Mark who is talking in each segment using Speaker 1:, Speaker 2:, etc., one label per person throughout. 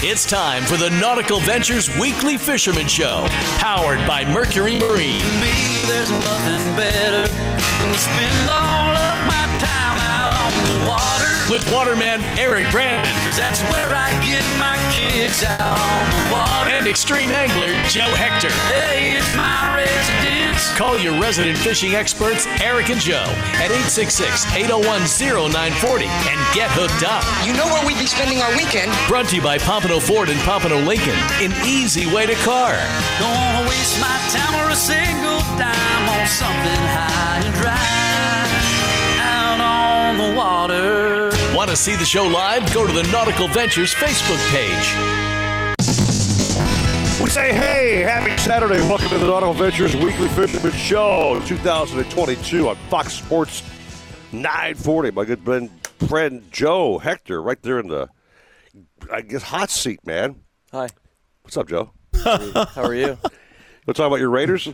Speaker 1: It's time for the Nautical Ventures Weekly Fisherman Show, powered by Mercury Marine.
Speaker 2: To me, there's nothing better than to spend all of my time out on the water.
Speaker 1: With waterman Eric Brandon
Speaker 2: 'Cause that's where I get my kicks out on the water.
Speaker 1: and extreme angler Joe Hector.
Speaker 2: Hey, it's my residence.
Speaker 1: Call your resident fishing experts, Eric and Joe, at 866 801 0940 and get hooked up.
Speaker 3: You know where we'd be spending our weekend.
Speaker 1: Brought to you by Pompano Ford and Pompano Lincoln, an easy way to car.
Speaker 2: Don't wanna waste my time or a single dime on something high and dry. Out on the water.
Speaker 1: Want to see the show live? Go to the Nautical Ventures Facebook page.
Speaker 4: We say, hey, happy Saturday. Welcome to the Nautical Ventures Weekly Fisherman Show 2022 on Fox Sports 940. My good friend, friend Joe Hector, right there in the, I guess, hot seat, man.
Speaker 5: Hi.
Speaker 4: What's up, Joe?
Speaker 5: How are you?
Speaker 4: Let's talk about your Raiders.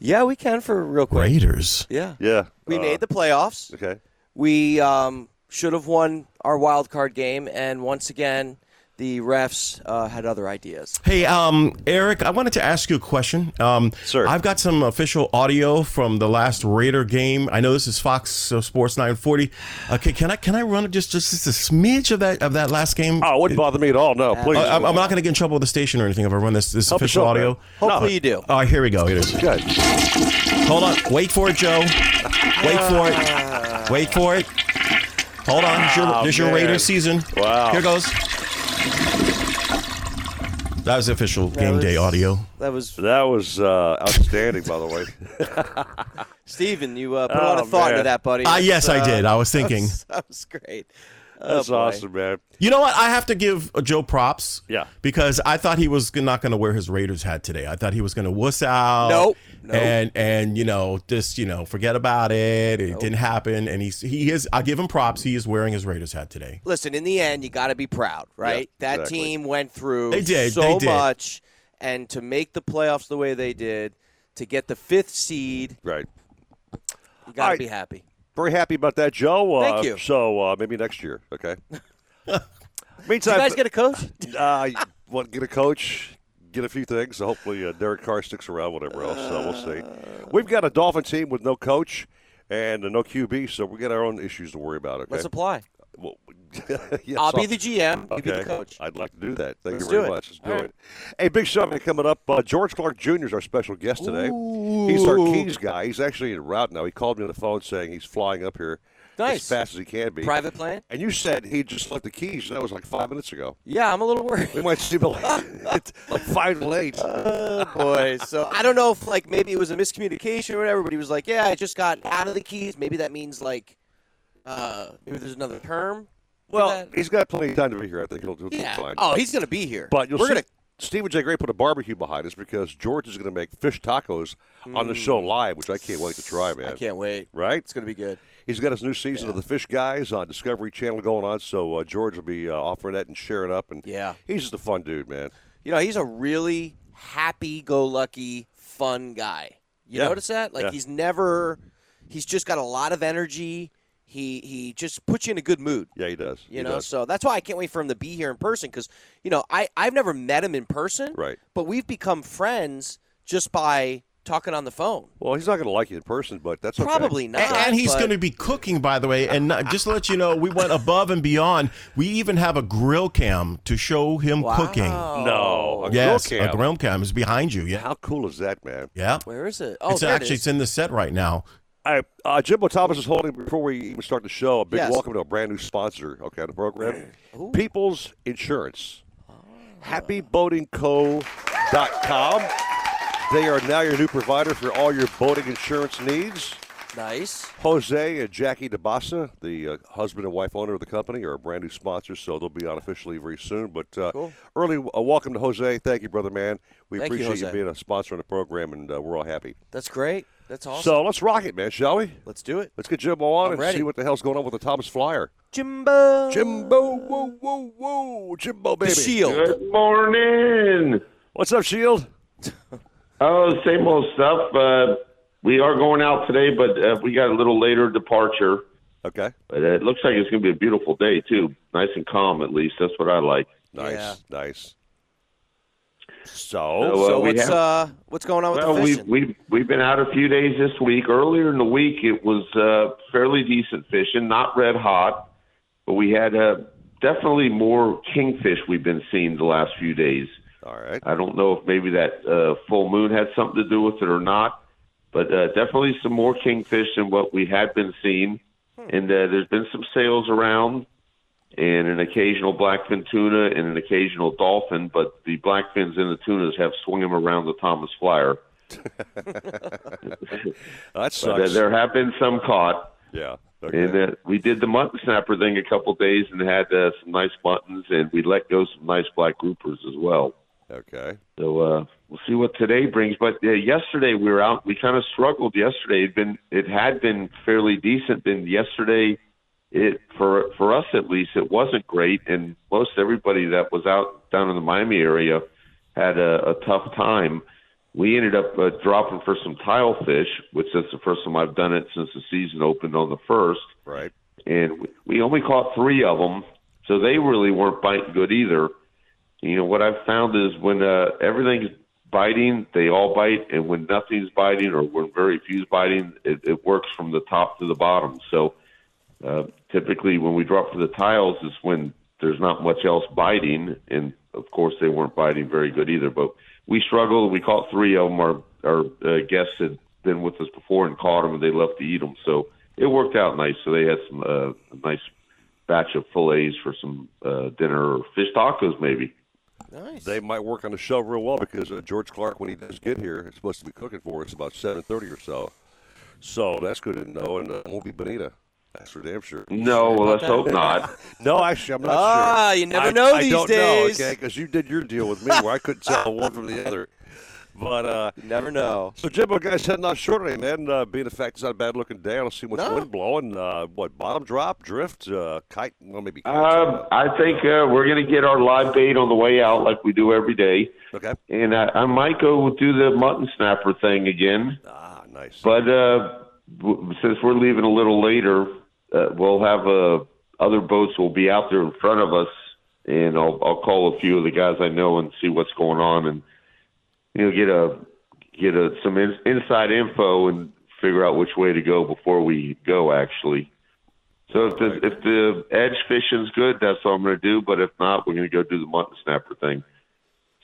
Speaker 5: yeah, we can for real quick.
Speaker 6: Raiders.
Speaker 5: Yeah.
Speaker 4: Yeah.
Speaker 5: We
Speaker 4: Uh,
Speaker 5: made the playoffs.
Speaker 4: Okay.
Speaker 5: We um, should have won our wild card game, and once again, the refs uh, had other ideas.
Speaker 6: Hey, um, Eric, I wanted to ask you a question. Um,
Speaker 4: Sir.
Speaker 6: I've got some official audio from the last Raider game. I know this is Fox uh, Sports 940. Okay, can I can I run just just, just a smidge of that of that last game? Uh,
Speaker 4: Oh, it wouldn't bother me at all. No, please.
Speaker 6: I, I'm I'm not going to get in trouble with the station or anything if I run this this
Speaker 4: Help
Speaker 6: official
Speaker 4: yourself,
Speaker 6: audio.
Speaker 4: man.
Speaker 5: Hopefully,
Speaker 4: No.
Speaker 5: you do.
Speaker 6: All right, here we go. Here it is.
Speaker 4: Good.
Speaker 6: Hold on. Wait for it, Joe. Wait for it. Wait for it. Hold on. This is your, this is your
Speaker 4: Oh, man.
Speaker 6: Raider season.
Speaker 4: Wow.
Speaker 6: Here goes. That was the official game day
Speaker 5: was-
Speaker 6: audio.
Speaker 5: That was
Speaker 4: That was uh, outstanding, by the way.
Speaker 5: Steven. You uh, put a
Speaker 4: Oh,
Speaker 5: lot of thought
Speaker 4: man.
Speaker 5: into that, buddy.
Speaker 6: Ah, yes, I
Speaker 5: That's, uh,
Speaker 6: did. I was thinking.
Speaker 5: That was great. Oh,
Speaker 4: That's
Speaker 5: boy.
Speaker 4: awesome, man.
Speaker 6: You know what? I have to give uh, Joe props.
Speaker 4: Yeah.
Speaker 6: Because I thought he was g- not going to wear his Raiders hat today. I thought he was going to wuss out.
Speaker 5: Nope. Nope.
Speaker 6: And and you know just you know forget about it. It didn't happen. And he's he is. I give him props. He is wearing his Raiders hat today.
Speaker 5: Listen, in the end, you got to be proud, right? that
Speaker 4: exactly.
Speaker 5: team went through
Speaker 6: They did,
Speaker 5: so
Speaker 6: they did.
Speaker 5: much, and to make the playoffs the way they did, to get the fifth seed,
Speaker 4: Right.
Speaker 5: you got to
Speaker 4: right.
Speaker 5: be happy.
Speaker 4: Very happy about that, Joe. Uh,
Speaker 5: Thank you.
Speaker 4: So uh, maybe next year, okay?
Speaker 5: You
Speaker 4: Meantime,
Speaker 5: guys get a coach?
Speaker 4: uh, what, get a coach, get a few things. So hopefully, uh, Derek Carr sticks around, whatever else. So we'll see.
Speaker 5: Uh.
Speaker 4: We've got a Dolphin team with no coach and uh, no QB, so we got our own issues to worry about. Okay.
Speaker 5: Let's apply.
Speaker 4: Well, yes,
Speaker 5: I'll be
Speaker 4: I'll-
Speaker 5: the GM. You be the
Speaker 4: Okay.
Speaker 5: coach.
Speaker 4: I'd like to do that. Thank
Speaker 5: Let's
Speaker 4: you very
Speaker 5: do it.
Speaker 4: much. Let's
Speaker 5: All
Speaker 4: do
Speaker 5: right.
Speaker 4: it. Hey, big something coming up. Uh, George Clark Jr. is our special guest today. He's our Keys guy. He's actually in route now. He called me on the phone saying he's flying up here
Speaker 5: Nice.
Speaker 4: as fast as he can be.
Speaker 5: Private plane?
Speaker 4: And you said he just left the Keys. and That was like five minutes ago.
Speaker 5: Yeah, I'm a little worried.
Speaker 4: We might see him like, it's like five late.
Speaker 5: Oh, boy. So I don't know if like maybe it was a miscommunication or whatever, but he was like, "Yeah, I just got out of the keys." Maybe that means like, uh, maybe there's another term.
Speaker 4: well,
Speaker 5: that-
Speaker 4: he's got plenty of time to be here. I think he'll do
Speaker 5: Yeah.
Speaker 4: fine.
Speaker 5: Oh, he's gonna be here.
Speaker 4: But you'll
Speaker 5: we're
Speaker 4: see
Speaker 5: gonna
Speaker 4: Stephen J. Gray put a barbecue behind us because George is going to make fish tacos on the show live, which I can't wait to try, man.
Speaker 5: I can't wait.
Speaker 4: Right?
Speaker 5: It's going to be good.
Speaker 4: He's got his new season of the Fish Guys on Discovery Channel going on, so uh, George will be uh, offering that and sharing up. And
Speaker 5: Yeah.
Speaker 4: he's just a fun dude, man.
Speaker 5: You know, he's a really happy-go-lucky, fun guy. You
Speaker 4: Yeah.
Speaker 5: notice that? Like
Speaker 4: Yeah.
Speaker 5: he's never he's just got a lot of energy. He he just puts you in a good mood.
Speaker 4: Yeah, he does.
Speaker 5: You
Speaker 4: He
Speaker 5: know,
Speaker 4: does.
Speaker 5: so that's why I can't wait for him to be here in person because, you know, I, I've never met him in person.
Speaker 4: Right.
Speaker 5: But we've become friends just by talking on the phone.
Speaker 4: well, he's not going to like you in person, but that's okay.
Speaker 5: Probably
Speaker 6: A-
Speaker 5: not.
Speaker 6: And, he's
Speaker 5: but-
Speaker 6: going to be cooking, by the way. And not, just to let you know, we went above and beyond. We even have a grill cam to show him cooking.
Speaker 4: No, a
Speaker 6: yes,
Speaker 4: grill cam.
Speaker 6: a grill cam is behind you. Yeah,
Speaker 4: How cool is that, man?
Speaker 6: yeah.
Speaker 5: Where is it? Oh,
Speaker 6: it's
Speaker 5: there it
Speaker 6: actually
Speaker 5: is.
Speaker 6: it's in the set right now.
Speaker 4: All right, uh, Jimbo Thomas is holding before we even start the show. A big
Speaker 5: Yes.
Speaker 4: welcome to a brand new sponsor. Okay, on the program, People's Insurance,
Speaker 5: Ah.
Speaker 4: HappyBoatingCo.com. They are now your new provider for all your boating insurance needs.
Speaker 5: nice.
Speaker 4: Jose and Jackie DeBassa, the uh, husband and wife owner of the company, are a brand new sponsor, so they'll be on officially very soon. But uh,
Speaker 5: Cool.
Speaker 4: early uh, welcome to Jose. Thank you, brother man. We
Speaker 5: Thank you,
Speaker 4: appreciate you,
Speaker 5: Jose.
Speaker 4: being a sponsor on the program, and uh, we're all happy.
Speaker 5: That's great. That's awesome.
Speaker 4: So let's rock it, man, shall we?
Speaker 5: Let's do it.
Speaker 4: Let's get Jimbo on
Speaker 5: I'm
Speaker 4: and
Speaker 5: ready.
Speaker 4: see what the hell's going on with the Thomas Flyer.
Speaker 5: Jimbo.
Speaker 4: Jimbo, whoa, whoa, whoa, Jimbo, Oh,
Speaker 5: The
Speaker 4: baby.
Speaker 5: shield.
Speaker 7: Good morning.
Speaker 4: What's up, Shield?
Speaker 7: Oh, same old stuff. Uh, we are going out today, but uh, we got a little later departure.
Speaker 4: Okay.
Speaker 7: But uh, it looks like it's going to be a beautiful day too. Nice and calm, at least. That's what I like.
Speaker 4: Nice,
Speaker 5: Yeah.
Speaker 4: nice.
Speaker 7: So,
Speaker 4: So,
Speaker 7: uh,
Speaker 5: so
Speaker 7: we
Speaker 5: what's
Speaker 7: have-
Speaker 5: uh what's going on with
Speaker 7: well,
Speaker 5: the
Speaker 7: we
Speaker 5: fishing?
Speaker 7: we we've, we've been out a few days this week. Earlier in the week, it was uh, fairly decent fishing, not red hot, but we had uh, definitely more kingfish we've been seeing the last few days.
Speaker 4: all right.
Speaker 7: I don't know if maybe that uh, full moon had something to do with it or not, but uh, definitely some more kingfish than what we had been seeing. And uh, there's been some sales around, and an occasional blackfin tuna and an occasional dolphin. But the blackfins and the tunas have swung them around the Thomas Flyer.
Speaker 4: That
Speaker 7: But, uh,
Speaker 4: sucks.
Speaker 7: there have been some caught,
Speaker 4: yeah.
Speaker 7: and
Speaker 4: Okay.
Speaker 7: uh, we did the mutton snapper thing a couple days and had uh, some nice muttons, and we let go some nice black groupers as well.
Speaker 4: Okay.
Speaker 7: So uh, we'll see what today brings. But uh, yesterday we were out. We kind of struggled yesterday. It been it had been fairly decent. Then yesterday, it for for us at least it wasn't great. And most everybody that was out down in the Miami area had a, a tough time. We ended up uh, dropping for some tile fish, which is the first time I've done it since the season opened on the first
Speaker 4: Right.
Speaker 7: and we- we only caught three of them, so they really weren't biting good either. You know what I've found is when uh, everything's biting, they all bite, and when nothing's biting or when very few's biting, it, it works from the top to the bottom. So uh, typically, when we drop for the tiles, is when there's not much else biting, and of course they weren't biting very good either. But we struggled. We caught three of them. Our our uh, guests had been with us before and caught them, and they left to eat them. So it worked out nice. So they had some uh, a nice batch of fillets for some uh, dinner or fish tacos, maybe.
Speaker 5: nice.
Speaker 4: They might work on the show real well because uh, George Clark, when he does get here, is supposed to be cooking for us about seven thirty or so. So that's good to know, and uh, won't be Bonita. That's for damn sure.
Speaker 7: No, well, let's hope not.
Speaker 4: No, actually, I'm not
Speaker 5: Ah,
Speaker 4: sure.
Speaker 5: you never
Speaker 4: I-
Speaker 5: know
Speaker 4: I
Speaker 5: these
Speaker 4: don't
Speaker 5: days.
Speaker 4: Know, okay, because you did your deal with me where I couldn't tell one from the other. But uh,
Speaker 5: Never know.
Speaker 4: so Jimbo, guys, heading off shore today, man. Uh, being the fact it's not a bad looking day. I don't see much
Speaker 5: No.
Speaker 4: wind blowing. Uh, what bottom drop, drift, uh, kite? Well, maybe. kite's
Speaker 7: Um,
Speaker 4: not.
Speaker 7: I think uh, we're going to get our live bait on the way out, like we do every day.
Speaker 4: okay.
Speaker 7: And I, I might go do the mutton snapper thing again.
Speaker 4: Ah, nice.
Speaker 7: But uh, w- since we're leaving a little later, uh, we'll have uh, other boats will be out there in front of us, and I'll I'll call a few of the guys I know and see what's going on, and you know get a get a some in, inside info and figure out which way to go before we go actually. So if the if the edge fishing's good, that's what I'm going to do. But if not, we're going to go do the mutton snapper thing.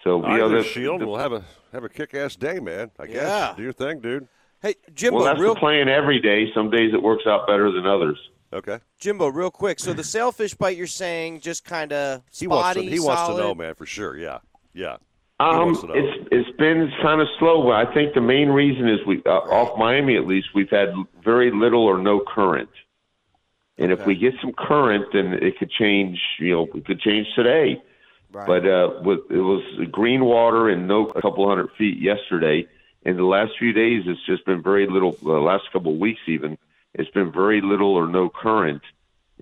Speaker 7: So you know,
Speaker 4: Either
Speaker 7: that's-
Speaker 4: shield. we'll have a have a kick ass day, man. I guess.
Speaker 5: Yeah.
Speaker 4: Do your thing, dude.
Speaker 5: Hey, Jimbo,
Speaker 7: well, that's
Speaker 5: real
Speaker 7: the plan every day. Some days it works out better than others.
Speaker 4: Okay.
Speaker 5: Jimbo, real quick. So the sailfish bite you're saying just kind of
Speaker 4: He wants to,
Speaker 5: spotty,
Speaker 4: he wants to
Speaker 5: solid.
Speaker 4: know, man, for sure. Yeah. Yeah.
Speaker 7: Um,
Speaker 4: wants to know?
Speaker 7: it's it's been kind of slow, but I think the main reason is we uh, off Miami at least we've had very little or no current, and if we get some current, then it could change. You know, it could change today.
Speaker 5: Right.
Speaker 7: But uh, with, it was green water and no a couple hundred feet yesterday. In the last few days, it's just been very little. The last couple of weeks, even it's been very little or no current,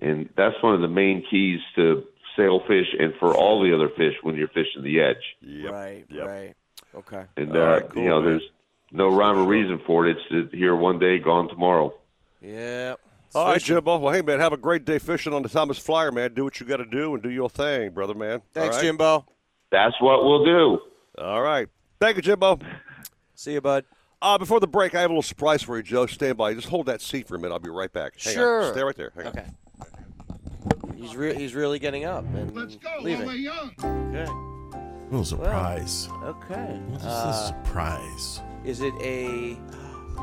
Speaker 7: and that's one of the main keys to sailfish and for all the other fish when you're fishing the edge.
Speaker 4: Yep.
Speaker 5: right,
Speaker 4: Yep.
Speaker 5: right. Okay.
Speaker 7: And
Speaker 4: All
Speaker 7: uh,
Speaker 4: right, cool,
Speaker 7: you know,
Speaker 4: man.
Speaker 7: there's no rhyme or reason for it. It's uh, here one day, gone tomorrow.
Speaker 5: Yeah.
Speaker 4: All right, Jimbo. Well, hey, man, have a great day fishing on the Thomas Flyer, man. Do what you got to do and do your thing, brother, man.
Speaker 5: Thanks,
Speaker 4: All right?
Speaker 5: Jimbo.
Speaker 7: That's what we'll do.
Speaker 4: All right. Thank you, Jimbo.
Speaker 5: See you, bud.
Speaker 4: Uh, before the break, I have a little surprise for you, Joe. Stand by. Just hold that seat for a minute. I'll be right back. Hang On.
Speaker 5: Sure.
Speaker 4: Stay right there. Hang on.
Speaker 5: Okay. He's re- he's really getting up and Let's go, leaving. Okay.
Speaker 2: What a surprise.
Speaker 5: Okay.
Speaker 2: What is
Speaker 5: Uh,
Speaker 2: this surprise?
Speaker 5: Is it a?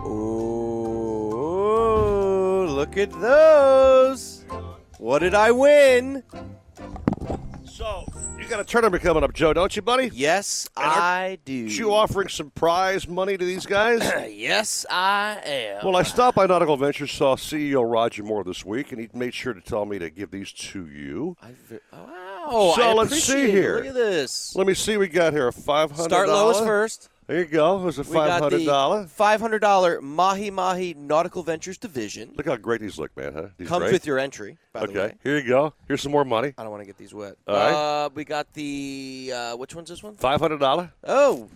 Speaker 5: Ooh, look at those! What did I win?
Speaker 4: So, you got a tournament coming up, Joe, don't you, buddy?
Speaker 5: Yes,
Speaker 4: And aren't
Speaker 5: I do.
Speaker 4: You offering some prize money to these guys?
Speaker 5: Yes, I am.
Speaker 4: Well, I stopped by Nautical Ventures, saw CEO Roger Moore this week, and he made sure to tell me to give these to you.
Speaker 5: I ve- wow!
Speaker 4: So
Speaker 5: I
Speaker 4: let's see
Speaker 5: appreciate it.
Speaker 4: here.
Speaker 5: Look at this.
Speaker 4: Let me see. We got here a five hundred.
Speaker 5: Start lowest first.
Speaker 4: There you go. It was a
Speaker 5: We
Speaker 4: five hundred
Speaker 5: got
Speaker 4: dollar.
Speaker 5: the five hundred dollar Mahi Mahi Nautical Ventures division.
Speaker 4: Look how great these look, man. Huh? These
Speaker 5: Comes
Speaker 4: great?
Speaker 5: with your entry, by the
Speaker 4: Okay.
Speaker 5: way.
Speaker 4: Here you go. Here's some more money.
Speaker 5: I don't want to get these wet.
Speaker 4: All right.
Speaker 5: Uh, we got the uh, which one's this one?
Speaker 4: Five hundred dollar.
Speaker 5: Oh,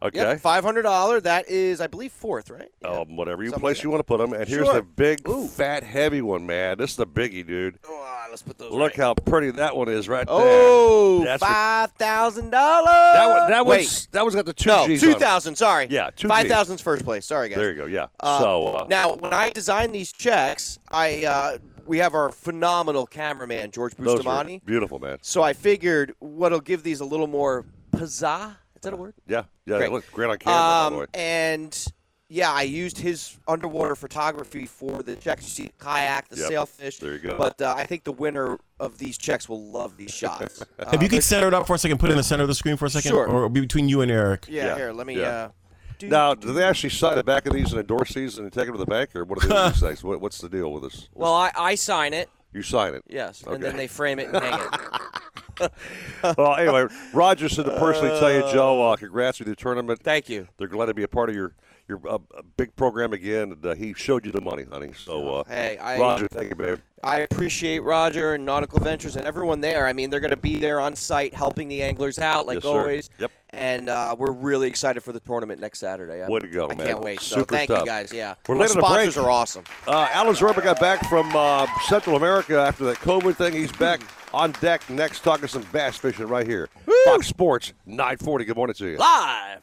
Speaker 4: Okay.
Speaker 5: Yep, five hundred dollar. That is, I believe, fourth, right?
Speaker 4: Um, whatever you
Speaker 5: Something
Speaker 4: place
Speaker 5: like
Speaker 4: you want to put them. And here's
Speaker 5: Sure.
Speaker 4: the big,
Speaker 5: Ooh.
Speaker 4: fat, heavy one, man. This is the biggie, dude.
Speaker 5: Oh, let's put those.
Speaker 4: Look
Speaker 5: right.
Speaker 4: how pretty that one is right
Speaker 5: Oh,
Speaker 4: there. That's what-
Speaker 5: five thousand
Speaker 4: that one.
Speaker 5: dollars.
Speaker 4: That
Speaker 5: Wait,
Speaker 4: was that was got the two
Speaker 5: no,
Speaker 4: G's
Speaker 5: two
Speaker 4: on it.
Speaker 5: thousand. Sorry.
Speaker 4: Yeah, two
Speaker 5: five
Speaker 4: Gs.
Speaker 5: thousand's first place. Sorry, guys.
Speaker 4: There you go. Yeah.
Speaker 5: Uh,
Speaker 4: so uh,
Speaker 5: now, when I design these checks, I uh, we have our phenomenal cameraman George
Speaker 4: those are
Speaker 5: Bustamante.
Speaker 4: beautiful, man.
Speaker 5: So I figured what'll give these a little more pizzazz. Is that a word?
Speaker 4: Yeah. Yeah. They
Speaker 5: Great.
Speaker 4: look great on camera. by the
Speaker 5: Um,
Speaker 4: way.
Speaker 5: and yeah, I used his underwater photography for the checks. You see, the kayak, the
Speaker 4: Yep.
Speaker 5: sailfish.
Speaker 4: There you go.
Speaker 5: But uh, I think the winner of these checks will love these shots. Uh,
Speaker 6: If you could center it up for a second, put it in the center of the screen for a second,
Speaker 5: Sure.
Speaker 6: or between you and Eric.
Speaker 5: yeah,
Speaker 4: yeah,
Speaker 5: here, let me.
Speaker 4: yeah.
Speaker 5: Uh, do
Speaker 4: Now, do they actually sign the back of these and endorse these and take them to the bank, or what do they do these things? What, what's the deal with this?
Speaker 5: well, I, I sign it.
Speaker 4: You sign it.
Speaker 5: Yes,
Speaker 4: Okay.
Speaker 5: and then they frame it and hang it.
Speaker 4: well, anyway, Roger said to personally tell you, Joe, uh, congrats with your tournament.
Speaker 5: Thank you.
Speaker 4: They're glad to be a part of your your uh, big program again, and uh, he showed you the money, honey. So, uh,
Speaker 5: Oh, Hey, I-
Speaker 4: Roger, thank you, babe.
Speaker 5: I appreciate Roger and Nautical Ventures and everyone there. I mean, they're going to be there on site helping the anglers out,
Speaker 4: Yes,
Speaker 5: like
Speaker 4: sir.
Speaker 5: always.
Speaker 4: Yep.
Speaker 5: And uh, we're really excited for the tournament next Saturday. I,
Speaker 4: Way to go,
Speaker 5: I
Speaker 4: man.
Speaker 5: can't wait. so
Speaker 4: Super
Speaker 5: thank
Speaker 4: stuff.
Speaker 5: you guys. Yeah.
Speaker 4: We're
Speaker 5: Our
Speaker 4: late on the break.
Speaker 5: sponsors are awesome.
Speaker 4: Uh, Alan Zorba got back from uh, Central America after that COVID thing. He's
Speaker 5: Hmm.
Speaker 4: back on deck next, talking some bass fishing right here. Fox Sports 940. Good morning to you.
Speaker 5: Live.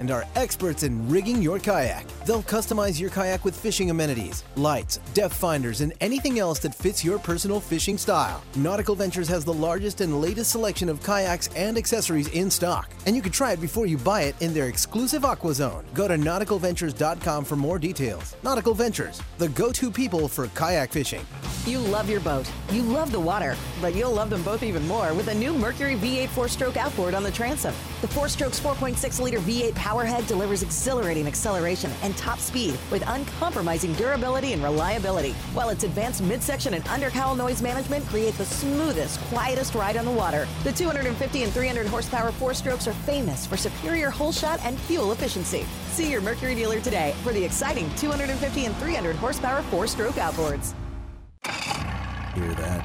Speaker 8: and are experts in rigging your kayak. They'll customize your kayak with fishing amenities, lights, depth finders, and anything else that fits your personal fishing style. Nautical Ventures has the largest and latest selection of kayaks and accessories in stock, and you can try it before you buy it in their exclusive Aqua Zone. Go to nauticalventures.com for more details. Nautical Ventures, the go-to people for kayak fishing.
Speaker 9: You love your boat. You love the water, but you'll love them both even more with a new Mercury V8 four stroke outboard on the transom. The four stroke's 4.6 liter V8 powerhead delivers exhilarating acceleration and top speed with uncompromising durability and reliability, while its advanced midsection and undercowl noise management create the smoothest, quietest ride on the water. The 250 and 300 horsepower four strokes are famous for superior hole shot and fuel efficiency. See your Mercury dealer today for the exciting 250 and 300 horsepower four stroke outboards.
Speaker 8: Hear that?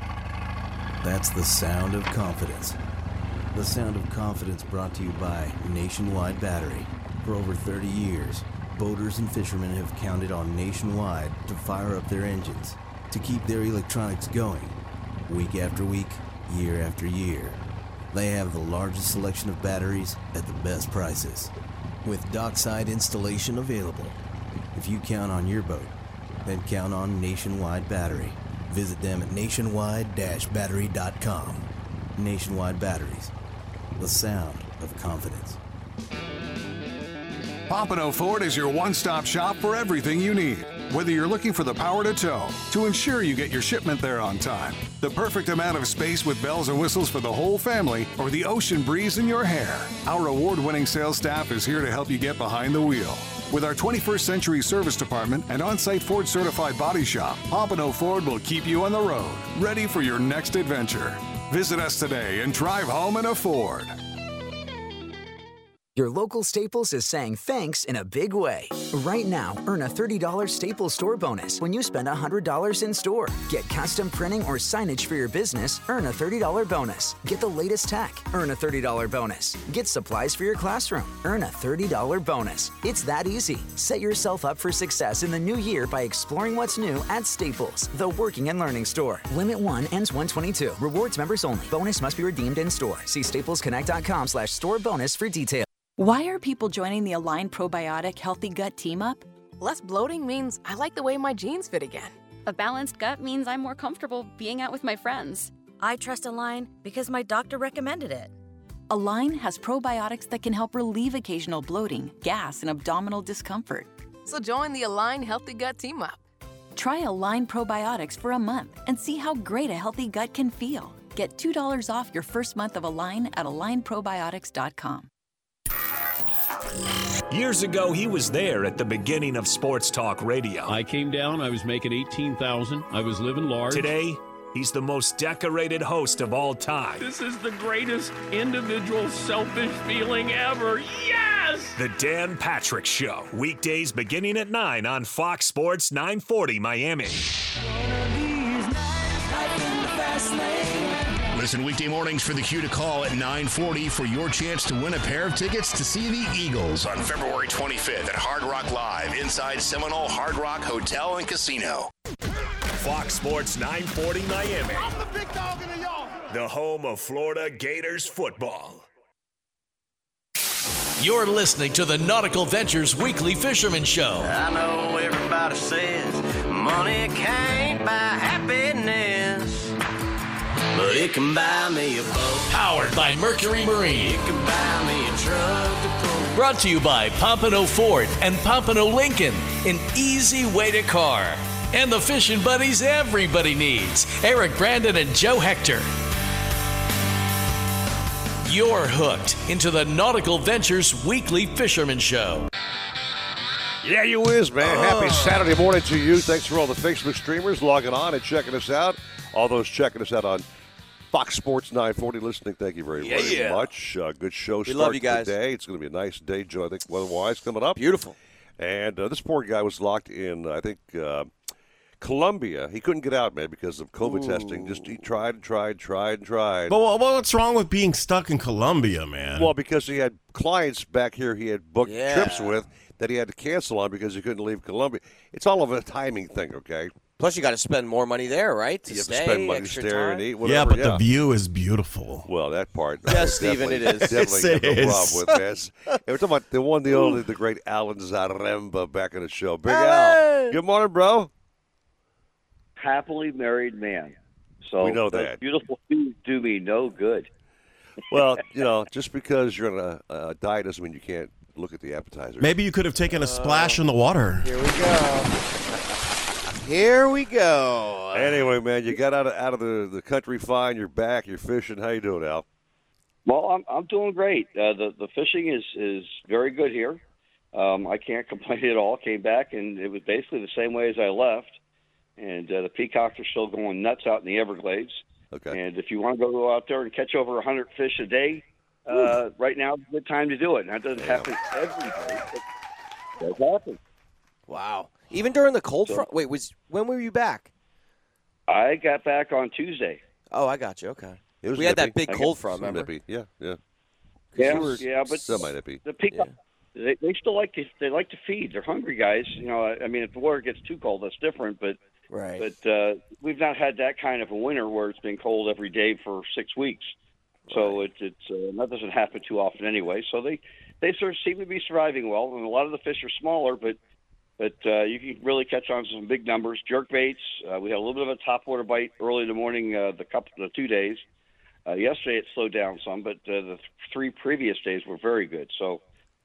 Speaker 8: That's the sound of confidence. The sound of confidence brought to you by Nationwide Battery. For over 30 years, boaters and fishermen have counted on Nationwide to fire up their engines, to keep their electronics going, week after week, year after year. They have the largest selection of batteries at the best prices, with dockside installation available. If you count on your boat, then count on Nationwide Battery. Visit them at nationwide-battery.com. Nationwide Batteries, the sound of confidence.
Speaker 10: Pompano Ford is your one stop shop for everything you need. Whether you're looking for the power to tow, to ensure you get your shipment there on time, the perfect amount of space with bells and whistles for the whole family, or the ocean breeze in your hair, our award winning sales staff is here to help you get behind the wheel. With our 21st Century Service Department and on site Ford certified body shop, Pompano Ford will keep you on the road, ready for your next adventure. Visit us today and drive home in a Ford.
Speaker 11: Your local Staples is saying thanks in a big way. Right now, earn a $30 Staples store bonus when you spend $100 in store. Get custom printing or signage for your business, earn a $30 bonus. Get the latest tech, earn a $30 bonus. Get supplies for your classroom, earn a $30 bonus. It's that easy. Set yourself up for success in the new year by exploring what's new at Staples, the working and learning store. Limit 1 ends 122. Rewards members only. Bonus must be redeemed in store. See staplesconnect.com slash store bonus for details.
Speaker 12: Why are people joining the Align Probiotic Healthy Gut Team Up?
Speaker 13: Less bloating means I like the way my jeans fit again.
Speaker 14: A balanced gut means I'm more comfortable being out with my friends.
Speaker 15: I trust Align because my doctor recommended it.
Speaker 12: Align has probiotics that can help relieve occasional bloating, gas, and abdominal discomfort.
Speaker 13: So join the Align Healthy Gut team up.
Speaker 12: Try Align Probiotics for a month and see how great a healthy gut can feel. Get $2 off your first month of Align at alignprobiotics.com.
Speaker 16: Years ago, he was there at the beginning of Sports Talk Radio. I came down. I was making eighteen thousand. I was living large. Today, he's the most decorated host of all time.
Speaker 17: This is the greatest individual selfish feeling ever. Yes!
Speaker 16: The Dan Patrick Show, weekdays beginning at nine on Fox Sports 940 Miami.
Speaker 18: Listen weekday mornings for the cue to call at 940 for your chance to win a pair of tickets to see the Eagles on February 25th at Hard Rock Live inside Seminole Hard Rock Hotel and Casino.
Speaker 16: Fox Sports 940 Miami,
Speaker 19: the big dog in the yard.
Speaker 16: the home of Florida Gators football.
Speaker 1: You're listening to the Nautical Ventures Weekly Fisherman Show.
Speaker 20: I know everybody says money can't buy happiness, but it can buy me a boat.
Speaker 1: Powered by Mercury Marine.
Speaker 20: It can buy me a truck to pull.
Speaker 1: Brought to you by Pompano Ford and Pompano Lincoln, an easy way to car. And the fishing buddies everybody needs Eric Brandon and Joe Hector. You're hooked into the Nautical Ventures Weekly Fisherman Show.
Speaker 4: Yeah, you is, man. Happy
Speaker 1: Oh.
Speaker 5: Ah.
Speaker 4: Saturday morning to you. Thanks for all the Facebook streamers logging on and checking us out. All those checking us out on Fox Sports 940 listening. Thank you very, very
Speaker 5: Yeah.
Speaker 4: much. Uh, good show.
Speaker 5: We love you guys.
Speaker 4: Today. It's going to be a nice day, Joe. I think weather-wise coming up. Beautiful. And uh, this poor guy was locked in, I think, uh, Colombia. He couldn't get out, man, because of COVID testing. Just he tried and tried, tried and tried.
Speaker 2: But what, what's wrong with being stuck in Colombia, man?
Speaker 4: Well, because he had clients back here he had booked trips with that he had to cancel on because he couldn't leave Colombia. It's all of a timing thing, okay?
Speaker 5: Plus, you got to spend more money there, right? To
Speaker 4: You have to
Speaker 5: stay,
Speaker 4: spend money to
Speaker 5: extra
Speaker 4: stare
Speaker 5: time.
Speaker 4: and eat.
Speaker 2: yeah,
Speaker 4: Whatever,
Speaker 2: but
Speaker 4: yeah.
Speaker 2: the view is beautiful.
Speaker 4: Well, that part.
Speaker 5: Yes, Stephen, it is.
Speaker 4: Definitely
Speaker 2: Yes, it
Speaker 4: got no
Speaker 2: is.
Speaker 4: problem with this. And we're talking about the one, the only, the great Alan Zaremba back on the show. Big Al. Good morning, bro.
Speaker 3: happily married man. So
Speaker 4: We know
Speaker 3: those
Speaker 4: that.
Speaker 3: beautiful things do me no good.
Speaker 4: Well, you know, just because you're on a, a diet doesn't mean you can't look at the appetizer.
Speaker 2: Maybe you could have taken a
Speaker 5: Uh,
Speaker 2: splash in the water.
Speaker 5: Here we go. Here we go.
Speaker 4: Anyway, man, you got out of, out of the, the country fine. You're back. You're fishing. How you doing, Al?
Speaker 3: Well, I'm I'm doing great. Uh, the the fishing is is very good here. Um, I can't complain at all. Came back and it was basically the same way as I left. And uh, the peacocks are still going nuts out in the Everglades.
Speaker 4: Okay.
Speaker 3: And if you want to go out there and catch over 100 fish a day, uh, right now is a good time to do it. And that doesn't happen every day. but It does happen.
Speaker 5: Wow. Even during the cold
Speaker 3: So-
Speaker 5: front. Wait, was when were you back?
Speaker 3: I got back on Tuesday.
Speaker 5: Oh, I got you. Okay.
Speaker 4: It was
Speaker 5: we had that
Speaker 4: nippy.
Speaker 5: big cold
Speaker 4: It
Speaker 5: front.
Speaker 4: was
Speaker 5: Remember?
Speaker 4: nippy. Yeah, yeah.
Speaker 3: Yeah,
Speaker 4: You were
Speaker 3: yeah, but
Speaker 4: semi-nippy.
Speaker 3: The peacock, they, they still like to they like to feed. They're hungry guys. You know, I, I mean, if the water gets too cold, that's different. But
Speaker 5: right,
Speaker 3: but uh, we've not had that kind of a winter where it's been cold every day for six weeks. So it, it's uh, that doesn't happen too often anyway. So they they sort of seem to be surviving well, and a lot of the fish are smaller, but but uh, you can really catch on to some big numbers. Jerkbaits. Uh, we had a little bit of a topwater bite early in the morning. Uh, the couple the two days. Uh, yesterday it slowed down some, but uh, the th- three previous days were very good. So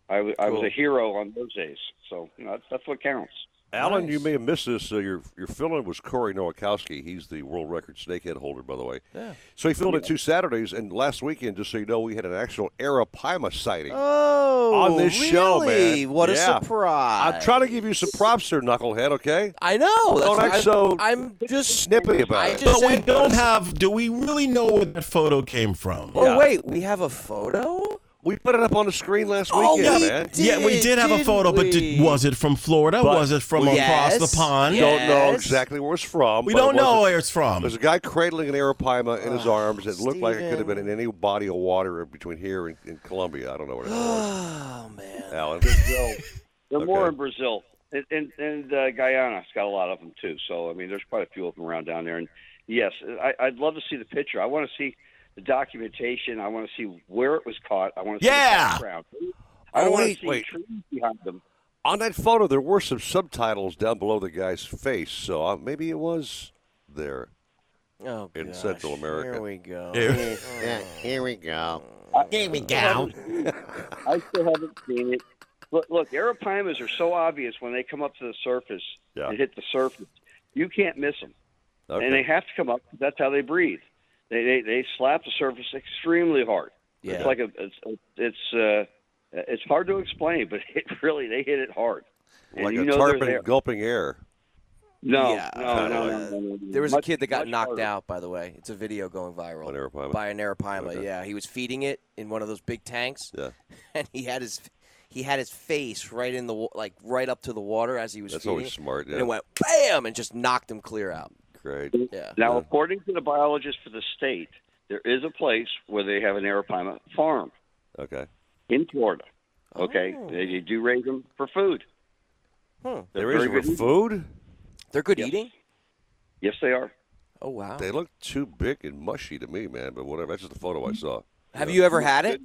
Speaker 3: I, w- I was
Speaker 4: Cool.
Speaker 3: a hero on those days. So you know, that's, that's what counts.
Speaker 4: Alan, you may have missed this. Uh, your your fill-in was Corey Nowakowski. He's the world record snakehead holder, by the way.
Speaker 3: Yeah.
Speaker 4: So he filled in two Saturdays, and last weekend, just so you know, we had an actual Arapaima sighting
Speaker 5: Oh,
Speaker 4: on this show,
Speaker 5: really?
Speaker 4: man.
Speaker 5: What a
Speaker 4: Yeah.
Speaker 5: surprise!
Speaker 4: I'm trying to give you some props, there, knucklehead. Okay.
Speaker 5: I know.
Speaker 4: Don't
Speaker 5: that's-
Speaker 4: act so
Speaker 5: I'm, I'm just
Speaker 4: snippy about
Speaker 5: I
Speaker 4: it.
Speaker 5: just
Speaker 2: but we
Speaker 5: said-
Speaker 2: don't have. Do we really know where that photo came from?
Speaker 5: Oh wait, we have a photo.
Speaker 4: We put it up on the screen last
Speaker 5: oh,
Speaker 4: weekend,
Speaker 5: we
Speaker 4: man.
Speaker 5: Did,
Speaker 2: yeah, we did have a photo, but
Speaker 5: did,
Speaker 2: did, was it from Florida?
Speaker 4: But-
Speaker 2: was it from across the pond?
Speaker 4: Don't know exactly where it's from.
Speaker 2: We
Speaker 4: but it
Speaker 2: don't know
Speaker 4: wasn't-
Speaker 2: where it's from.
Speaker 4: There's a guy cradling an arapaima in
Speaker 5: Ah,
Speaker 4: his arms. It looked like it could have been in any body of water between here and, and Colombia. I don't know what it was.
Speaker 5: Oh man,
Speaker 4: Alan.
Speaker 3: They're more in Brazil and and, and uh, Guyana's got a lot of them too. So I mean, there's quite a few of them around down there. And yes, I, I'd love to see the picture. I want to see the documentation. I want to see where it was caught. I want to see
Speaker 4: Yeah.
Speaker 3: the background. I
Speaker 4: Oh,
Speaker 3: don't want
Speaker 4: wait,
Speaker 3: to see
Speaker 4: wait.
Speaker 3: trees behind them.
Speaker 4: On that photo, there were some subtitles down below the guy's face, so uh, maybe it was there
Speaker 5: Oh,
Speaker 4: in
Speaker 5: gosh.
Speaker 4: Central America.
Speaker 5: Here we go.
Speaker 4: Ew.
Speaker 5: Yeah, here we go.
Speaker 3: Here Oh, we go. I still haven't seen it. Look, look, arapaimas are so obvious when they come up to the surface and hit the surface. You can't miss them,
Speaker 4: Okay.
Speaker 3: and they have to come up. That's how they breathe. They they, they slap the surface extremely hard.
Speaker 5: Yeah.
Speaker 3: It's like a it's it's, uh, it's hard to explain, but it really they hit it hard. And
Speaker 4: like
Speaker 3: you
Speaker 4: a
Speaker 3: know they're
Speaker 4: tarpon
Speaker 3: there.
Speaker 4: gulping air.
Speaker 3: No,
Speaker 5: Yeah,
Speaker 3: no, no,
Speaker 5: uh,
Speaker 3: no, no, no, no.
Speaker 5: There was a
Speaker 3: Much-
Speaker 5: kid that got
Speaker 3: much
Speaker 5: knocked
Speaker 3: harder.
Speaker 5: out, by the way. It's a video going viral by an arapaima.
Speaker 4: Okay.
Speaker 5: Yeah, he was feeding it in one of those big tanks,
Speaker 4: Yeah.
Speaker 5: and he had his he had his face right in the wa- like right up to the water as he was.
Speaker 4: That's
Speaker 5: feeding
Speaker 4: always
Speaker 5: it,
Speaker 4: smart,
Speaker 5: And
Speaker 4: yeah.
Speaker 5: it went bam and just knocked him clear out.
Speaker 4: Great.
Speaker 5: Yeah.
Speaker 3: Now, according to the biologist for the state, There is a place where they have an arapaima farm
Speaker 4: Okay.
Speaker 3: in Florida. Okay,
Speaker 5: Oh.
Speaker 3: they, they do raise them for food.
Speaker 5: Huh.
Speaker 3: They're
Speaker 4: There is
Speaker 3: very good eating.
Speaker 4: food.
Speaker 5: They're good eating.
Speaker 3: Yes, they are.
Speaker 5: Oh wow.
Speaker 4: They look too big and mushy to me, man. But whatever. That's just the photo I saw.
Speaker 5: Hmm. Have you ever had it?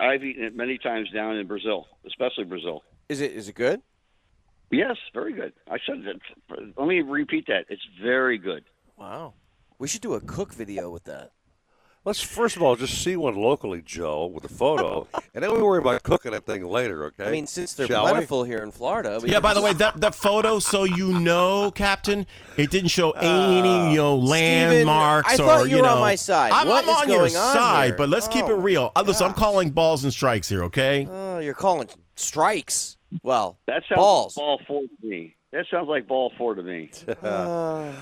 Speaker 3: I've eaten it many times down in Brazil, especially Brazil.
Speaker 5: Is it is it good?
Speaker 3: Yes, very good. I said that. Let me repeat that. It's very good.
Speaker 5: Wow. We should do a cook video with that.
Speaker 4: Let's first of all just see one locally, Joe, with a photo, and then we worry about cooking that thing later. Okay.
Speaker 5: I mean, since they're
Speaker 4: Shall we?
Speaker 5: plentiful here in Florida. we
Speaker 6: Yeah,
Speaker 5: can
Speaker 6: by the
Speaker 5: just-
Speaker 6: way, that, that photo, so you know, Captain, it didn't show any, you know, landmarks
Speaker 5: Uh, I thought
Speaker 6: or,
Speaker 5: you were
Speaker 6: know.
Speaker 5: on my side.
Speaker 6: I'm,
Speaker 5: What
Speaker 6: I'm
Speaker 5: is
Speaker 6: on your
Speaker 5: going on
Speaker 6: side,
Speaker 5: here?
Speaker 6: but let's keep it real. Uh, listen, I'm calling balls and strikes here, okay?
Speaker 4: Uh,
Speaker 5: Oh, you're calling strikes. Well,
Speaker 3: That sounds
Speaker 5: balls.
Speaker 3: like ball four to me. That sounds like ball four to me.
Speaker 5: Uh,
Speaker 4: All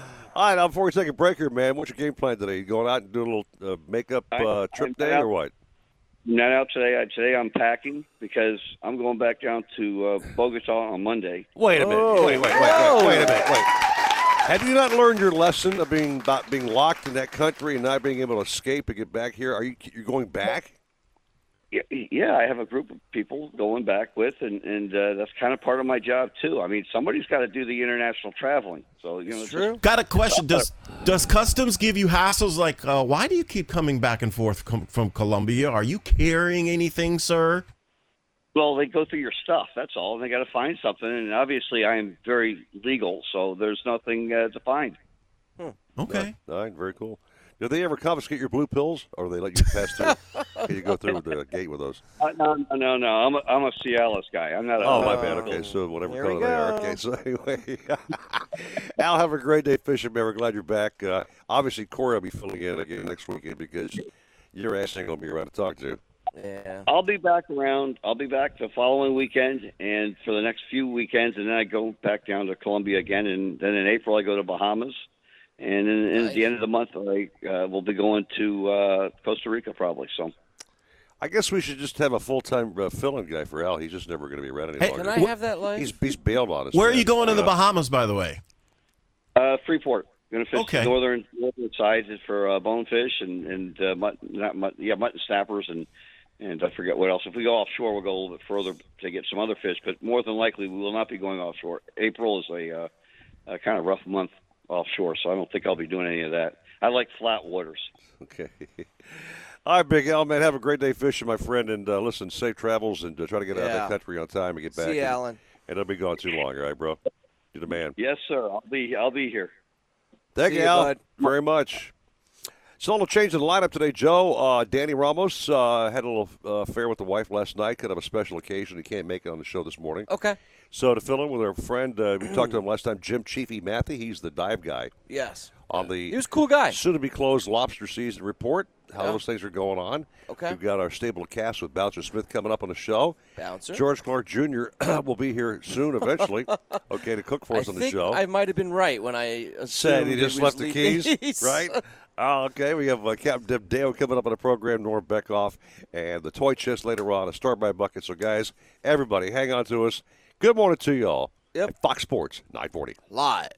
Speaker 4: right, now before we take a break here, man, what's your game plan today? You going out and doing a little uh, makeup
Speaker 3: I-
Speaker 4: uh, trip
Speaker 3: I'm
Speaker 4: day
Speaker 3: out.
Speaker 4: or what?
Speaker 3: Not out today. I, today I'm packing because I'm going back down to uh, Bogota on Monday.
Speaker 4: Wait a minute.
Speaker 3: Oh.
Speaker 4: Wait, wait, wait, wait,
Speaker 3: Whoa.
Speaker 4: wait a minute. Wait. Have you not learned your lesson of being about being locked in that country and not being able to escape and get back here? Are you you're going back?
Speaker 3: Yeah, yeah, I have a group of people going back with, and and uh, that's kind of part of my job too. I mean, somebody's got to do the international traveling. So you know, it's just-
Speaker 6: Got a question. Does does customs give you hassles like, uh, why do you keep coming back and forth com- from Colombia? Are you carrying anything, sir?
Speaker 3: Well, they go through your stuff. That's all. And they got to find something. And obviously, I am very legal, so there's nothing uh, to find.
Speaker 4: Okay. All right, very cool. Do they ever confiscate your blue pills, or they let you pass through? Can you go through the gate with those?
Speaker 3: Uh, no, no, no, no. I'm a, I'm a Cialis guy. I'm not. A,
Speaker 4: Oh, my bad. Okay, so whatever
Speaker 3: There
Speaker 4: color
Speaker 3: we
Speaker 4: they are.
Speaker 3: go.
Speaker 4: Okay, so anyway, Al, have a great day fishing, man. We're glad you're back. Uh, obviously, Corey will be filling in again next weekend because your ass ain't gonna be around to talk to.
Speaker 5: Yeah.
Speaker 3: I'll be back around. I'll be back the following weekend, and for the next few weekends, and then I go back down to Columbia again, and then in April I go to Bahamas, and then and at the end of the month I uh, will be going to uh, Costa Rica probably. So.
Speaker 4: I guess we should just have a full time uh, filling guy for Al. He's just never going to be around any
Speaker 6: Hey,
Speaker 4: longer.
Speaker 6: Can I have
Speaker 5: that life?
Speaker 4: He's, he's bailed on us.
Speaker 6: Where are
Speaker 4: man. Uh,
Speaker 6: you going to the
Speaker 4: Yeah.
Speaker 6: Bahamas, by the way?
Speaker 3: Uh, Freeport. Going to fish
Speaker 6: Okay.
Speaker 3: the northern northern side for uh, bonefish and and uh, mut not mut yeah, mutton snappers and and I forget what else. If we go offshore, we'll go a little bit further to get some other fish. But more than likely, we will not be going offshore. April is a, uh, a kind of rough month offshore, so I don't think I'll be doing any of that. I like flat waters.
Speaker 4: Okay. All right, Big Al, man. Have a great day fishing, my friend. And uh, listen, safe travels and uh, try to get out of
Speaker 3: Yeah.
Speaker 4: the country on time and get
Speaker 3: See
Speaker 4: back.
Speaker 3: you,
Speaker 4: and,
Speaker 3: Alan.
Speaker 4: And don't be gone too long, all right, bro? You're the man.
Speaker 3: Yes, sir. I'll be I'll be here.
Speaker 4: Thank
Speaker 3: See
Speaker 4: you,
Speaker 3: you,
Speaker 4: Al,
Speaker 3: bud.
Speaker 4: very much. So a little change in the lineup today, Joe. Uh, Danny Ramos uh, had a little uh, affair with the wife last night, kind of a special occasion. He can't make it on the show this morning.
Speaker 5: Okay.
Speaker 4: So to fill in with our friend, uh, we talked to him last time, Jim Chiefy Mathy. He's the dive guy
Speaker 5: Yes.
Speaker 4: on the. He
Speaker 5: was a cool guy.
Speaker 4: Soon to be closed lobster season report. How
Speaker 5: Yeah.
Speaker 4: those things are going on.
Speaker 5: Okay.
Speaker 4: We've got our stable of cast with Bouncer Smith coming up on the show.
Speaker 5: Bouncer.
Speaker 4: George Clark Jr. will be here soon, eventually. okay, to cook for
Speaker 5: I
Speaker 4: us on the
Speaker 5: think
Speaker 4: show.
Speaker 5: I might have been right when I assumed
Speaker 4: Said he just
Speaker 5: was
Speaker 4: left the
Speaker 5: leaving.
Speaker 4: keys, right? Oh, okay, we have uh, Captain Deb Dale coming up on the program, Norm Beckoff, and the toy chest later on. A start by bucket. So, guys, everybody, hang on to us. Good morning to y'all. Yep. Fox Sports 940.
Speaker 5: Live.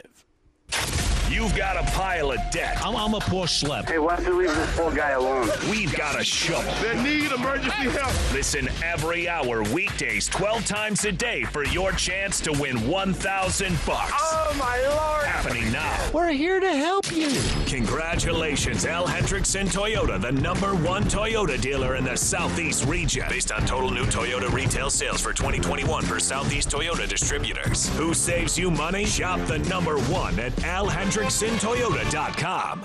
Speaker 16: You've got a pile of debt. I'm, I'm a poor schlep. Hey,
Speaker 21: why don't you leave this poor guy alone?
Speaker 16: We've got a shovel.
Speaker 21: They need emergency help.
Speaker 16: Listen every hour, weekdays, 12 times a day for your chance to win 1,000 bucks. Oh, my Lord. Happening now.
Speaker 21: We're here to help you.
Speaker 16: Congratulations, Al Hendrickson Toyota, the number one Toyota dealer in the Southeast region. Based on total new Toyota retail sales for 2021 per Southeast Toyota distributors. Who saves you money? Shop the number one at alhendricksontoyota.com.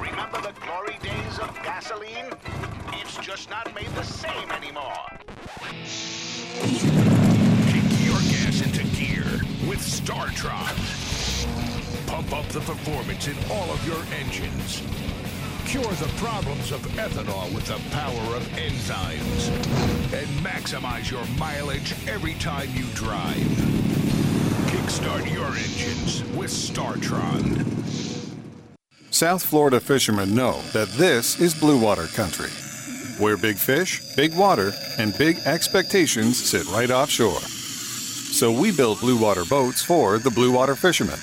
Speaker 22: Remember the glory days of gasoline? It's just not made the same anymore.
Speaker 23: Kick your gas into gear with StarTron. Pump up the performance in all of your engines. Cure the problems of ethanol with the power of enzymes. And maximize your mileage every time you drive. Kickstart your engines with StarTron.
Speaker 10: South Florida fishermen know that this is blue water country, where big fish, big water, and big expectations sit right offshore. So we build blue water boats for the blue water fishermen,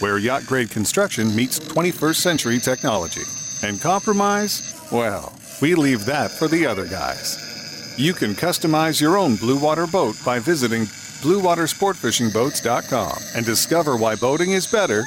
Speaker 10: where yacht grade construction meets 21st century technology. And compromise? Well, we leave that for the other guys. You can customize your own blue water boat by visiting bluewatersportfishingboats.com and discover why boating is better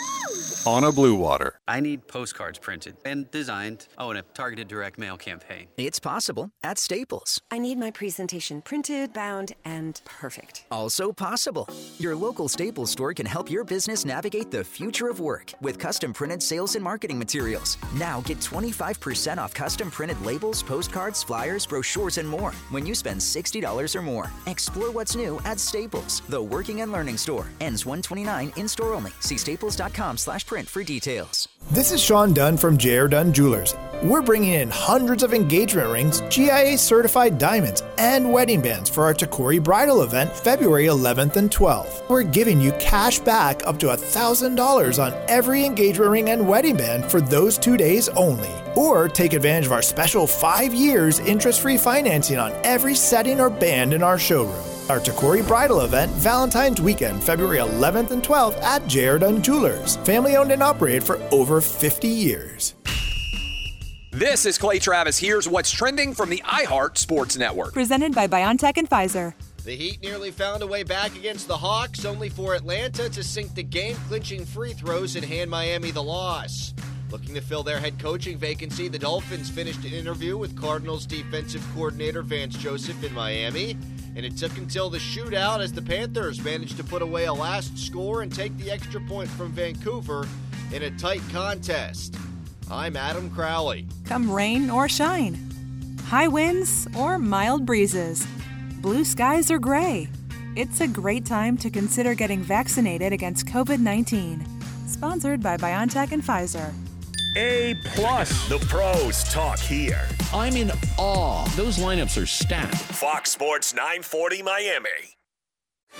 Speaker 10: on a blue water.
Speaker 24: I need postcards printed and designed. Oh, and a targeted direct mail campaign.
Speaker 11: It's possible at Staples.
Speaker 13: I need my presentation printed, bound, and perfect.
Speaker 11: Also possible. Your local Staples store can help your business navigate the future of work with custom printed sales and marketing materials. Now get 25% off custom printed labels, postcards, flyers, brochures, and more when you spend $60 or more. Explore what's new at Staples, the working and learning store. Ends 129 in store only. See staples.com slash print for details.
Speaker 19: This is Sean Dunn from J.R. Dunn Jewelers. We're bringing in hundreds of engagement rings, GIA certified diamonds, and wedding bands for our Takori Bridal event February 11th and 12th. We're giving you cash back up to $1,000 on every engagement ring and wedding band for those two days only. Or take advantage of our special five years interest free financing on every setting or band in our showroom. Our Takori Bridal event, Valentine's weekend, February 11th and 12th at J.R. Dunn Jewelers. Family owned and operated for over 50 years.
Speaker 25: This is Clay Travis. Here's what's trending from the iHeart Sports Network.
Speaker 26: Presented by BioNTech and Pfizer.
Speaker 27: The Heat nearly found a way back against the Hawks, only for Atlanta to sink the game, clinching free throws and hand Miami the loss. Looking to fill their head coaching vacancy, the Dolphins finished an interview with Cardinals defensive coordinator Vance Joseph in Miami. And it took until the shootout as the Panthers managed to put away a last score and take the extra point from Vancouver in a tight contest. I'm Adam Crowley.
Speaker 26: Come rain or shine, high winds or mild breezes, blue skies or gray, it's a great time to consider getting vaccinated against COVID 19. Sponsored by BioNTech and Pfizer.
Speaker 23: A plus. The pros talk here.
Speaker 17: I'm in awe. Those lineups are stacked.
Speaker 16: Fox Sports 940 Miami.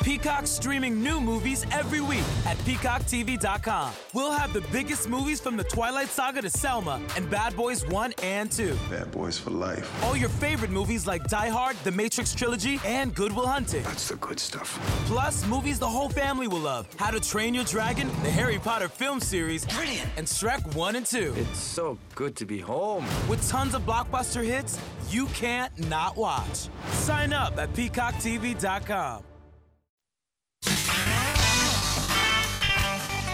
Speaker 2: Peacock's streaming new movies every week at peacocktv.com. We'll have the biggest movies from the Twilight Saga to Selma and Bad Boys 1 and 2.
Speaker 6: Bad boys for life.
Speaker 2: All your favorite movies like Die Hard, The Matrix Trilogy, and Good Will Hunting.
Speaker 6: That's the good stuff.
Speaker 2: Plus, movies the whole family will love How to Train Your Dragon, the Harry Potter film series, Brilliant. and Shrek 1 and 2.
Speaker 28: It's so good to be home.
Speaker 2: With tons of blockbuster hits you can't not watch. Sign up at peacocktv.com.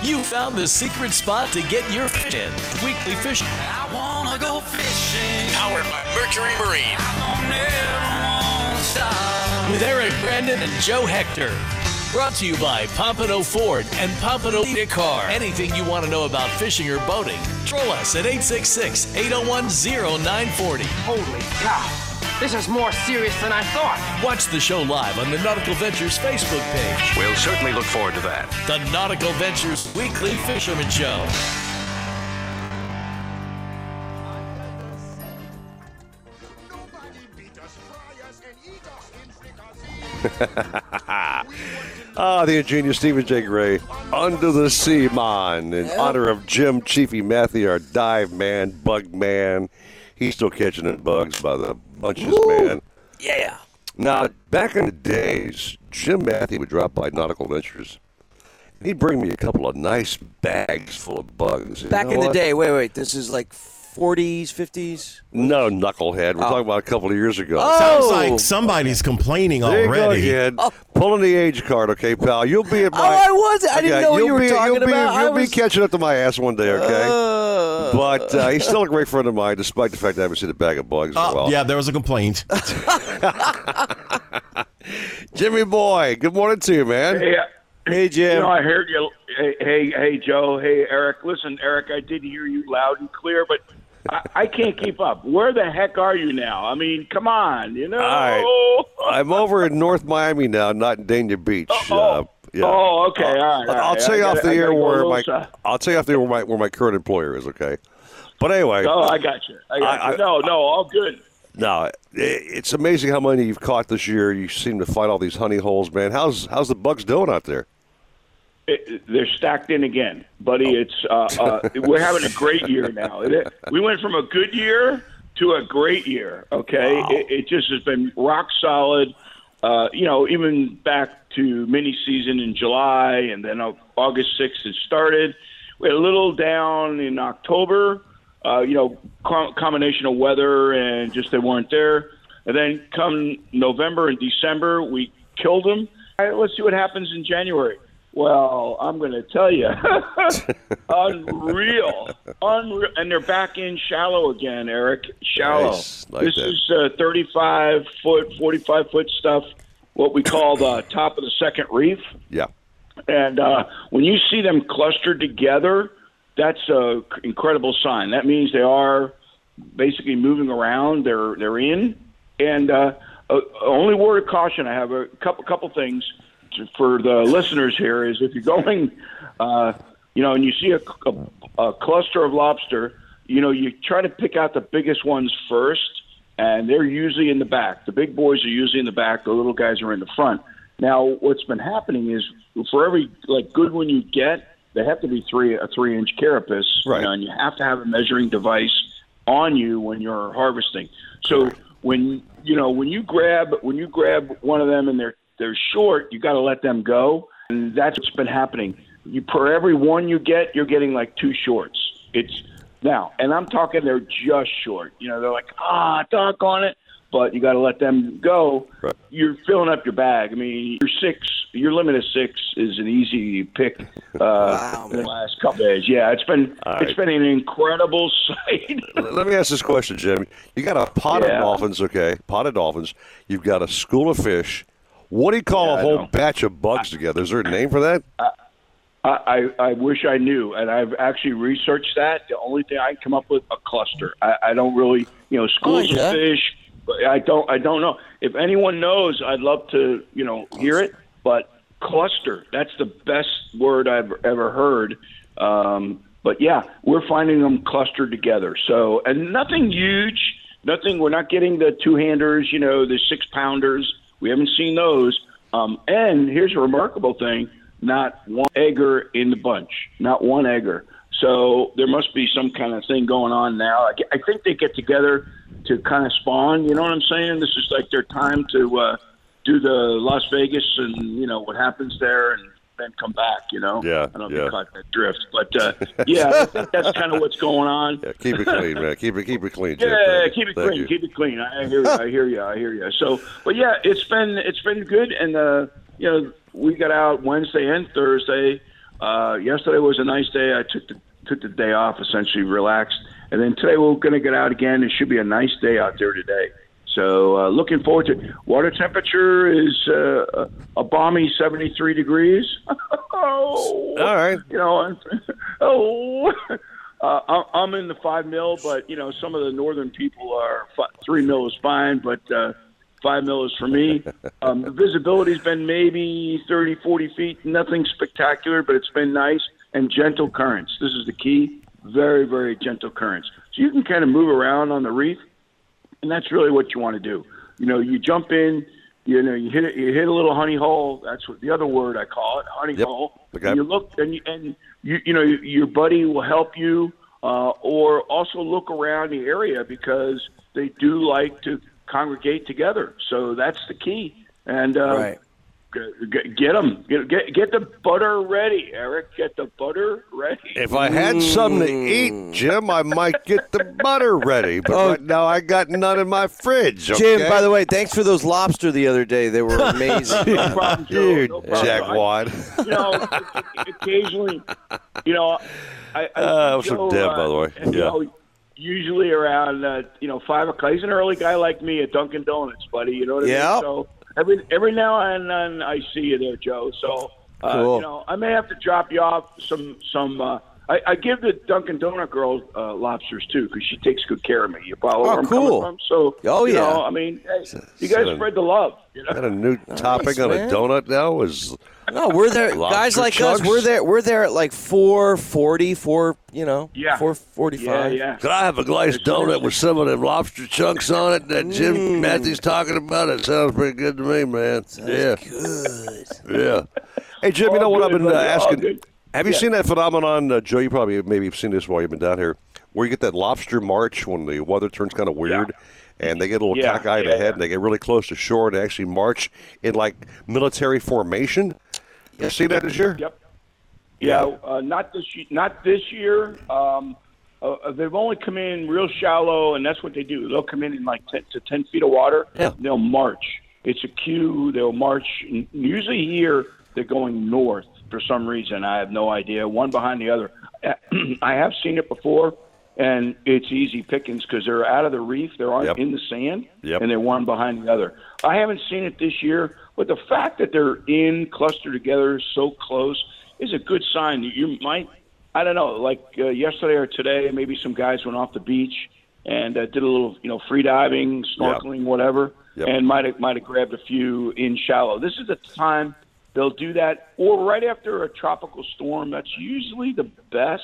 Speaker 1: You found the secret spot to get your fish in. Weekly Fish. I wanna go fishing. Powered by Mercury Marine. With Eric Brandon and Joe Hector. Brought to you by Pompano Ford and Pompano Need a Car. Anything you want to know about fishing or boating, troll us at 866 801 0940. Holy cow!
Speaker 29: This is more serious than I thought.
Speaker 1: Watch the show live on the Nautical Ventures Facebook page.
Speaker 16: We'll certainly look forward to that.
Speaker 1: The Nautical Ventures Weekly Fisherman Show.
Speaker 4: ah, the ingenious Stephen J. Gray, Under the Sea Mon, in honor of Jim Chiefy Matthew, our dive man, bug man. He's still catching it bugs by the bunches, man.
Speaker 5: Yeah.
Speaker 4: Now, back in the days, Jim Matthew would drop by Nautical Ventures. and He'd bring me a couple of nice bags full of bugs. You
Speaker 5: Back
Speaker 4: know
Speaker 5: in the
Speaker 4: what?
Speaker 5: day, wait, wait, this is like 40s, 50s?
Speaker 4: No, knucklehead.
Speaker 5: Oh.
Speaker 4: We're talking about a couple of years ago.
Speaker 20: Sounds like somebody's complaining
Speaker 4: There you go
Speaker 20: already.
Speaker 4: again. Pulling the age card, okay, pal. You'll be at my.
Speaker 5: Oh, I was- I didn't know what
Speaker 4: you'll
Speaker 5: you were
Speaker 4: be-
Speaker 5: talking
Speaker 4: you'll be-
Speaker 5: about. I
Speaker 4: You'll
Speaker 5: was-
Speaker 4: be catching up to my ass one day, okay?
Speaker 5: Uh.
Speaker 4: but uh, he's still a great friend of mine, despite the fact I haven't seen a bag of bugs
Speaker 6: Uh,
Speaker 4: in a while.
Speaker 20: Oh, Yeah, there was a complaint.
Speaker 4: Jimmy boy, good morning to you, man.
Speaker 30: Hey, uh,
Speaker 4: hey, Jim.
Speaker 30: You know, I heard you. Hey, hey, hey, Joe. Hey, Eric. Listen, Eric, I did hear you loud and clear, but I, I can't keep up. Where the heck are you now? I mean, come on. You know.
Speaker 4: All right. I'm over in North Miami now, not in Dania Beach. Uh, yeah.
Speaker 30: Oh, okay. All right. all
Speaker 4: I'll, I'll
Speaker 30: right.
Speaker 4: tell you
Speaker 30: I
Speaker 4: off
Speaker 30: gotta-
Speaker 4: the
Speaker 30: I
Speaker 4: air
Speaker 30: gotta go a
Speaker 4: where
Speaker 30: little
Speaker 4: my
Speaker 30: si-
Speaker 4: I'll tell you off the air where my where my current employer is. Okay, but anyway.
Speaker 30: Oh, I got you. I got
Speaker 4: I-
Speaker 30: you. No, no, all good.
Speaker 4: No, it, it's amazing how many you've caught this year. You seem to find all these honey holes, man. How's how's the bugs doing out there?
Speaker 30: It- it- they're stacked in again, buddy. It's uh, uh, we're having a great year now. It- we went from a good year to a great year. Okay, it, it just has been rock solid. Uh, you know, even back to mini season in July, and then uh, August sixth it started. We're a little down in October. Uh, you know, com- combination of weather and just they weren't there. And then come November and December, we killed them. All right, let's see what happens in January. Well, I'm going to tell you, unreal, unreal, and they're back in shallow again, Eric. Shallow.
Speaker 4: Nice, like
Speaker 30: this
Speaker 4: that.
Speaker 30: is uh, 35 foot, 45 foot stuff, what we call the top of the second reef.
Speaker 4: Yeah.
Speaker 30: And uh, when you see them clustered together, that's a c- incredible sign. That means they are basically moving around. They're they're in. And uh, uh, only word of caution. I have a couple couple things to, for the listeners here. Is if you're going, uh, you know, and you see a, c- a- a cluster of lobster, you know, you try to pick out the biggest ones first, and they're usually in the back. The big boys are usually in the back. The little guys are in the front. Now, what's been happening is for every like good one you get, they have to be three a three inch carapace, you know, and you have to have a measuring device on you when you're harvesting. So when you know when you grab when you grab one of them and they're they're short, you got to let them go, and that's what's been happening. You for every one you get, you're getting like two shorts. It's now, and I'm talking they're just short. You know, they're like ah, dunk on it, but you got to let them go. You're filling up your bag. I mean, your six, your limit of six is an easy pick. Uh, in the last couple days, yeah, it's been it's been an incredible sight.
Speaker 4: Let let me ask this question, Jim. You got a pot
Speaker 30: Yeah.
Speaker 4: of dolphins, okay? Pot of dolphins. You've got a school of fish. What do you call
Speaker 30: Yeah,
Speaker 4: a
Speaker 30: I
Speaker 4: whole
Speaker 30: know.
Speaker 4: batch of bugs together? Is there a name for that?
Speaker 30: I, I, I wish I knew, and I've actually researched that. The only thing I can come up with a cluster. I, I don't really, you know, schools
Speaker 2: Oh, yeah.
Speaker 30: of fish. But I don't. I don't know. If anyone knows, I'd love to, you know, hear it. But cluster. That's the best word I've ever heard. Um, but yeah, we're finding them clustered together. So, and nothing huge. Nothing. We're not getting the two-handers. You know, the six-pounders. We haven't seen those. Um, and here's a remarkable thing: not one egger in the bunch. Not one egger. So there must be some kind of thing going on now. I, I think they get together to kind of spawn. You know what I'm saying? This is like their time to uh, do the Las Vegas and you know what happens there, and then come back. You know?
Speaker 4: Yeah,
Speaker 30: I don't know
Speaker 4: yeah.
Speaker 30: if you caught that drift, but uh, yeah, I think that's kind of what's going on.
Speaker 4: Yeah, keep it clean, man. Keep it keep it clean, Jim.
Speaker 30: Yeah,
Speaker 4: Thank-
Speaker 30: keep it
Speaker 4: thank
Speaker 30: clean.
Speaker 4: you.
Speaker 30: Keep it clean. I I hear you. I hear you. I hear you. So, but yeah, it's been it's been good, and uh, you know, we got out Wednesday and Thursday. Uh, yesterday was a nice day. I took the took the day off, essentially relaxed, and then today we're going to get out again. It should be a nice day out there today. So, uh, looking forward to it. Water temperature is uh, a balmy 73 degrees. oh, all
Speaker 4: right.
Speaker 30: You know, and- oh, uh, I- I'm in the five mil, but you know, some of the northern people are fi- three mil is fine, but uh, five mil is for me. Um, the visibility's been maybe 30, 40 feet, nothing spectacular, but it's been nice and gentle currents. This is the key. Very, very gentle currents. So you can kind of move around on the reef and that's really what you want to do. You know, you jump in, you know, you hit it, you hit a little honey hole. That's what the other word I call it, honey
Speaker 4: Yep.
Speaker 30: hole.
Speaker 4: Okay.
Speaker 30: And you look and you, and you you know your buddy will help you, uh, or also look around the area because they do like to congregate together. So that's the key. And uh,
Speaker 5: Right.
Speaker 30: Get, get 'em. Get, get get the butter ready, Eric. Get the butter ready.
Speaker 4: If I had something to eat, Jim, I might get the butter ready. But right now I got none in my fridge. Okay?
Speaker 5: Jim, by the way, thanks for those lobster the other day. They were amazing.
Speaker 4: No problem, Joe.
Speaker 5: Dude,
Speaker 4: No problem. jackwad.
Speaker 30: you know, occasionally, you know, I, I
Speaker 4: Uh, I'm from
Speaker 30: Joe,
Speaker 4: Deb, by the way.
Speaker 30: you
Speaker 4: Yeah.
Speaker 30: know, usually around uh, you know five o'clock. He's an early guy like me at Dunkin' Donuts, buddy. You know what I
Speaker 5: Yeah.
Speaker 30: mean? So every every now and then I see you there, Joe. So uh,
Speaker 5: Cool.
Speaker 30: you know, I may have to drop you off some some. Uh, I, I give the Dunkin' Donut girl uh, lobsters too because she takes good care of me. You follow where
Speaker 4: Oh,
Speaker 30: I'm coming
Speaker 4: cool.
Speaker 30: from? So
Speaker 4: Oh,
Speaker 30: you
Speaker 4: yeah.
Speaker 30: know, I mean, hey, you
Speaker 4: Set
Speaker 30: guys
Speaker 4: a-
Speaker 30: spread the love. You know?
Speaker 4: Got a new topping on
Speaker 5: man.
Speaker 4: a donut now is
Speaker 5: no, we're there. Guys
Speaker 4: lobster
Speaker 5: like us,
Speaker 4: chugs?
Speaker 5: we're there. We're there at like four forty, four. You know,
Speaker 4: Yeah.
Speaker 5: four forty-five.
Speaker 4: Yeah, Could I have a glazed donut with some of them lobster chunks on it that Jim Matthews talking about? It sounds pretty good to me, man. yeah, good. Yeah. Hey, Jim, you know
Speaker 30: All
Speaker 4: what I've
Speaker 30: good,
Speaker 4: been uh,
Speaker 30: buddy. All
Speaker 4: asking?
Speaker 30: good.
Speaker 4: Have you
Speaker 30: Yeah.
Speaker 4: seen that phenomenon, uh, Joe? You probably have maybe have seen this while you've been down here, where you get that lobster march when the weather turns kind of weird. And they get a little
Speaker 30: Yeah,
Speaker 4: cockeyed
Speaker 30: yeah,
Speaker 4: ahead,
Speaker 30: yeah.
Speaker 4: and they get really close to shore and actually march in like military formation. You see that this year?
Speaker 30: Yep. Yeah, uh, not this ye- not this year. Um, uh, they've only come in real shallow, and that's what they do. They'll come in in like ten to ten feet of water. Yeah. They'll march. It's a queue. They'll march. And Usually here they're going north for some reason. I have no idea. One behind the other. I have seen it before, and it's easy pickings because they're out of the reef. They aren't
Speaker 4: Yep.
Speaker 30: in the sand,
Speaker 4: Yep.
Speaker 30: and they're one behind the other. I haven't seen it this year, but the fact that they're in cluster together so close is a good sign that you might. I don't know, like uh, yesterday or today, maybe some guys went off the beach and uh, did a little, you know, free diving, snorkeling, whatever,
Speaker 4: Yep.
Speaker 30: and might have might have grabbed a few in shallow. This is the time they'll do that, or right after a tropical storm. That's usually the best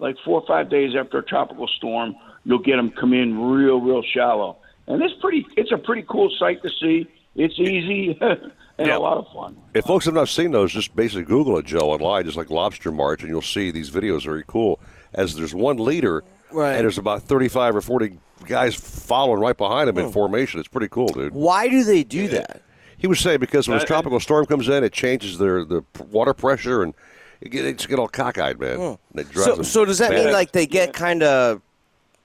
Speaker 30: like four or five days after a tropical storm, you'll get them come in real, real shallow. And it's pretty. It's a pretty cool sight to see. It's easy and a lot of fun.
Speaker 4: If folks have not seen those, just basically Google it, Joe, online, just like Lobster March, and you'll see these videos are very cool. As there's one leader,
Speaker 5: Right.
Speaker 4: and there's about 35 or 40 guys following right behind him
Speaker 5: Hmm.
Speaker 4: in formation. It's pretty cool, dude.
Speaker 5: Why do they do that?
Speaker 4: He was saying because when this
Speaker 5: Uh,
Speaker 4: tropical storm comes in, it changes their the p- water pressure and it get, it's get all cockeyed, man.
Speaker 5: Oh.
Speaker 4: And it drives
Speaker 5: So,
Speaker 4: them
Speaker 5: so does that mean
Speaker 4: mad.
Speaker 5: like they get kind of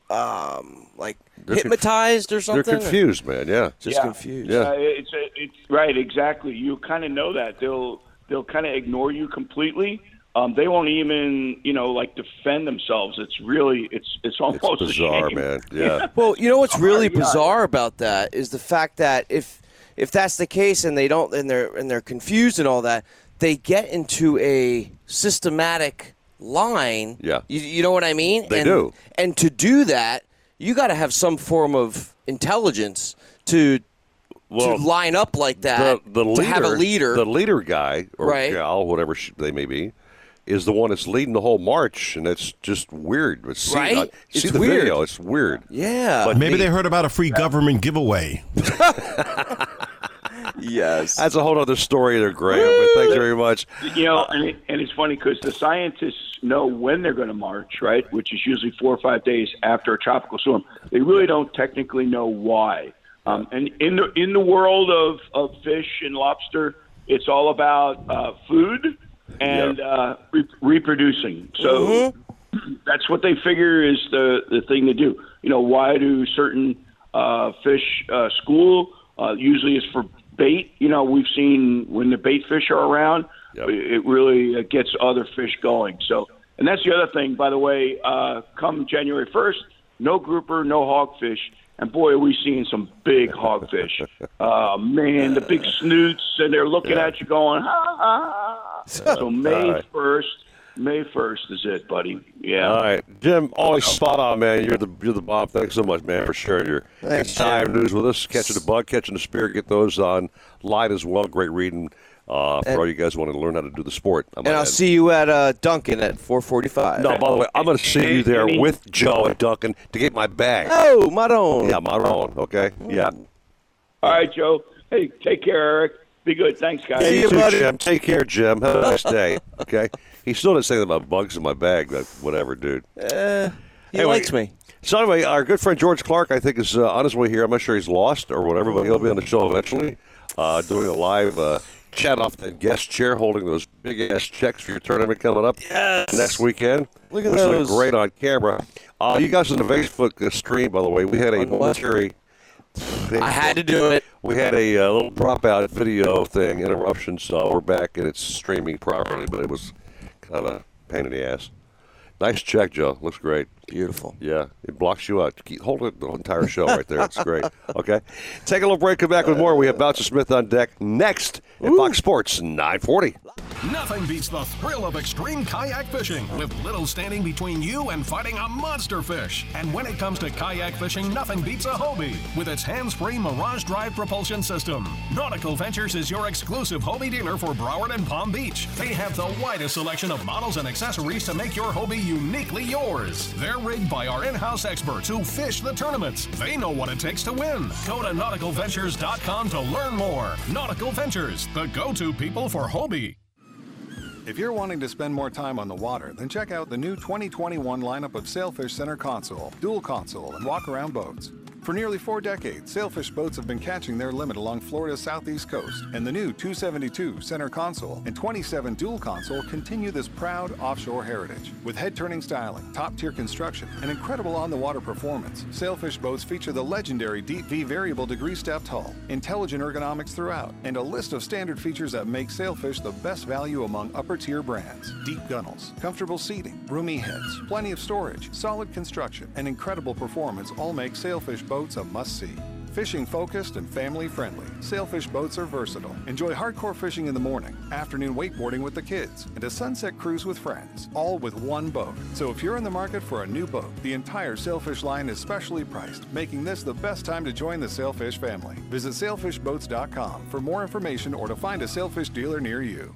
Speaker 5: um, like
Speaker 4: They're conf-
Speaker 5: hypnotized or something?
Speaker 4: They're confused, man. Yeah,
Speaker 5: Just Yeah. confused.
Speaker 4: Yeah.
Speaker 30: Uh, it's it's right. Exactly. You kind of know that they'll they'll kind of ignore you completely. Um, they won't even you know like defend themselves. It's really it's it's almost a
Speaker 4: bizarre,
Speaker 30: shame.
Speaker 4: man. Yeah.
Speaker 5: Well, you know what's really
Speaker 30: yeah.
Speaker 5: bizarre about that is the fact that if if that's the case and they don't and they're and they're confused and all that, they get into a systematic line.
Speaker 4: Yeah.
Speaker 5: You, you know what I mean?
Speaker 4: They
Speaker 5: and,
Speaker 4: do.
Speaker 5: And to do that, you got to have some form of intelligence to
Speaker 4: Well,
Speaker 5: to line up like that.
Speaker 4: the, the
Speaker 5: to
Speaker 4: leader,
Speaker 5: have a leader.
Speaker 4: the leader guy or
Speaker 5: Right.
Speaker 4: gal, whatever sh they may be, is the one that's leading the whole march, and that's just weird. But see,
Speaker 5: Right?
Speaker 4: uh, see
Speaker 5: It's
Speaker 4: the
Speaker 5: weird.
Speaker 4: video; it's weird.
Speaker 5: yeah.
Speaker 4: But
Speaker 20: Maybe
Speaker 4: neat.
Speaker 20: they heard about a free government giveaway.
Speaker 5: Yes.
Speaker 4: That's a whole other story there, Graham. But thanks very much.
Speaker 30: you know, and, it, and it's funny because the scientists know when they're going to march, right? Which is usually four or five days after a tropical storm. They really don't technically know why. Um, and in the in the world of, of fish and lobster, it's all about uh, food and uh, re- reproducing. So that's what they figure is the the thing to do. You know, why do certain uh, fish uh, school? Uh, usually, it's for bait. You know, we've seen when the bait fish are around, it it really uh, gets other fish going. So, and that's the other thing, by the way. Uh, come January first, no grouper, no hogfish, and boy, are we seeing some big hogfish. uh, man, the big snoots, and they're looking at you, going, ha ha. ha. So May
Speaker 4: Alright.
Speaker 30: first. May first is it, buddy? Yeah.
Speaker 4: All right, Jim, always spot on, man. You're the you're the Bob. Thanks so much, man, for sharing your
Speaker 5: Thanks,
Speaker 4: time news with us. Catching the bug, catching the spirit. Get those on line as well. Great reading uh, for all you guys wanting to learn how to do the sport. I might
Speaker 5: and I'll
Speaker 4: add.
Speaker 5: see you at uh, Duncan at 4:45.
Speaker 4: No, by the way, I'm going to see you there
Speaker 5: Any-
Speaker 4: with Joe and Duncan to get my bag.
Speaker 5: Oh, my own.
Speaker 4: Yeah, my own. Okay. Yeah.
Speaker 30: All right, Joe. Hey, take care, Eric. Be good. Thanks, guys.
Speaker 4: you too, Jim. Take care, Jim. Have a nice day. Okay. He still didn't say anything about bugs in my bag, but whatever, dude.
Speaker 5: Uh, he
Speaker 4: Anyway,
Speaker 5: likes me.
Speaker 4: So anyway, our good friend George Clark, I think, is uh, on his way here. I'm not sure he's lost or whatever, but he'll be on the show eventually, uh, doing a live uh, chat off that guest chair holding those big ass checks for your tournament coming up
Speaker 20: yes.
Speaker 4: next weekend.
Speaker 20: Look at
Speaker 4: which
Speaker 20: those.
Speaker 4: look great on camera. Uh, you guys in the Facebook uh, stream, by the way, we had a momentary.
Speaker 20: I had to do it.
Speaker 4: We had a uh, little dropout video thing interruption, so we're back and it's streaming properly, but it was kind of a pain in the ass. Nice check, Joe. Looks great.
Speaker 20: Beautiful.
Speaker 4: Yeah, it blocks you out. Keep, hold it the entire show right there. It's great. Okay, take a little break. Come back with more. We have Bouncer Smith on deck next at Fox Sports 940.
Speaker 31: Nothing beats the thrill of extreme kayak fishing with little standing between you and fighting a monster fish. And when it comes to kayak fishing, nothing beats a Hobie with its hands-free Mirage Drive propulsion system. Nautical Ventures is your exclusive Hobie dealer for Broward and Palm Beach. They have the widest selection of models and accessories to make your Hobie uniquely yours. They're rigged by our in-house experts who fish the tournaments. They know what it takes to win. Go to nauticalventures.com to learn more. Nautical Ventures, the go-to people for Hobie.
Speaker 10: If you're wanting to spend more time on the water, then check out the new 2021 lineup of Sailfish Center console, dual console, and walk around boats. For nearly four decades, Sailfish boats have been catching their limit along Florida's southeast coast, and the new 272 center console and 27 dual console continue this proud offshore heritage. With head turning styling, top tier construction, and incredible on the water performance, Sailfish boats feature the legendary Deep V variable degree stepped hull, intelligent ergonomics throughout, and a list of standard features that make Sailfish the best value among upper tier brands. Deep gunnels, comfortable seating, roomy heads, plenty of storage, solid construction, and incredible performance all make Sailfish boats a must see. Fishing focused and family friendly, Sailfish boats are versatile. Enjoy hardcore fishing in the morning, afternoon wakeboarding with the kids, and a sunset cruise with friends, all with one boat. So if you're in the market for a new boat, the entire Sailfish line is specially priced, making this the best time to join the Sailfish family. Visit sailfishboats.com for more information or to find a Sailfish dealer near you.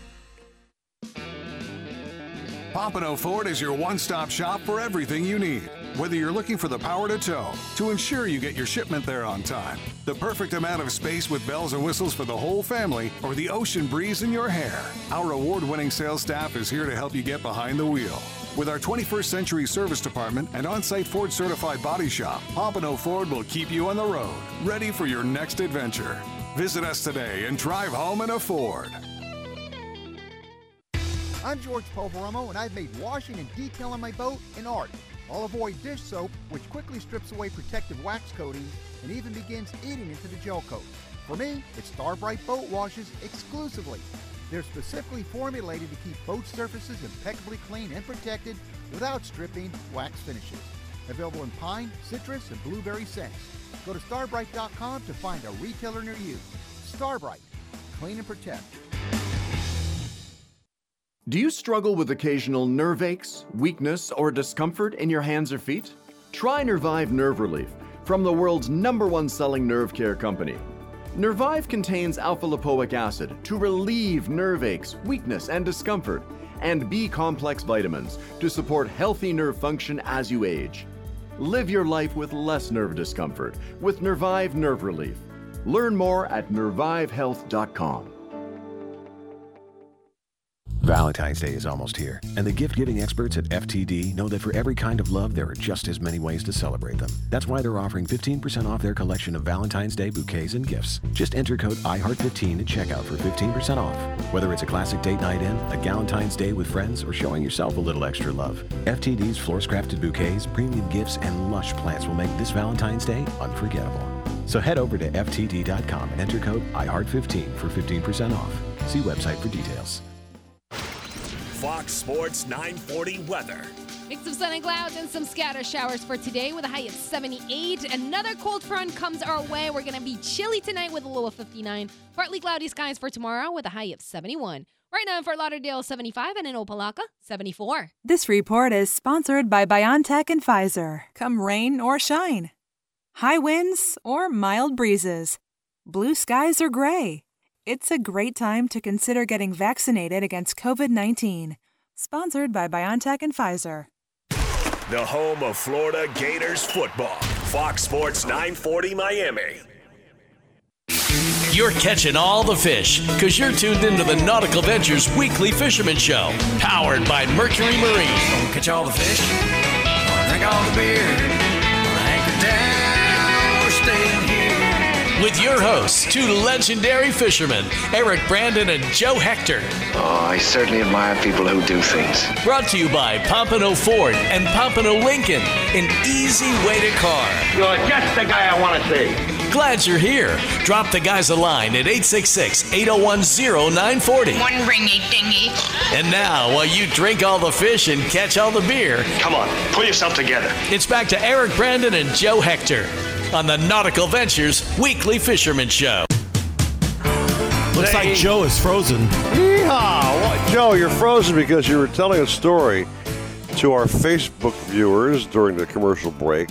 Speaker 10: Pompano Ford is your one stop shop for everything you need. Whether you're looking for the power to tow, to ensure you get your shipment there on time, the perfect amount of space with bells and whistles for the whole family, or the ocean breeze in your hair, our award winning sales staff is here to help you get behind the wheel. With our 21st Century Service Department and on site Ford certified body shop, Pompano Ford will keep you on the road, ready for your next adventure. Visit us today and drive home in a Ford.
Speaker 21: I'm George Poveromo, and I've made washing and detailing my boat an art. I'll avoid dish soap, which quickly strips away protective wax coating and even begins eating into the gel coat. For me, it's Star Bright Boat Washes exclusively. They're specifically formulated to keep boat surfaces impeccably clean and protected without stripping wax finishes. Available in pine, citrus, and blueberry scents. Go to starbright.com to find a retailer near you. Starbright, clean and protect.
Speaker 32: Do you struggle with occasional nerve aches, weakness, or discomfort in your hands or feet? Try Nervive Nerve Relief from the world's number one selling nerve care company. Nervive contains alpha lipoic acid to relieve nerve aches, weakness, and discomfort, and B complex vitamins to support healthy nerve function as you age. Live your life with less nerve discomfort with Nervive Nerve Relief. Learn more at nervivehealth.com.
Speaker 25: Valentine's Day is almost here, and the gift giving experts at FTD know that for every kind of love, there are just as many ways to celebrate them. That's why they're offering 15% off their collection of Valentine's Day bouquets and gifts. Just enter code IHEART15 at checkout for 15% off. Whether it's a classic date night in, a Galentine's Day with friends, or showing yourself a little extra love, FTD's florist crafted bouquets, premium gifts, and lush plants will make this Valentine's Day unforgettable. So head over to FTD.com and enter code IHEART15 for 15% off. See website for details.
Speaker 1: Fox Sports 940 weather.
Speaker 33: Mix of sun and clouds and some scatter showers for today with a high of 78. Another cold front comes our way. We're going to be chilly tonight with a low of 59. Partly cloudy skies for tomorrow with a high of 71. Right now in Fort Lauderdale, 75, and in Opalaka, 74.
Speaker 26: This report is sponsored by BioNTech and Pfizer. Come rain or shine, high winds or mild breezes, blue skies or gray.
Speaker 34: It's a great time to consider getting vaccinated against COVID 19. Sponsored by BioNTech and Pfizer.
Speaker 16: The home of Florida Gators football. Fox Sports 940 Miami.
Speaker 1: You're catching all the fish because you're tuned into the Nautical Ventures Weekly Fisherman Show, powered by Mercury Marine.
Speaker 35: catch all the fish, drink all the beer, anchor down, we're staying here.
Speaker 1: With your hosts, two legendary fishermen, Eric Brandon and Joe Hector.
Speaker 35: Oh, I certainly admire people who do things.
Speaker 1: Brought to you by Pompano Ford and Pompano Lincoln, an easy way to car.
Speaker 35: You're just the guy I want to see.
Speaker 1: Glad you're here. Drop the guys a line at 866 801 940.
Speaker 36: One ringy dingy.
Speaker 1: And now, while you drink all the fish and catch all the beer,
Speaker 35: come on, pull yourself together.
Speaker 1: It's back to Eric Brandon and Joe Hector on the Nautical Ventures Weekly Fisherman Show.
Speaker 20: Looks like Joe is frozen.
Speaker 4: Yeehaw! What? Joe, you're frozen because you were telling a story to our Facebook viewers during the commercial break.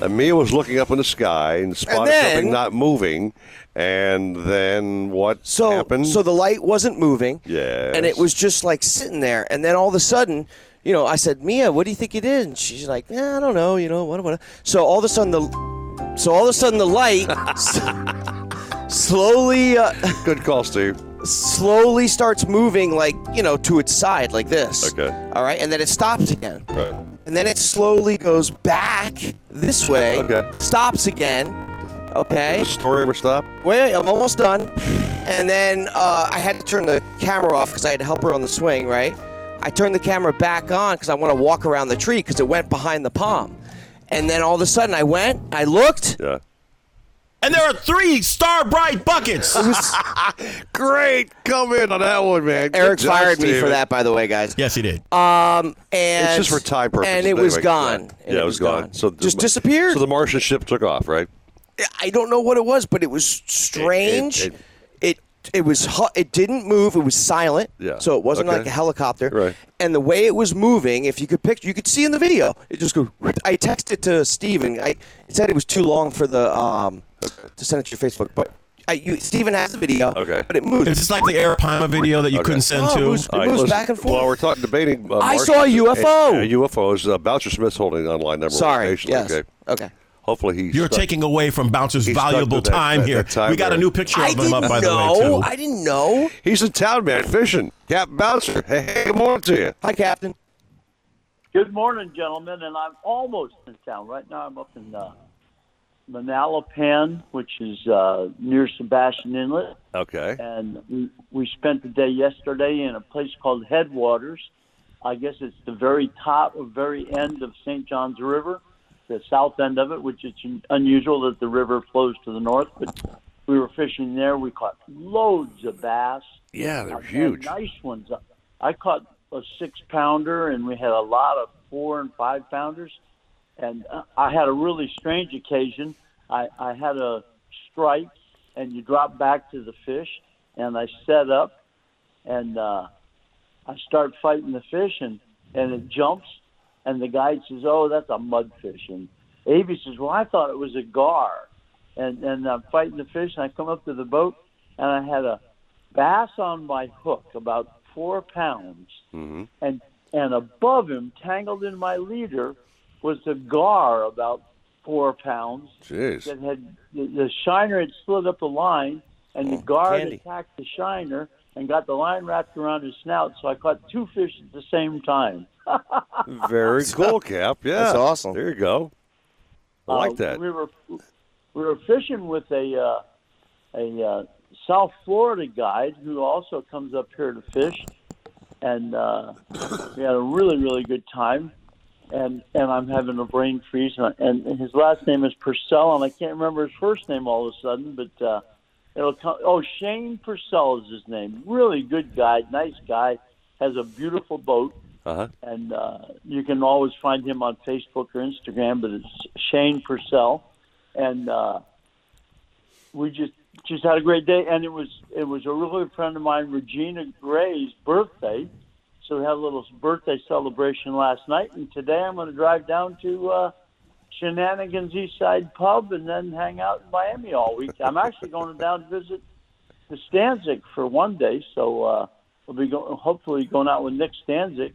Speaker 4: Amir was looking up in the sky and spotted
Speaker 5: then-
Speaker 4: something not moving. And then what
Speaker 5: So,
Speaker 4: happened?
Speaker 5: so the light wasn't moving.
Speaker 4: Yes.
Speaker 5: And it was just like sitting there. And then all of a sudden, you know, I said, Mia, what do you think it is? And she's like, yeah, I don't know, you know, what, what. So all of a sudden, the, so all of a sudden the light s- slowly. Uh,
Speaker 4: Good call, Steve.
Speaker 5: Slowly starts moving, like, you know, to its side, like this.
Speaker 4: Okay.
Speaker 5: All right. And then it stops again.
Speaker 4: Right.
Speaker 5: And then it slowly goes back this way. Okay. Stops again. Okay.
Speaker 4: The story ever stop?
Speaker 5: Wait, I'm almost done. And then uh, I had to turn the camera off because I had to help her on the swing, right? I turned the camera back on because I want to walk around the tree because it went behind the palm. And then all of a sudden I went, I looked.
Speaker 4: Yeah.
Speaker 20: And there are three star bright buckets.
Speaker 4: Great. Come in on that one, man. Good
Speaker 5: Eric
Speaker 4: job,
Speaker 5: fired me for
Speaker 4: Steven.
Speaker 5: that, by the way, guys.
Speaker 20: Yes, he did.
Speaker 5: Um, and
Speaker 4: it's just for time purposes.
Speaker 5: And it was
Speaker 4: anyway.
Speaker 5: gone.
Speaker 4: Yeah,
Speaker 5: And
Speaker 4: it was gone. So
Speaker 5: Just
Speaker 4: the-
Speaker 5: disappeared.
Speaker 4: So the Martian ship took off, right?
Speaker 5: I don't know what it was, but it was strange. It
Speaker 4: it-
Speaker 5: it, was hu- it didn't move. It was silent.
Speaker 4: Yeah.
Speaker 5: So it wasn't
Speaker 4: Okay.
Speaker 5: like a helicopter.
Speaker 4: Right.
Speaker 5: And the way it was moving, if you could picture, you could see in the video, it just go. I texted to Steven. I it said it was too long for the um to send it to your Facebook, but I, you Steven has the video. Okay. But it moved.
Speaker 20: Is this like the Arapaima video that you couldn't send
Speaker 5: Oh,
Speaker 20: to?
Speaker 5: it was- it
Speaker 4: All right,
Speaker 5: was
Speaker 4: listen,
Speaker 5: back and forth.
Speaker 4: While we're talking, debating. Uh,
Speaker 5: I
Speaker 4: Martians
Speaker 5: saw a
Speaker 4: and-
Speaker 5: UFO.
Speaker 4: and UFOs. Uh, Boucher Smith's holding online number
Speaker 5: Sorry,
Speaker 4: one nation.
Speaker 5: yes.
Speaker 4: Okay.
Speaker 5: Okay.
Speaker 4: Hopefully he's.
Speaker 20: You're taking away from Bouncer's
Speaker 4: He's stuck
Speaker 20: valuable
Speaker 4: with that-
Speaker 20: time
Speaker 4: that-
Speaker 20: here.
Speaker 4: that time
Speaker 20: we got a
Speaker 4: there.
Speaker 20: new picture
Speaker 5: I
Speaker 20: of him up,
Speaker 5: didn't
Speaker 20: by the way,
Speaker 5: know.
Speaker 20: too.
Speaker 5: I didn't know.
Speaker 4: He's a town man fishing. Cap Bouncer. Hey, hey, good morning to you.
Speaker 5: Hi, Captain.
Speaker 37: Good morning, gentlemen, and I'm almost in town. Right now, I'm up in uh, Manalapan, which is uh, near Sebastian Inlet,
Speaker 4: Okay.
Speaker 37: and we, we spent the day yesterday in a place called Headwaters. I guess it's the very top or very end of St. John's River, the south end of it, which it's unusual that the river flows to the north. But we were fishing there. We caught loads of bass.
Speaker 4: Yeah, they're
Speaker 37: I've had
Speaker 4: huge.
Speaker 37: Nice ones. I caught a six pounder, and we had a lot of four and five pounders. And uh, I had a really strange occasion. I, I had a strike, and you drop back to the fish, and I set up, and uh, I start fighting the fish, and, and it jumps, and the guide says, "Oh, that's a mudfish." And Avy says, "Well, I thought it was a gar." And and I'm fighting the fish, and I come up to the boat, and I had a bass on my hook, about four pounds,
Speaker 4: Mm-hmm.
Speaker 37: and and above him, tangled in my leader, was the gar about four pounds
Speaker 4: Jeez.
Speaker 37: that had the, the shiner had slid up the line, and the guard
Speaker 4: Oh, candy.
Speaker 37: attacked the shiner and got the line wrapped around his snout. So I caught two fish at the same time.
Speaker 4: Very cool, Cap. Yeah.
Speaker 5: That's awesome.
Speaker 4: There you go. I
Speaker 37: Uh,
Speaker 4: like that.
Speaker 37: We were we were fishing with a uh, a uh, South Florida guide who also comes up here to fish, and uh, we had a really really good time. And and I'm having a brain freeze. And, and his last name is Purcell, and I can't remember his first name all of a sudden, but. Uh, It'll come. Oh, Shane Purcell is his name. Really good guy, nice guy. Has a beautiful boat,
Speaker 4: Uh-huh.
Speaker 37: and uh, you can always find him on Facebook or Instagram. But it's Shane Purcell, and uh, we just just had a great day. And it was it was a really good friend of mine, Regina Gray's birthday. So we had a little birthday celebration last night, and today I'm going to drive down to uh, Shenanigans East Side Pub and then hang out in Miami all week. I'm actually going down to visit to Stanzik for one day, so uh, we'll be go- hopefully going out with Nick Stanzik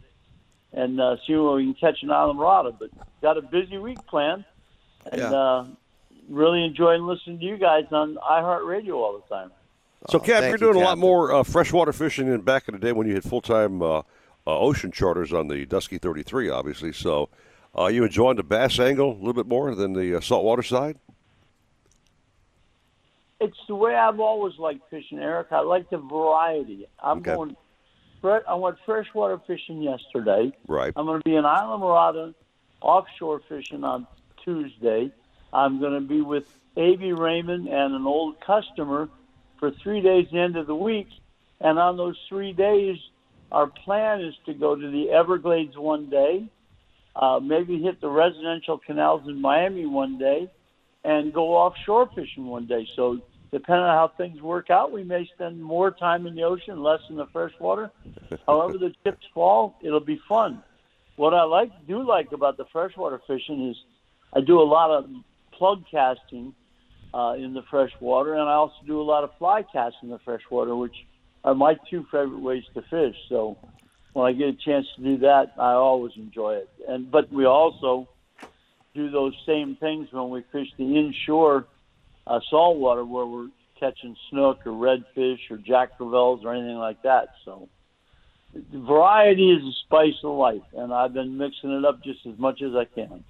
Speaker 37: and uh, see when we can catch an island rodder. But got a busy week planned, and
Speaker 4: Yeah.
Speaker 37: uh, really enjoying listening to you guys on iHeartRadio all the time.
Speaker 5: Oh,
Speaker 4: So, Cap,
Speaker 37: thank
Speaker 4: you're
Speaker 37: you,
Speaker 4: doing a lot
Speaker 37: Captain.
Speaker 4: more uh, freshwater fishing than back in the day when you had full time uh, uh, ocean charters on the Dusky 33, obviously. So, uh, you enjoying the bass angle a little bit more than the uh, saltwater side?
Speaker 37: It's the way I've always liked fishing, Eric. I like the variety. I'm
Speaker 4: Okay.
Speaker 37: going. fre- I went freshwater fishing yesterday.
Speaker 4: Right.
Speaker 37: I'm going to be in Isla Morada offshore fishing on Tuesday. I'm going to be with A.B. Raymond and an old customer for three days the end of the week. And on those three days, our plan is to go to the Everglades one day, uh, maybe hit the residential canals in Miami one day, and go offshore fishing one day. So, depending on how things work out, we may spend more time in the ocean, less in the freshwater. However, the chips fall, it'll be fun. What I like do like about the freshwater fishing is I do a lot of plug casting uh, in the freshwater, and I also do a lot of fly cast in the freshwater, which are my two favorite ways to fish. So when I get a chance to do that, I always enjoy it. And but we also do those same things when we fish the inshore uh, saltwater, where we're catching snook or redfish or jack crevettes or anything like that. So variety is the spice of life, and I've been mixing it up just as much as I can.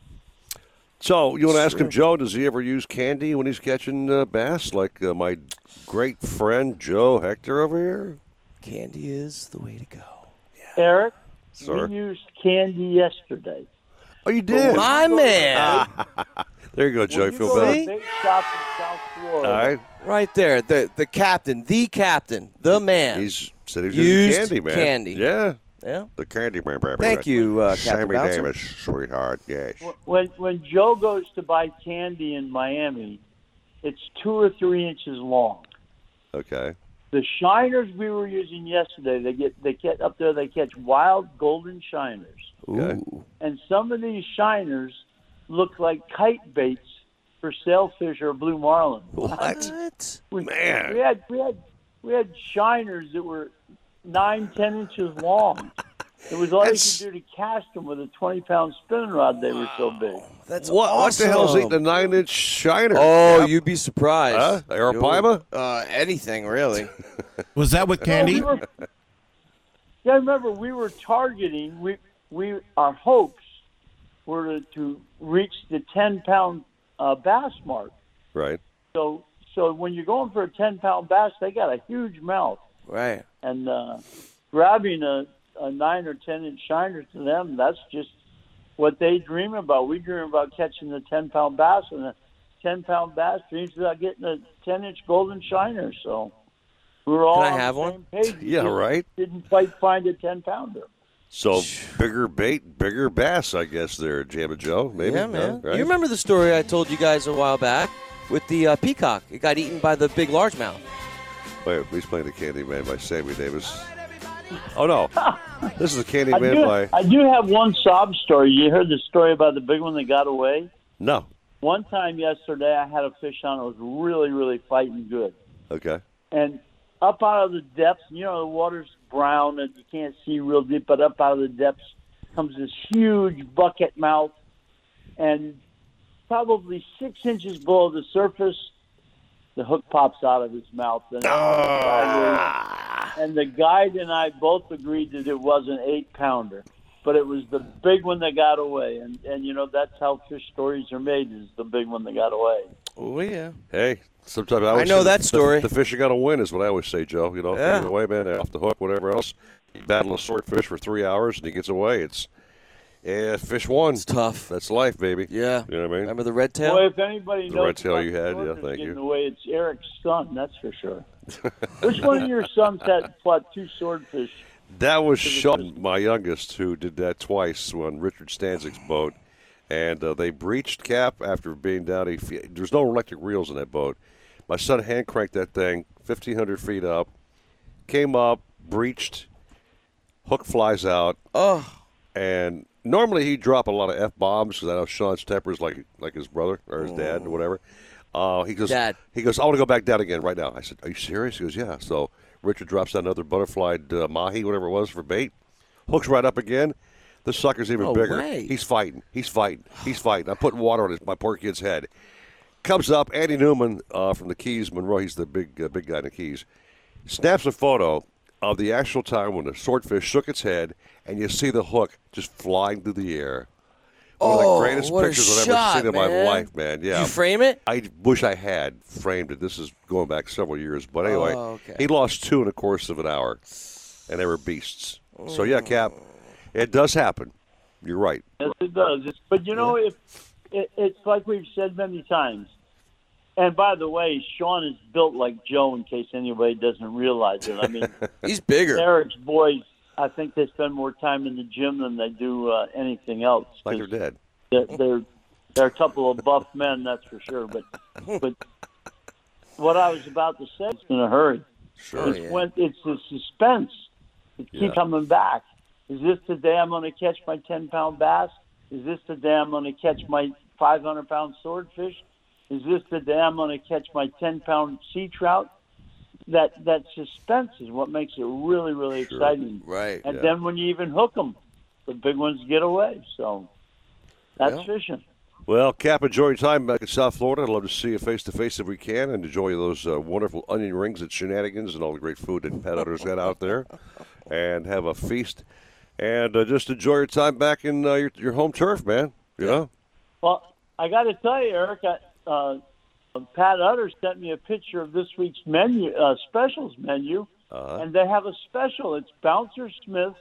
Speaker 4: So, you want to ask him,
Speaker 37: Sure.
Speaker 4: Joe, does he ever use candy when he's catching uh, bass, like uh, my great friend Joe Hector over here?
Speaker 5: Candy is the way to go.
Speaker 37: Eric,
Speaker 4: Sir?
Speaker 37: we used candy yesterday.
Speaker 4: Oh, you did? Ah.
Speaker 5: My man.
Speaker 4: there you go, Joe. You
Speaker 37: You
Speaker 4: feel
Speaker 37: go to
Speaker 4: better?
Speaker 37: a big shop in South Florida.
Speaker 5: Right there, the the captain, the captain, the man.
Speaker 4: He's said he was using
Speaker 5: used
Speaker 4: candy, man.
Speaker 5: candy.
Speaker 4: Yeah.
Speaker 5: Yeah.
Speaker 4: The candy man.
Speaker 5: Thank you, uh, Captain
Speaker 4: Sammy
Speaker 5: Bouncer.
Speaker 4: Davis, sweetheart. Yes.
Speaker 37: When when Joe goes to buy candy in Miami, it's two or three inches long.
Speaker 4: Okay.
Speaker 37: The shiners we were using yesterday, they get they get up there, they catch wild golden shiners,
Speaker 4: Okay.
Speaker 37: and some of these shiners look like kite baits for sailfish or blue marlin.
Speaker 5: What?
Speaker 37: We,
Speaker 4: Man.
Speaker 37: we had we had we had shiners that were nine, ten inches long. It was all
Speaker 4: That's-
Speaker 37: you could do to cast them with a twenty-pound spinning rod. They were so big.
Speaker 5: That's
Speaker 4: What, what the hell's
Speaker 5: awesome.
Speaker 4: eating a nine inch shiner?
Speaker 5: Oh,
Speaker 4: Cap?
Speaker 5: you'd be surprised.
Speaker 4: Huh? Arapaima?
Speaker 5: Uh, anything really?
Speaker 20: Was that with candy?
Speaker 37: Well, we were- yeah, remember we were targeting. We we our hopes were to, to reach the ten pound uh, bass mark.
Speaker 4: Right.
Speaker 37: So so when you're going for a ten pound bass, they got a huge mouth,
Speaker 5: Right.
Speaker 37: and uh, grabbing a, a nine or ten inch shiner to them, that's just what they dream about. We dream about catching the ten pound bass, and the ten pound bass dreams about getting a ten inch golden shiner. So we were all
Speaker 5: Can I
Speaker 37: on
Speaker 5: have
Speaker 37: the
Speaker 5: one?
Speaker 37: same page. We
Speaker 4: Yeah,
Speaker 37: didn't-
Speaker 4: right.
Speaker 37: Didn't quite find a ten pounder.
Speaker 4: So bigger bait, bigger bass, I guess. There, Jamma Joe. Maybe.
Speaker 5: Yeah, man.
Speaker 4: Huh? Right?
Speaker 5: You remember the story I told you guys a while back with the uh, peacock? It got eaten by the big largemouth.
Speaker 4: Wait, he's playing the Candy Man by Sammy Davis. Oh no, this is the Candy
Speaker 37: I
Speaker 4: Man
Speaker 37: do,
Speaker 4: by
Speaker 37: I do have one sob story. You heard the story about the big one that got away?
Speaker 4: no.
Speaker 37: One time yesterday, I had a fish on. It was really, really fighting good.
Speaker 4: Okay.
Speaker 37: And up out of the depths, you know, the water's brown and you can't see real deep, but up out of the depths comes this huge bucket mouth. And probably six inches below the surface, the hook pops out of his mouth. And, and the guide and I both agreed that it was an eight pounder, but it was the big one that got away. And, and you know, that's how fish stories are made is the big one that got away.
Speaker 5: Oh yeah.
Speaker 4: Hey, sometimes I,
Speaker 5: I
Speaker 4: always
Speaker 5: know
Speaker 4: say
Speaker 5: that
Speaker 4: the-
Speaker 5: story.
Speaker 4: The, fish you got to win is what I always say, Joe. You know, if he
Speaker 5: Yeah.
Speaker 4: gets away, man, they're off the hook, whatever else. You battle a swordfish for three hours and he gets away. It's yeah, fish won. It's
Speaker 5: tough.
Speaker 4: That's life, baby.
Speaker 5: Yeah.
Speaker 4: You know what I mean?
Speaker 5: Remember the red tail?
Speaker 37: Boy, if anybody
Speaker 4: The
Speaker 37: knows
Speaker 4: red tail
Speaker 37: about
Speaker 4: you had,
Speaker 37: Georgia
Speaker 4: yeah, thank
Speaker 37: getting
Speaker 4: you.
Speaker 37: away, it's Eric's son, that's for sure. Which one of your sons had fought two swordfish?
Speaker 4: That was Sean, my youngest, who did that twice on Richard Stanzik's boat, and uh, they breached cap after being down. A few, there's no electric reels in that boat. My son hand cranked that thing 1,500 feet up, came up, breached, hook flies out.
Speaker 5: Oh.
Speaker 4: And normally he'd drop a lot of f bombs because I know Sean's temper is like like his brother or his dad or whatever. Uh, he goes,
Speaker 5: Dad.
Speaker 4: he goes, I want to go back down again right now. I said, Are you serious? He goes, Yeah. So Richard drops down another butterflied uh, mahi, whatever it was, for bait. Hooks right up again. The sucker's even
Speaker 36: No
Speaker 4: bigger.
Speaker 36: way.
Speaker 4: He's fighting. He's fighting. He's fighting. I'm putting water on his, my poor kid's head. Comes up, Andy Newman uh, from the Keys, Monroe. He's the big uh, big guy in the Keys. Snaps a photo of the actual time when the swordfish shook its head, and you see the hook just flying through the air. One
Speaker 5: Oh,
Speaker 4: of the greatest
Speaker 5: what a
Speaker 4: pictures I've
Speaker 5: shot,
Speaker 4: ever seen in my
Speaker 5: man.
Speaker 4: life, man.
Speaker 5: Did
Speaker 4: Yeah.
Speaker 5: you frame it?
Speaker 4: I wish I had framed it. This is going back several years, but anyway,
Speaker 5: Oh, okay.
Speaker 4: he lost two in the course of an hour, and they were beasts. So yeah, Cap, it does happen. You're right.
Speaker 37: Yes, it does. It's, but you know, if it, it's like we've said many times. And by the way, Sean is built like Joe. In case anybody doesn't realize it, I mean,
Speaker 5: he's bigger.
Speaker 37: Eric's boys. I think they spend more time in the gym than they do uh, anything else.
Speaker 4: Like they're dead.
Speaker 37: They're, they're they're a couple of buff men, that's for sure. But but what I was about to say is in a hurry.
Speaker 4: Sure.
Speaker 37: It's when it's the suspense. It
Speaker 4: Yeah.
Speaker 37: keep coming back. Is this the day I'm going to catch my 10 pound bass? Is this the day I'm going to catch my 500 pound swordfish? Is this the day I'm going to catch my 10 pound sea trout? That that suspense is what makes it really really exciting.
Speaker 5: Right.
Speaker 37: And
Speaker 4: yeah.
Speaker 37: then when you even hook them, the big ones get away. So that's
Speaker 4: Yeah.
Speaker 37: fishing.
Speaker 4: Well, Cap, enjoy your time back in South Florida. I'd love to see you face to face if we can, and enjoy those uh, wonderful onion rings at Shenanigans and all the great food that Pat Utter's got out there, and have a feast, and uh, just enjoy your time back in uh, your, your home turf, man. You know.
Speaker 37: Well, I got to tell you, Eric, I, uh, Pat Utter sent me a picture of this week's menu, uh, specials menu,
Speaker 4: Uh-huh.
Speaker 37: and they have a special. It's Bouncer Smith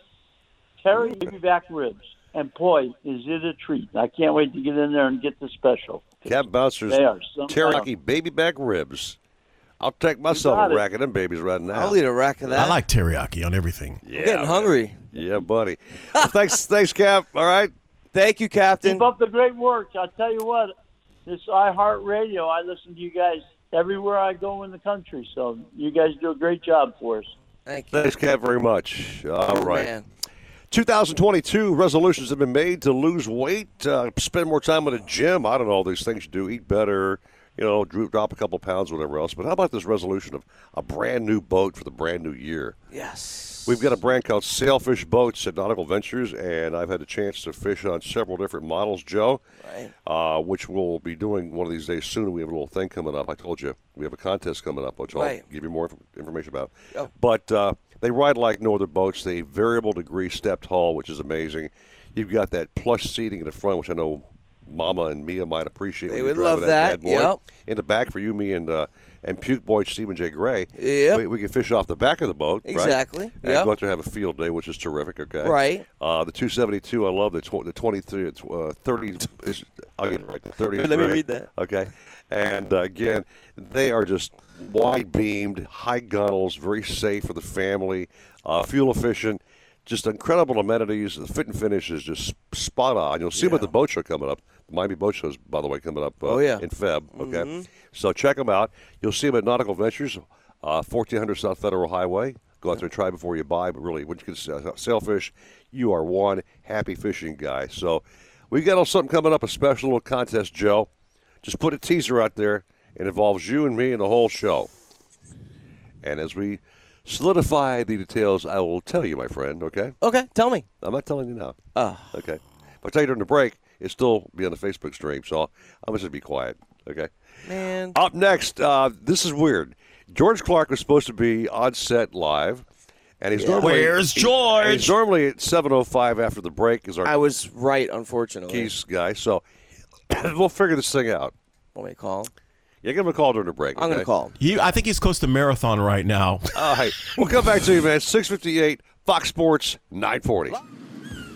Speaker 37: Terry baby back ribs, and boy, is it a treat! I can't wait to get in there and get the special.
Speaker 4: Cap Bouncer's
Speaker 37: They are some-
Speaker 4: teriyaki baby back ribs. I'll take myself
Speaker 37: got
Speaker 4: a
Speaker 37: it.
Speaker 4: rack of them babies right now.
Speaker 5: I'll eat a rack of that.
Speaker 6: I like teriyaki on everything.
Speaker 4: Yeah,
Speaker 5: getting hungry.
Speaker 4: Yeah, buddy. Well, thanks, thanks, Cap. All right.
Speaker 5: Thank you, Captain.
Speaker 37: Keep up the great work. I'll tell you what, this iHeartRadio, I listen to you guys everywhere I go in the country. So you guys do a great job for us.
Speaker 5: Thank
Speaker 4: Thanks, Cap, very much. All
Speaker 37: Oh,
Speaker 4: right.
Speaker 37: man.
Speaker 4: 2022 resolutions have been made to lose weight, uh, spend more time in the gym. I don't know all these things you do. Eat better, you know, dro- drop a couple pounds, whatever else. But how about this resolution of a brand new boat for the brand new year?
Speaker 5: Yes.
Speaker 4: We've got a brand called Sailfish Boats at Nautical Ventures, and I've had a chance to fish on several different models, Joe, uh, which we'll be doing one of these days soon. We have a little thing coming up. I told you we have a contest coming up, which
Speaker 5: Right. Oh.
Speaker 4: I'll give you more inf- information about.
Speaker 5: Yep.
Speaker 4: But uh, they ride like no other boats. They variable degree stepped hull, which is amazing. You've got that plush seating in the front, which I know Mama and Mia might appreciate.
Speaker 5: They
Speaker 4: when you
Speaker 5: would
Speaker 4: drive
Speaker 5: love that.
Speaker 4: bad boy.
Speaker 5: Yep.
Speaker 4: In the back for you, me, and uh, and puke boy Stephen J. Gray.
Speaker 5: Yep.
Speaker 4: We, we can fish off the back of the boat. right?
Speaker 5: Exactly.
Speaker 4: And
Speaker 5: Yep.
Speaker 4: go out there and have a field day, which is terrific. Okay.
Speaker 5: Right.
Speaker 4: Uh, the 272, I love the tw- the 23, it's, uh, 30. is- I'll get it right. 30.
Speaker 5: Let me read that.
Speaker 4: Okay. And uh, again, they are just wide beamed, high gunnels, very safe for the family, uh, fuel efficient, just incredible amenities. The fit and finish is just spot on. You'll see them at the boat show coming up. The Miami Boat Show is, by the way, coming up uh,
Speaker 5: Oh, yeah.
Speaker 4: in Feb. Okay.
Speaker 5: Mhm.
Speaker 4: So check them out. You'll see them at Nautical Ventures, uh, 1400 South Federal Highway. Go out there and try before you buy. But really, when you can sell- sailfish, you are one happy fishing guy. So we got a little something coming up, a special little contest, Joe. Just put a teaser out there. It involves you and me and the whole show. And as we solidify the details, I will tell you, my friend, okay?
Speaker 5: Okay, tell me.
Speaker 4: I'm not telling you now. Oh. Okay. If I tell you during the break, it'll still be on the Facebook stream, so I'm just going to be quiet, okay?
Speaker 5: Man.
Speaker 4: Up next, uh, this is weird. George Clark was supposed to be on set live, and he's
Speaker 5: Yeah.
Speaker 4: normally
Speaker 5: Where's
Speaker 4: he-
Speaker 5: George?
Speaker 4: He's normally at seven oh five after the break. Is our
Speaker 5: I was right, unfortunately.
Speaker 4: keys guy? So we'll figure this thing out.
Speaker 5: Want me to call?
Speaker 4: Yeah, give him a call during the break.
Speaker 5: I'm gonna
Speaker 4: okay?
Speaker 5: call.
Speaker 6: You, I think he's close to marathon right now.
Speaker 4: All right, we'll come back to you, man. Six fifty eight, Fox Sports nine forty.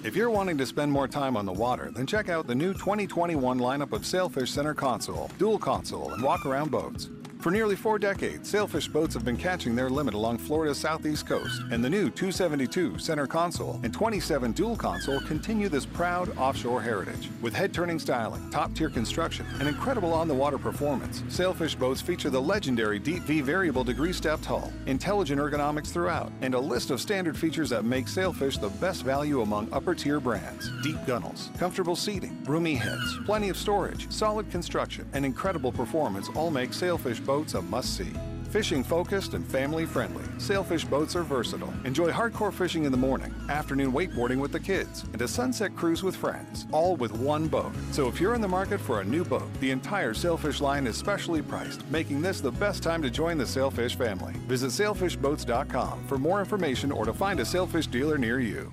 Speaker 10: If you're wanting to spend more time on the water, then check out the new 2021 lineup of Sailfish Center console, dual console, and walk around boats. For nearly four decades, sailfish boats have been catching their limit along Florida's southeast coast, and the new 272 center console and 27 dual console continue this proud offshore heritage. With head turning styling, top tier construction, and incredible on the water performance, sailfish boats feature the legendary Deep V variable degree stepped hull, intelligent ergonomics throughout, and a list of standard features that make sailfish the best value among upper tier brands. Deep gunnels, comfortable seating, roomy heads, plenty of storage, solid construction, and incredible performance all make sailfish boats a must see. Fishing focused and family friendly, sailfish boats are versatile. Enjoy hardcore fishing in the morning, afternoon wakeboarding with the kids, and a sunset cruise with friends, all with one boat. So if you're in the market for a new boat, the entire sailfish line is specially priced, making this the best time to join the sailfish family. Visit sailfishboats.com for more information or to find a sailfish dealer near you.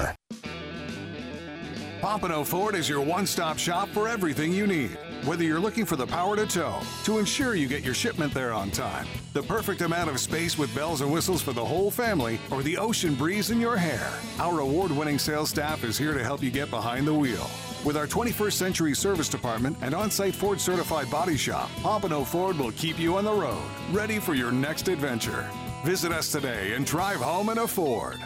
Speaker 10: Pompano Ford is your one stop shop for everything you need. Whether you're looking for the power to tow, to ensure you get your shipment there on time, the perfect amount of space with bells and whistles for the whole family, or the ocean breeze in your hair, our award winning sales staff is here to help you get behind the wheel. With our 21st Century Service Department and on site Ford certified body shop, Pompano Ford will keep you on the road, ready for your next adventure. Visit us today and drive home in a Ford.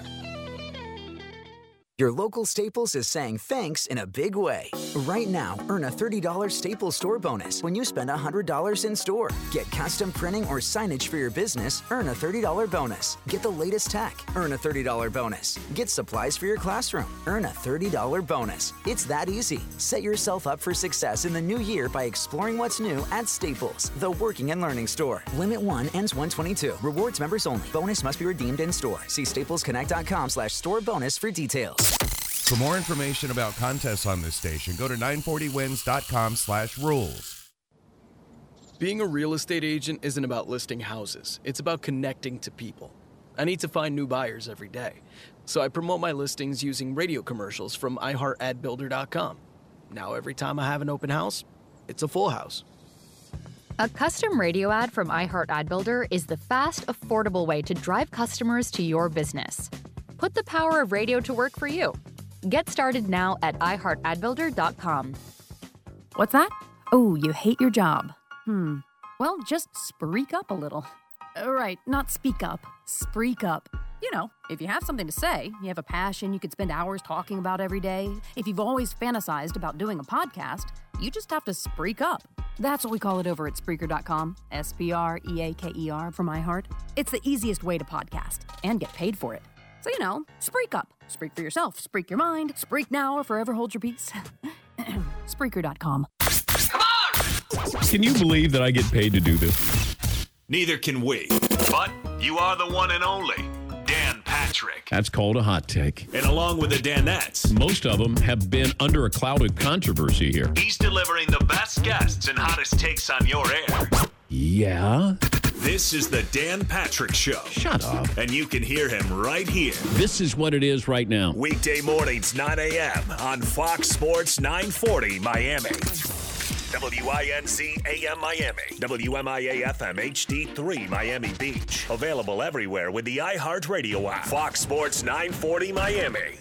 Speaker 11: Your local Staples is saying thanks in a big way. Right now, earn a $30 Staples store bonus when you spend $100 in store. Get custom printing or signage for your business, earn a $30 bonus. Get the latest tech, earn a $30 bonus. Get supplies for your classroom, earn a $30 bonus. It's that easy. Set yourself up for success in the new year by exploring what's new at Staples, the working and learning store. Limit 1 ends 122. Rewards members only. Bonus must be redeemed in store. See staplesconnect.com slash store bonus for details.
Speaker 38: For more information about contests on this station, go to 940wins.com slash rules.
Speaker 39: Being a real estate agent isn't about listing houses, it's about connecting to people. I need to find new buyers every day, so I promote my listings using radio commercials from iHeartAdBuilder.com. Now, every time I have an open house, it's a full house.
Speaker 40: A custom radio ad from iHeart AdBuilder is the fast, affordable way to drive customers to your business. Put the power of radio to work for you. Get started now at iHeartAdBuilder.com.
Speaker 13: What's that? Oh, you hate your job. Hmm. Well, just spreak up a little. Uh, Right, not speak up, spreak up. You know, if you have something to say, you have a passion you could spend hours talking about every day, if you've always fantasized about doing a podcast, you just have to spreak up. That's what we call it over at Spreaker.com, S P R E A K E R from iHeart. It's the easiest way to podcast and get paid for it. So, you know, spreak up. Spreak for yourself, spreak your mind, spreak now or forever hold your peace. Spreaker.com.
Speaker 17: Can you believe that I get paid to do this?
Speaker 16: Neither can we. But you are the one and only Dan Patrick.
Speaker 17: That's called a hot take.
Speaker 16: And along with the Danettes,
Speaker 17: Most of them have been under a cloud of controversy here.
Speaker 16: he's delivering the best guests and hottest takes on your air.
Speaker 17: Yeah?
Speaker 16: This is the Dan Patrick Show.
Speaker 17: Shut up.
Speaker 16: And you can hear him right here.
Speaker 17: This is what it is right now.
Speaker 16: Weekday mornings, 9 a.m. on Fox Sports 940 Miami. WINC AM Miami. WMIA FM HD3 Miami Beach. Available everywhere with the iHeartRadio app. Fox Sports 940 Miami.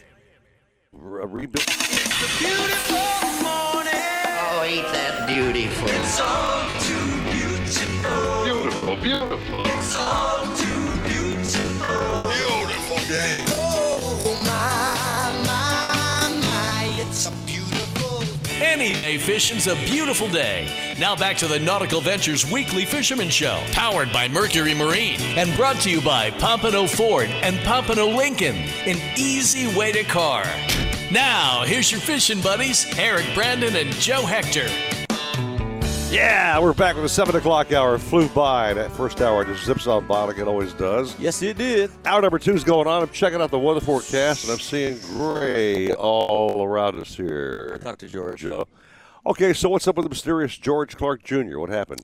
Speaker 34: Oh, ain't that beautiful? It's all too beautiful. Beautiful, beautiful. It's all too beautiful. Beautiful day. Oh, my, my, my, it's a beautiful day.
Speaker 1: Any day fishing's a beautiful day. Now back to the Nautical Ventures Weekly Fisherman Show, powered by Mercury Marine and brought to you by Pompano Ford and Pompano Lincoln, an easy way to car. Now, here's your fishing buddies, Eric Brandon and Joe Hector.
Speaker 4: Yeah, we're back with the 7 o'clock hour. Flew by. That first hour just zips on by like it always does.
Speaker 5: Yes, it did.
Speaker 4: Hour number two is going on. I'm checking out the weather forecast, and I'm seeing gray all around us here.
Speaker 5: Dr. George.
Speaker 4: Okay, so what's up with the mysterious George Clark Jr.? What happened?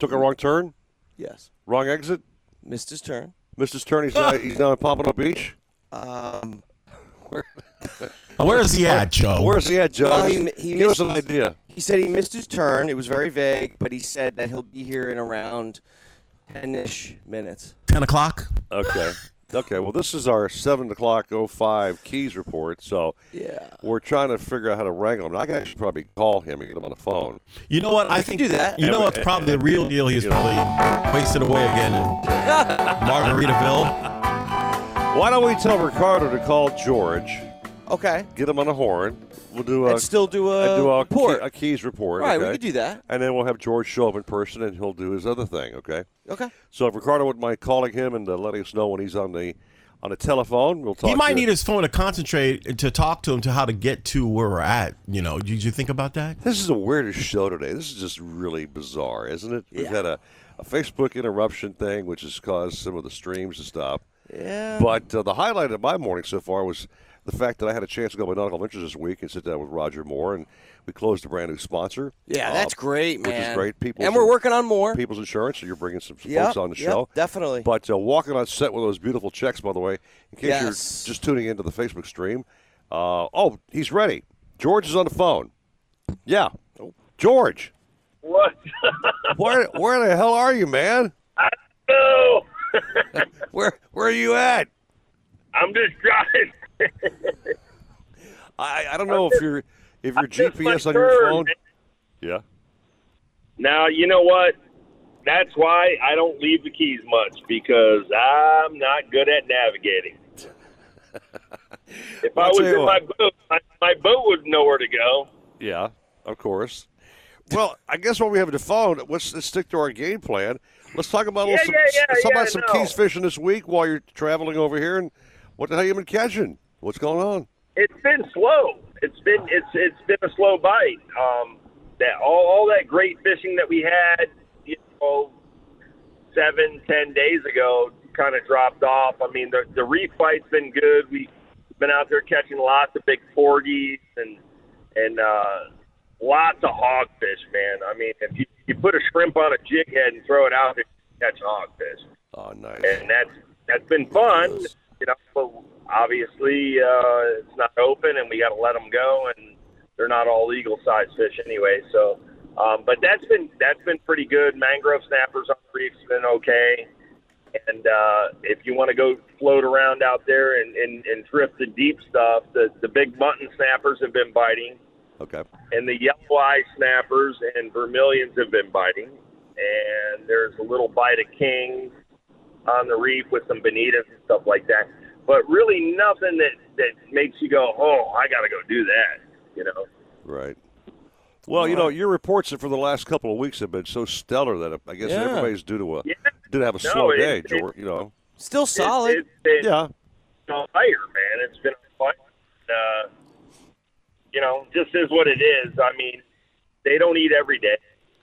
Speaker 4: Took a wrong turn?
Speaker 5: Yes.
Speaker 4: Wrong exit?
Speaker 5: Missed his turn.
Speaker 4: Missed his turn. He's, uh, he's down at Pompano Beach?
Speaker 5: Um,
Speaker 4: where,
Speaker 6: Where's he at, Joe?
Speaker 4: Where's he at, Joe?
Speaker 5: Well, he,
Speaker 4: Give
Speaker 5: he
Speaker 4: us
Speaker 5: missed,
Speaker 4: an idea.
Speaker 5: he said he missed his turn. It was very vague, but he said that he'll be here in around 10 ish minutes.
Speaker 6: 10 o'clock?
Speaker 4: Okay. Okay, well, this is our 7 o'clock 05 Keys report, so
Speaker 5: yeah,
Speaker 4: we're trying to figure out how to wrangle him. I can actually probably call him and get him on the phone.
Speaker 6: You know what? I think You know what's probably the real deal? He's probably wasted away again in Margaritaville.
Speaker 4: Why don't we tell Ricardo to call George?
Speaker 5: Okay.
Speaker 4: Get him on a horn. We'll do a
Speaker 5: And still do a
Speaker 4: and do a,
Speaker 5: report.
Speaker 4: Key, a keys report.
Speaker 5: Right, we
Speaker 4: okay?
Speaker 5: could do that.
Speaker 4: And then we'll have George show up in person, and he'll do his other thing. Okay.
Speaker 5: Okay.
Speaker 4: So if Ricardo would mind calling him and uh, letting us know when he's on the on the telephone, we'll talk.
Speaker 6: He might
Speaker 4: to
Speaker 6: need his phone to concentrate to talk to him to how to get to where we're at. You know, did you think about that?
Speaker 4: This is the weirdest show today. This is just really bizarre, isn't it? We've had a, a Facebook interruption thing, which has caused some of the streams to stop.
Speaker 5: Yeah.
Speaker 4: But uh, the highlight of my morning so far was the fact that I had a chance to go to Nautical Ventures this week and sit down with Roger Moore, and we closed a brand new sponsor.
Speaker 5: Yeah,
Speaker 4: uh,
Speaker 5: that's great, man.
Speaker 4: Which is great. People
Speaker 5: and we're working on more.
Speaker 4: People's Insurance, so you're bringing some
Speaker 5: Yep,
Speaker 4: folks on the
Speaker 5: yep,
Speaker 4: show.
Speaker 5: definitely.
Speaker 4: But uh, walking on set with those beautiful checks, by the way, in case you're
Speaker 5: Yes.
Speaker 4: just tuning into the Facebook stream. Uh, oh, he's ready. George is on the phone. Yeah. George,
Speaker 41: What?
Speaker 4: where where the hell are you, man? I know. where where are you at?
Speaker 41: I'm just driving.
Speaker 4: I, I don't know if you're if your
Speaker 41: just
Speaker 4: GPS
Speaker 41: my
Speaker 4: on your
Speaker 41: bird,
Speaker 4: phone.
Speaker 41: man.
Speaker 4: Yeah.
Speaker 41: Now you know what? That's why I don't leave the keys much because I'm not good at navigating. if I
Speaker 4: I'll
Speaker 41: was
Speaker 4: tell you
Speaker 41: in my
Speaker 4: what.
Speaker 41: boat, my, my boat would know where to go.
Speaker 4: Yeah, of course. Well, I guess while we have the phone, let's, let's stick to our game plan. Let's talk about
Speaker 41: Yeah,
Speaker 4: some,
Speaker 41: yeah, yeah,
Speaker 4: let's talk
Speaker 41: yeah,
Speaker 4: about some
Speaker 41: no.
Speaker 4: keys fishing this week while you're traveling over here, and what the hell you been catching? What's going on?
Speaker 41: It's been slow. It's been it's it's been a slow bite. Um, that all, all that great fishing that we had, you know, seven ten days ago, kind of dropped off. I mean, the the reef fight's been good. We've been out there catching lots of big porgies and and uh, lots of hogfish, man. I mean, if you, you put a shrimp on a jig head and throw it out, there, you catch hogfish.
Speaker 4: Oh, nice.
Speaker 41: And that's that's been fun, you know. But obviously, uh, it's not open, and we got to let them go. And they're not all eagle size fish anyway. So, um, but that's been that's been pretty good. Mangrove snappers on the reef's been okay. And uh, if you want to go float around out there and, and, and drift the deep stuff, the, the big mutton snappers have been biting
Speaker 4: Okay.
Speaker 41: and the yellow eye snappers and vermilions have been biting. And there's a little bite of kings on the reef with some bonitas and stuff like that. But really nothing that, that makes you go, oh, I got to go do that, you know.
Speaker 4: Right. Well, you know, your reports for the last couple of weeks have been so stellar that I guess
Speaker 41: Yeah.
Speaker 4: everybody's due to a
Speaker 41: Yeah.
Speaker 4: due to have a
Speaker 41: No,
Speaker 4: slow
Speaker 41: it-
Speaker 4: day,
Speaker 41: it-
Speaker 4: George. You know.
Speaker 5: Still
Speaker 41: solid. It, it,
Speaker 4: yeah.
Speaker 41: on fire, man. It's been on fire. Uh, you know, just is what it is. I mean, they don't eat every day.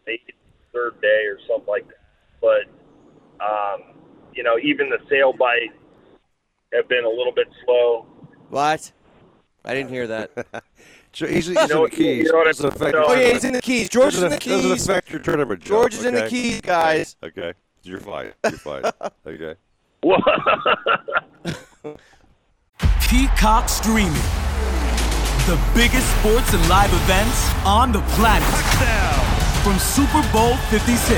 Speaker 41: They eat the third day or something like that. But um, you know, even the sail bite have been a little bit slow.
Speaker 5: What? I didn't hear that.
Speaker 4: he's, he's in the keys. Doesn't affect your
Speaker 5: Oh, yeah, he's
Speaker 4: tournament.
Speaker 5: in the keys. George is in the
Speaker 4: Doesn't- Doesn't
Speaker 5: keys.
Speaker 4: affect your tournament. Joe,
Speaker 5: George is in the
Speaker 4: okay?
Speaker 5: keys, guys.
Speaker 4: Okay. You're fine. You're fine. okay.
Speaker 2: Peacock Streaming. The biggest sports and live events on the planet. From Super Bowl 56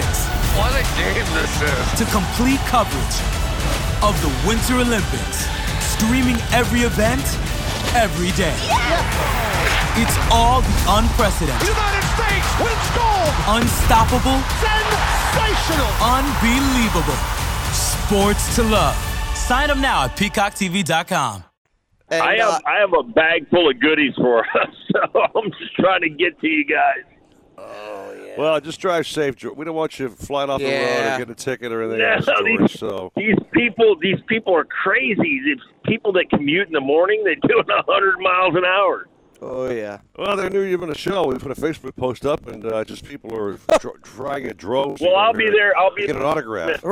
Speaker 3: What a game this is.
Speaker 2: to complete coverage of the Winter Olympics. Streaming every event, every day. It's all the unprecedented. United States wins gold! Unstoppable. Sensational. Unbelievable. Sports to love. Sign up now at peacocktv.com.
Speaker 5: And,
Speaker 30: I have
Speaker 5: uh,
Speaker 30: I have a bag full of goodies for us, so I'm just trying to get to you guys.
Speaker 41: Oh,
Speaker 5: Oh,
Speaker 4: Well, just drive safe. Joe. We don't want you flying off the road
Speaker 30: Yeah.
Speaker 4: or getting a ticket or anything.
Speaker 30: Yeah,
Speaker 4: else,
Speaker 30: these-
Speaker 4: George, so
Speaker 30: These people, these people are crazy. These people that commute in the morning, they're doing 100 miles an hour.
Speaker 5: Oh yeah.
Speaker 4: Well, they knew you were on a show. We put a Facebook post up, and uh, just people are dr- trying at droves.
Speaker 30: Well, I'll be there. I'll be
Speaker 4: get an autograph.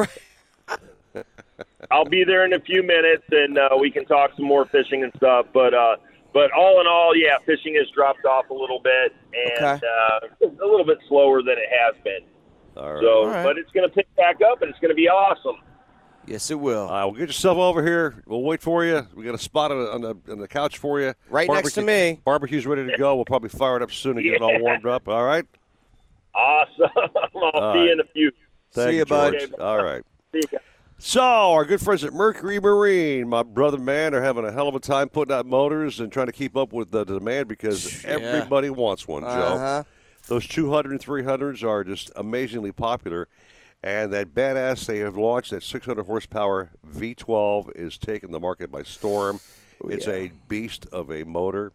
Speaker 30: I'll be there in a few minutes, and uh, we can talk some more fishing and stuff. But uh, but all in all, yeah, fishing has dropped off a little bit, and
Speaker 5: Okay.
Speaker 30: uh, a little bit slower than it has been.
Speaker 4: All right.
Speaker 30: So,
Speaker 4: All right.
Speaker 30: but it's going to pick back up, and it's going to be awesome.
Speaker 5: Yes, it will.
Speaker 4: All right, well, get yourself over here. We'll wait for you. We got a spot on the, on the, on the couch for you.
Speaker 5: Right next to me.
Speaker 4: Barbecue's ready to go. We'll probably fire it up soon and get it all
Speaker 30: Yeah.
Speaker 4: warmed up. All right.
Speaker 30: Awesome. I'll
Speaker 4: All
Speaker 30: see
Speaker 4: right.
Speaker 30: you in a few.
Speaker 4: Thank George. All right. So, our good friends at Mercury Marine, my brother man, are having a hell of a time putting out motors and trying to keep up with the demand because
Speaker 20: Yeah.
Speaker 4: everybody wants one, Joe.
Speaker 20: Uh-huh.
Speaker 4: Those 200 and 300s are just amazingly popular. And that badass they have launched, that 600 horsepower V12, is taking the market by storm. it's
Speaker 20: Oh, yeah.
Speaker 4: a beast of a motor.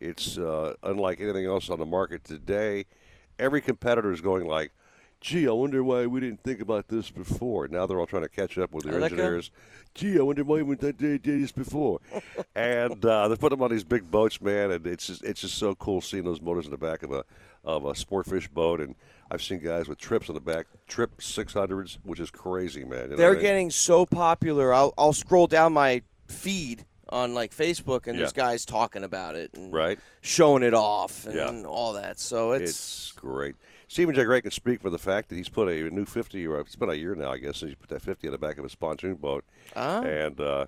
Speaker 4: It's uh, unlike anything else on the market today. Every competitor is going like, "Gee, I wonder why we didn't think about this before." Now they're all trying to catch up with their
Speaker 20: I like that.
Speaker 4: engineers. Gee, I wonder why we didn't do this before. and uh, they're putting them on these big boats, man. And it's just it's just so cool seeing those motors in the back of a of a sport fish boat. And I've seen guys with trips on the back, trip six hundreds, which is crazy, man. You know what I
Speaker 5: They're
Speaker 4: mean?
Speaker 5: getting so popular. I'll, I'll scroll down my feed on like Facebook, and there's
Speaker 4: Yeah.
Speaker 5: guys talking about it and
Speaker 4: right
Speaker 5: showing it off and
Speaker 4: Yeah.
Speaker 5: all that. So it's,
Speaker 4: It's great. Stephen J. Gray can speak for the fact that he's put a new 50, or it's been a year now, I guess, since he put that 50 on the back of his pontoon boat.
Speaker 5: Ah.
Speaker 4: And uh,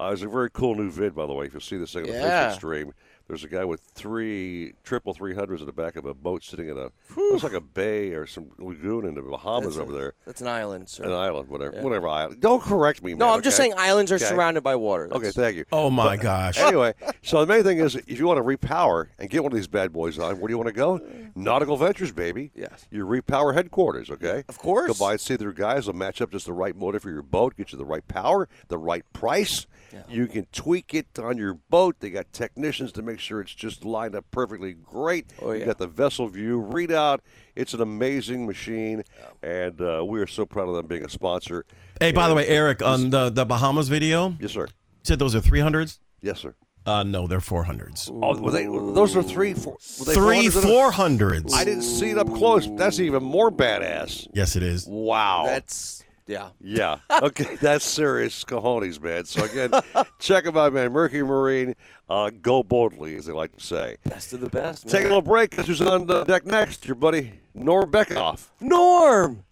Speaker 4: uh, it's a very cool new vid, by the way. If you see this thing on the
Speaker 5: Yeah.
Speaker 4: Facebook stream, there's a guy with three triple 300s in the back of a boat sitting in a, looks like a bay or some lagoon in the Bahamas
Speaker 5: That's a-
Speaker 4: over there.
Speaker 5: that's an island, sir.
Speaker 4: An island, whatever.
Speaker 5: Yeah.
Speaker 4: Whatever island. Don't correct me,
Speaker 5: No,
Speaker 4: man,
Speaker 5: I'm just
Speaker 4: okay?
Speaker 5: saying islands are
Speaker 4: Okay.
Speaker 5: surrounded by water.
Speaker 4: Okay,
Speaker 5: That's-
Speaker 4: thank you.
Speaker 6: Oh, my gosh.
Speaker 4: Anyway, so the main thing is, if you want to repower and get one of these bad boys on, where do you want to go? Nautical Ventures, baby. Yes. Your repower headquarters. Okay. Of course. Go by and see their guys. They'll match up just the right motor for your boat. Get you the right power, the right price. You can tweak it on your boat. They got technicians to make sure it's just lined up perfectly great. Oh, You
Speaker 5: yeah.
Speaker 4: got the vessel view readout. It's an amazing machine, and uh, we are so proud of them being a sponsor.
Speaker 6: Hey, by the
Speaker 4: And-
Speaker 6: way, Eric, on the, the Bahamas video.
Speaker 4: Yes, sir.
Speaker 6: Said those are 300s?
Speaker 4: Yes, sir.
Speaker 6: Uh, no, they're 400s.
Speaker 4: Oh, were they, those are three, four, were they
Speaker 6: Three
Speaker 4: 400s?
Speaker 6: 400s.
Speaker 4: I didn't see it up close. That's even more badass.
Speaker 6: Yes, it is.
Speaker 4: Wow.
Speaker 5: That's yeah.
Speaker 4: yeah. Okay, that's serious cojones, man. So again, check them out, man. Mercury Marine, uh, go boldly, as they like to say.
Speaker 5: Best of the best.
Speaker 4: Take a little break. This is on the deck next. Your buddy Norm Beckoff.
Speaker 5: Norm.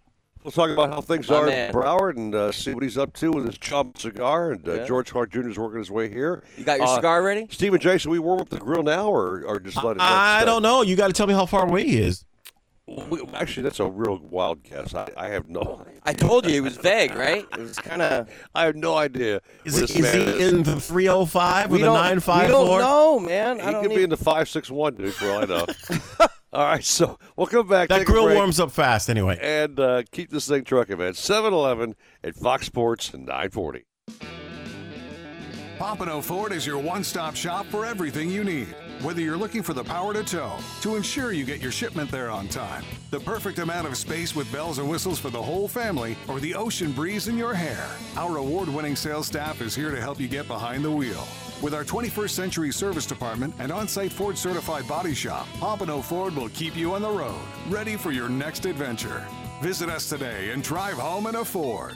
Speaker 4: We'll talk about how things
Speaker 5: My
Speaker 4: are
Speaker 5: man.
Speaker 4: in Broward and uh, see what he's up to with his chump cigar. And uh,
Speaker 5: Yeah.
Speaker 4: George Hart Jr. is working his way here.
Speaker 5: You got your cigar ready?
Speaker 4: Steve and Jason, we warm up the grill now, or, or just let it?
Speaker 6: I
Speaker 4: let it
Speaker 6: don't know. You got to tell me how far away he is.
Speaker 4: We, actually, that's a real wild guess. I, I have no.
Speaker 5: I told you it was vague, right? It was kind of.
Speaker 4: I have no idea.
Speaker 6: Is, he- is he in the 305 with a 954?
Speaker 5: We don't know, man. I
Speaker 4: He
Speaker 5: don't e-
Speaker 4: could
Speaker 5: even-
Speaker 4: be in the five six one, dude. For all I know. all right, so we'll come back.
Speaker 6: That
Speaker 4: take a
Speaker 6: grill
Speaker 4: break,
Speaker 6: warms up fast anyway.
Speaker 4: and uh, keep this thing trucking, man. Seven Eleven at Fox Sports nine forty.
Speaker 10: Pompano Ford is your one stop shop for everything you need. Whether you're looking for the power to tow, to ensure you get your shipment there on time, the perfect amount of space with bells and whistles for the whole family, or the ocean breeze in your hair, our award winning sales staff is here to help you get behind the wheel. With our 21st Century Service Department and on site Ford certified body shop, Pompano Ford will keep you on the road, ready for your next adventure. Visit us today and drive home in a Ford.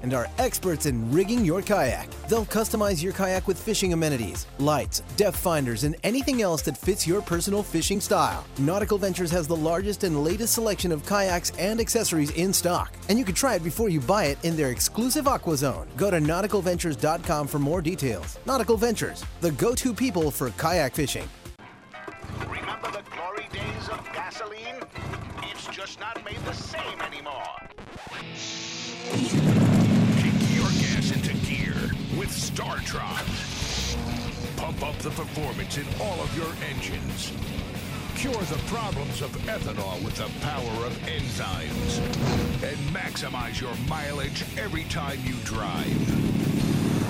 Speaker 36: and are experts in rigging your kayak. They'll customize your kayak with fishing amenities, lights, depth finders, and anything else that fits your personal fishing style. Nautical Ventures has the largest and latest selection of kayaks and accessories in stock, and you can try it before you buy it in their exclusive Aqua Zone. Go to nauticalventures.com for more details. Nautical Ventures, the go-to people for kayak fishing.
Speaker 8: Remember the glory days of gasoline? It's just not made the same anymore.
Speaker 16: Kick your gas into gear with StarTron. Pump up the performance in all of your engines.
Speaker 23: Cure the problems of ethanol with the power of enzymes. And maximize your mileage every time you drive.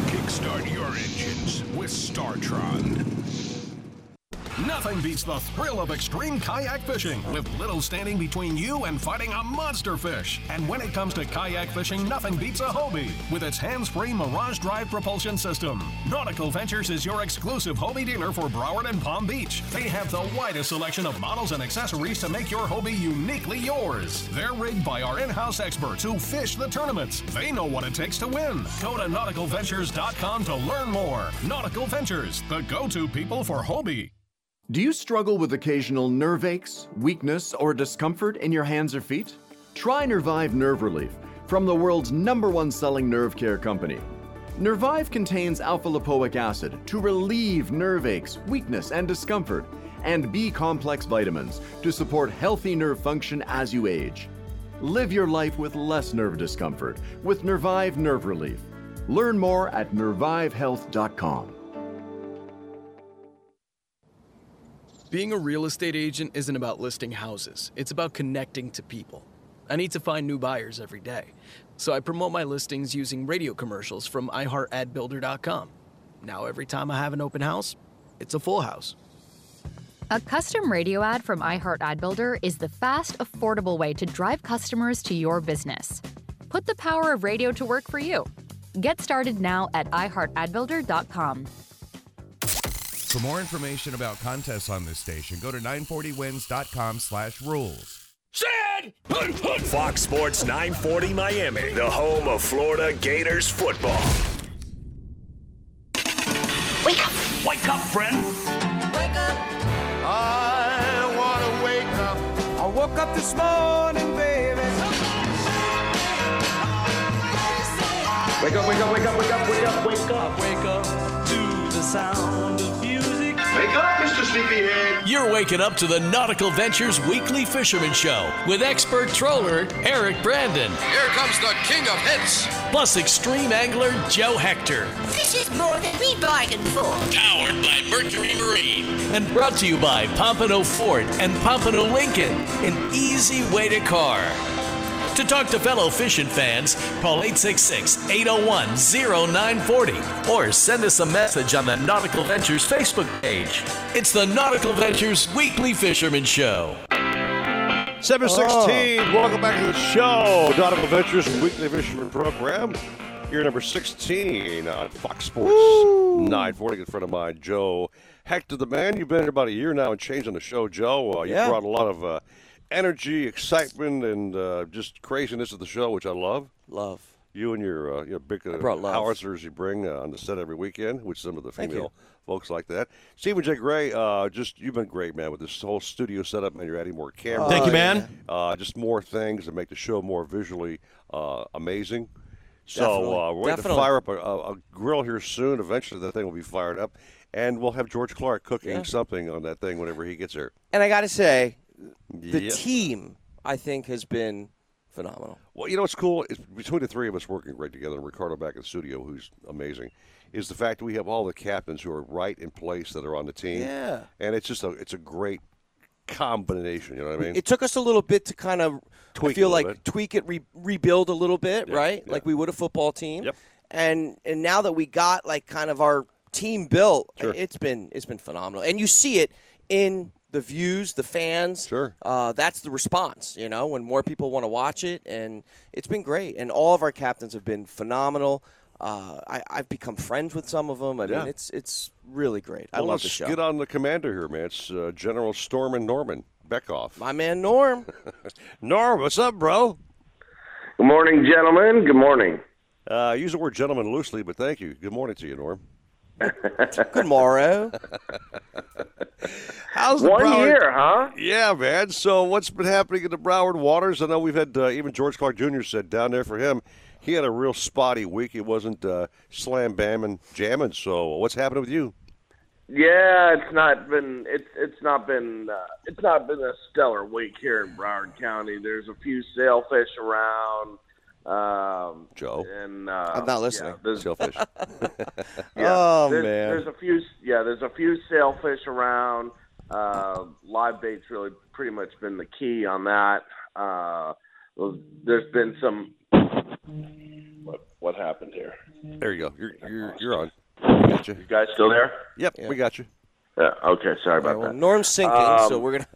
Speaker 23: Kickstart your engines with StarTron.
Speaker 31: Nothing beats the thrill of extreme kayak fishing with little standing between you and fighting a monster fish. And when it comes to kayak fishing, nothing beats a Hobie with its hands-free Mirage Drive propulsion system. Nautical Ventures is your exclusive Hobie dealer for Broward and Palm Beach. They have the widest selection of models and accessories to make your Hobie uniquely yours. They're rigged by our in-house experts who fish the tournaments. They know what it takes to win. Go to nauticalventures.com to learn more. Nautical Ventures, the go-to people for Hobie.
Speaker 32: Do you struggle with occasional nerve aches, weakness, or discomfort in your hands or feet? Try Nervive Nerve Relief from the world's number one selling nerve care company. Nervive contains alpha lipoic acid to relieve nerve aches, weakness, and discomfort, and B complex vitamins to support healthy nerve function as you age. Live your life with less nerve discomfort with Nervive Nerve Relief. Learn more at nervivehealth.com.
Speaker 39: Being a real estate agent isn't about listing houses, it's about connecting to people. I need to find new buyers every day. So I promote my listings using radio commercials from iHeartAdBuilder.com. Now, every time I have an open house, it's a full house.
Speaker 40: A custom radio ad from iHeart Ad Builder is the fast, affordable way to drive customers to your business. Put the power of radio to work for you. Get started now at iHeartAdBuilder.com.
Speaker 38: For more information about contests on this station, go to 940wins.com slash rules.
Speaker 16: Fox Sports 940 Miami, the home of Florida Gators football.
Speaker 2: Wake up! Wake up, friend!
Speaker 42: Wake up! I wanna wake up. I woke up this morning, baby.
Speaker 2: Wake up, wake up, wake up, wake up, wake up, wake up, wake up to the sound of music. Wake up, Mr. Sleepyhead.
Speaker 1: You're waking up to the Nautical Ventures Weekly Fisherman Show with expert troller Eric Brandon,
Speaker 2: Here comes the king of hits.
Speaker 1: plus extreme angler Joe Hector,
Speaker 2: This is more than we bargained for. Powered by Mercury Marine.
Speaker 1: and brought to you by Pompano Ford and Pompano Lincoln, an easy way to car. To talk to fellow fishing fans, call 866 801 0940 or send us a message on the Nautical Ventures Facebook page. It's the Nautical Ventures Weekly Fisherman Show.
Speaker 4: 716, Oh, welcome back to the show. Donovan Ventures Weekly Fisherman Program. Year number 16 on Fox Sports 940. Good friend of mine, Joe Hector, the man. You've been here about a year now and changed on the show, Joe. Uh, you
Speaker 43: Yeah.
Speaker 4: brought a lot of uh, energy, excitement, and uh, just craziness to the show, which I love. Love. You and your uh, you know, big uh,
Speaker 5: brought love.
Speaker 4: howitzers you bring uh, on the set every weekend, which some of the
Speaker 5: Thank you.
Speaker 4: female folks like that. Stephen J. Gray, uh, just you've been great, man, with this whole studio setup, man. You're adding more cameras.
Speaker 6: Thank you, man.
Speaker 4: Uh, just more things to make the show more visually uh, amazing. So
Speaker 6: Definitely.
Speaker 4: uh, we're going to
Speaker 6: Definitely.
Speaker 4: fire up a, a, a grill here soon. Eventually, that thing will be fired up, and we'll have George Clark cooking
Speaker 5: Yeah.
Speaker 4: something on that thing whenever he gets here.
Speaker 5: And I got to say, the
Speaker 4: Yeah.
Speaker 5: team I think has been phenomenal.
Speaker 4: Well, you know what's cool? It's between the three of us working great together, and Ricardo back in the studio, who's amazing, is the fact that we have all the captains who are right in place that are on the team.
Speaker 5: Yeah.
Speaker 4: And it's just a it's a great combination. You know what I mean?
Speaker 5: It took us a little bit to kind of
Speaker 4: Tweak a
Speaker 5: feel like
Speaker 4: little
Speaker 5: tweak it, re- rebuild a little bit, right? Like we would a football team. Yep. And and now that we got like kind of our team built, it's been it's been phenomenal. And you see it in the views, the fans. Sure. Uh, that's the response, you know, when more people want to watch it, and it's been great. And all of our captains have been phenomenal. Uh, I, I've become friends with some of them. I
Speaker 4: Yeah.
Speaker 5: mean, it's it's really great. I
Speaker 4: Well,
Speaker 5: love the
Speaker 4: let's
Speaker 5: show.
Speaker 4: Get on the commander here, man. It's uh, General Storm and Norman Beckoff.
Speaker 5: My man Norm.
Speaker 4: Norm, what's up, bro?
Speaker 44: Good morning, gentlemen. Good morning.
Speaker 4: Uh, I use the word gentleman loosely, but thank you. Good morning to you, Norm.
Speaker 5: Good morrow.
Speaker 4: How's the
Speaker 44: One
Speaker 4: Broward-
Speaker 44: year, huh?
Speaker 4: Yeah, man. So what's been happening in the Broward waters? I know we've had uh, even George Clark Jr. said down there for him, he had a real spotty week. It wasn't uh, slam bam and jamming. So what's happening with you?
Speaker 44: Yeah, it's not been it's it's not been uh, it's not been a stellar week here in Broward County. There's a few sailfish around. Um,
Speaker 4: Joe,
Speaker 44: and uh,
Speaker 5: I'm not listening.
Speaker 44: yeah, there's-
Speaker 4: Shellfish.
Speaker 44: yeah,
Speaker 5: Oh,
Speaker 44: there's,
Speaker 5: man.
Speaker 4: Oh,
Speaker 44: there's a few. Yeah, there's a few sailfish around. Uh, live bait's really pretty much been the key on that. Uh, there's been some. What, what happened here?
Speaker 4: There you go. You're you're you're on.
Speaker 44: You guys still there?
Speaker 4: Yep, we got you.
Speaker 44: Yeah. Okay. Sorry about that.
Speaker 5: Norm's sinking, so
Speaker 27: Uh,
Speaker 44: Um,
Speaker 5: we're gonna.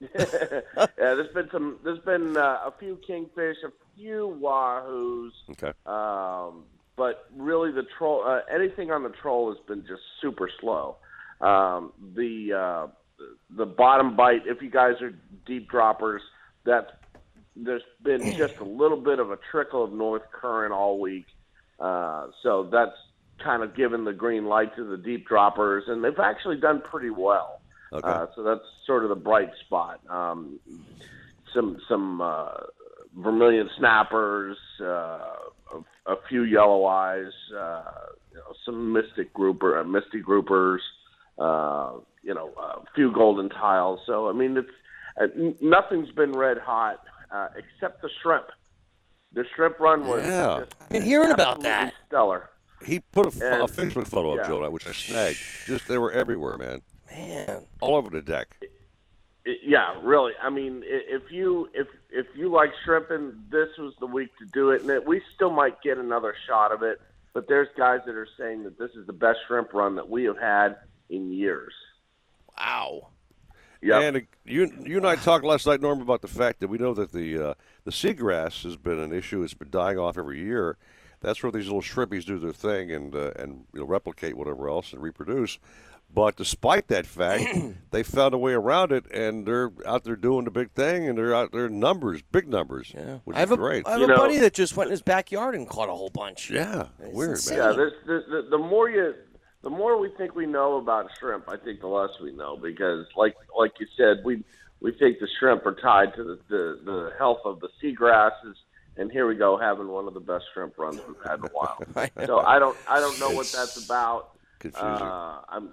Speaker 44: yeah, there's been some. There's been uh, a few kingfish, a few wahoos.
Speaker 4: Okay.
Speaker 44: Um, but really, the troll. Uh, anything on the troll has been just super slow. Um, the uh, the bottom bite. If you guys are deep droppers, that's there's been just a little bit of a trickle of north current all week. Uh, so that's kind of given the green light to the deep droppers, and they've actually done pretty well.
Speaker 4: Okay.
Speaker 44: Uh, so that's sort of the bright spot. Um, some some uh, vermilion snappers, uh, a, a few yellow eyes, uh, you know, some mystic grouper, uh, misty groupers, uh, you know, a few golden tiles. So I mean, it's uh, n- nothing's been red hot uh, except the shrimp. The shrimp run was
Speaker 4: Yeah.
Speaker 44: just
Speaker 4: I've been hearing about
Speaker 44: absolutely
Speaker 4: that.
Speaker 44: stellar.
Speaker 4: He put a, pho- a
Speaker 44: And-
Speaker 4: Facebook photo
Speaker 44: yeah.
Speaker 4: up, Joe, and I, which I snagged. Just they were everywhere, man.
Speaker 5: Man,
Speaker 4: all over the deck.
Speaker 44: It- yeah, really. I mean, i- if you if if you like shrimping, this was the week to do it, and it, we still might get another shot of it. But there's guys that are saying that this is the best shrimp run that we have had in years.
Speaker 4: Wow.
Speaker 44: Yep.
Speaker 4: And uh, you you and I talked last night, Norm, about the fact that we know that the uh, the seagrass has been an issue. It's been dying off every year. That's where these little shrimpies do their thing and uh, and you know, replicate whatever else and reproduce. But despite that fact, they found a way around it, and they're out there doing the big thing, and they're out there in numbers, big numbers, yeah. which
Speaker 5: I have
Speaker 4: is
Speaker 5: a,
Speaker 4: great.
Speaker 5: I have a buddy that just went in his backyard and caught a whole bunch.
Speaker 4: Yeah,
Speaker 5: It's
Speaker 4: weird,
Speaker 5: insane.
Speaker 44: Yeah, this, this, the, the more you, the more we think we know about shrimp, I think the less we know because, like like you said, we we think the shrimp are tied to the the, the health of the seagrasses, and here we go having one of the best shrimp runs we've had in a while. so I don't I don't know what that's about.
Speaker 4: Confusing.
Speaker 44: Uh, I'm. and-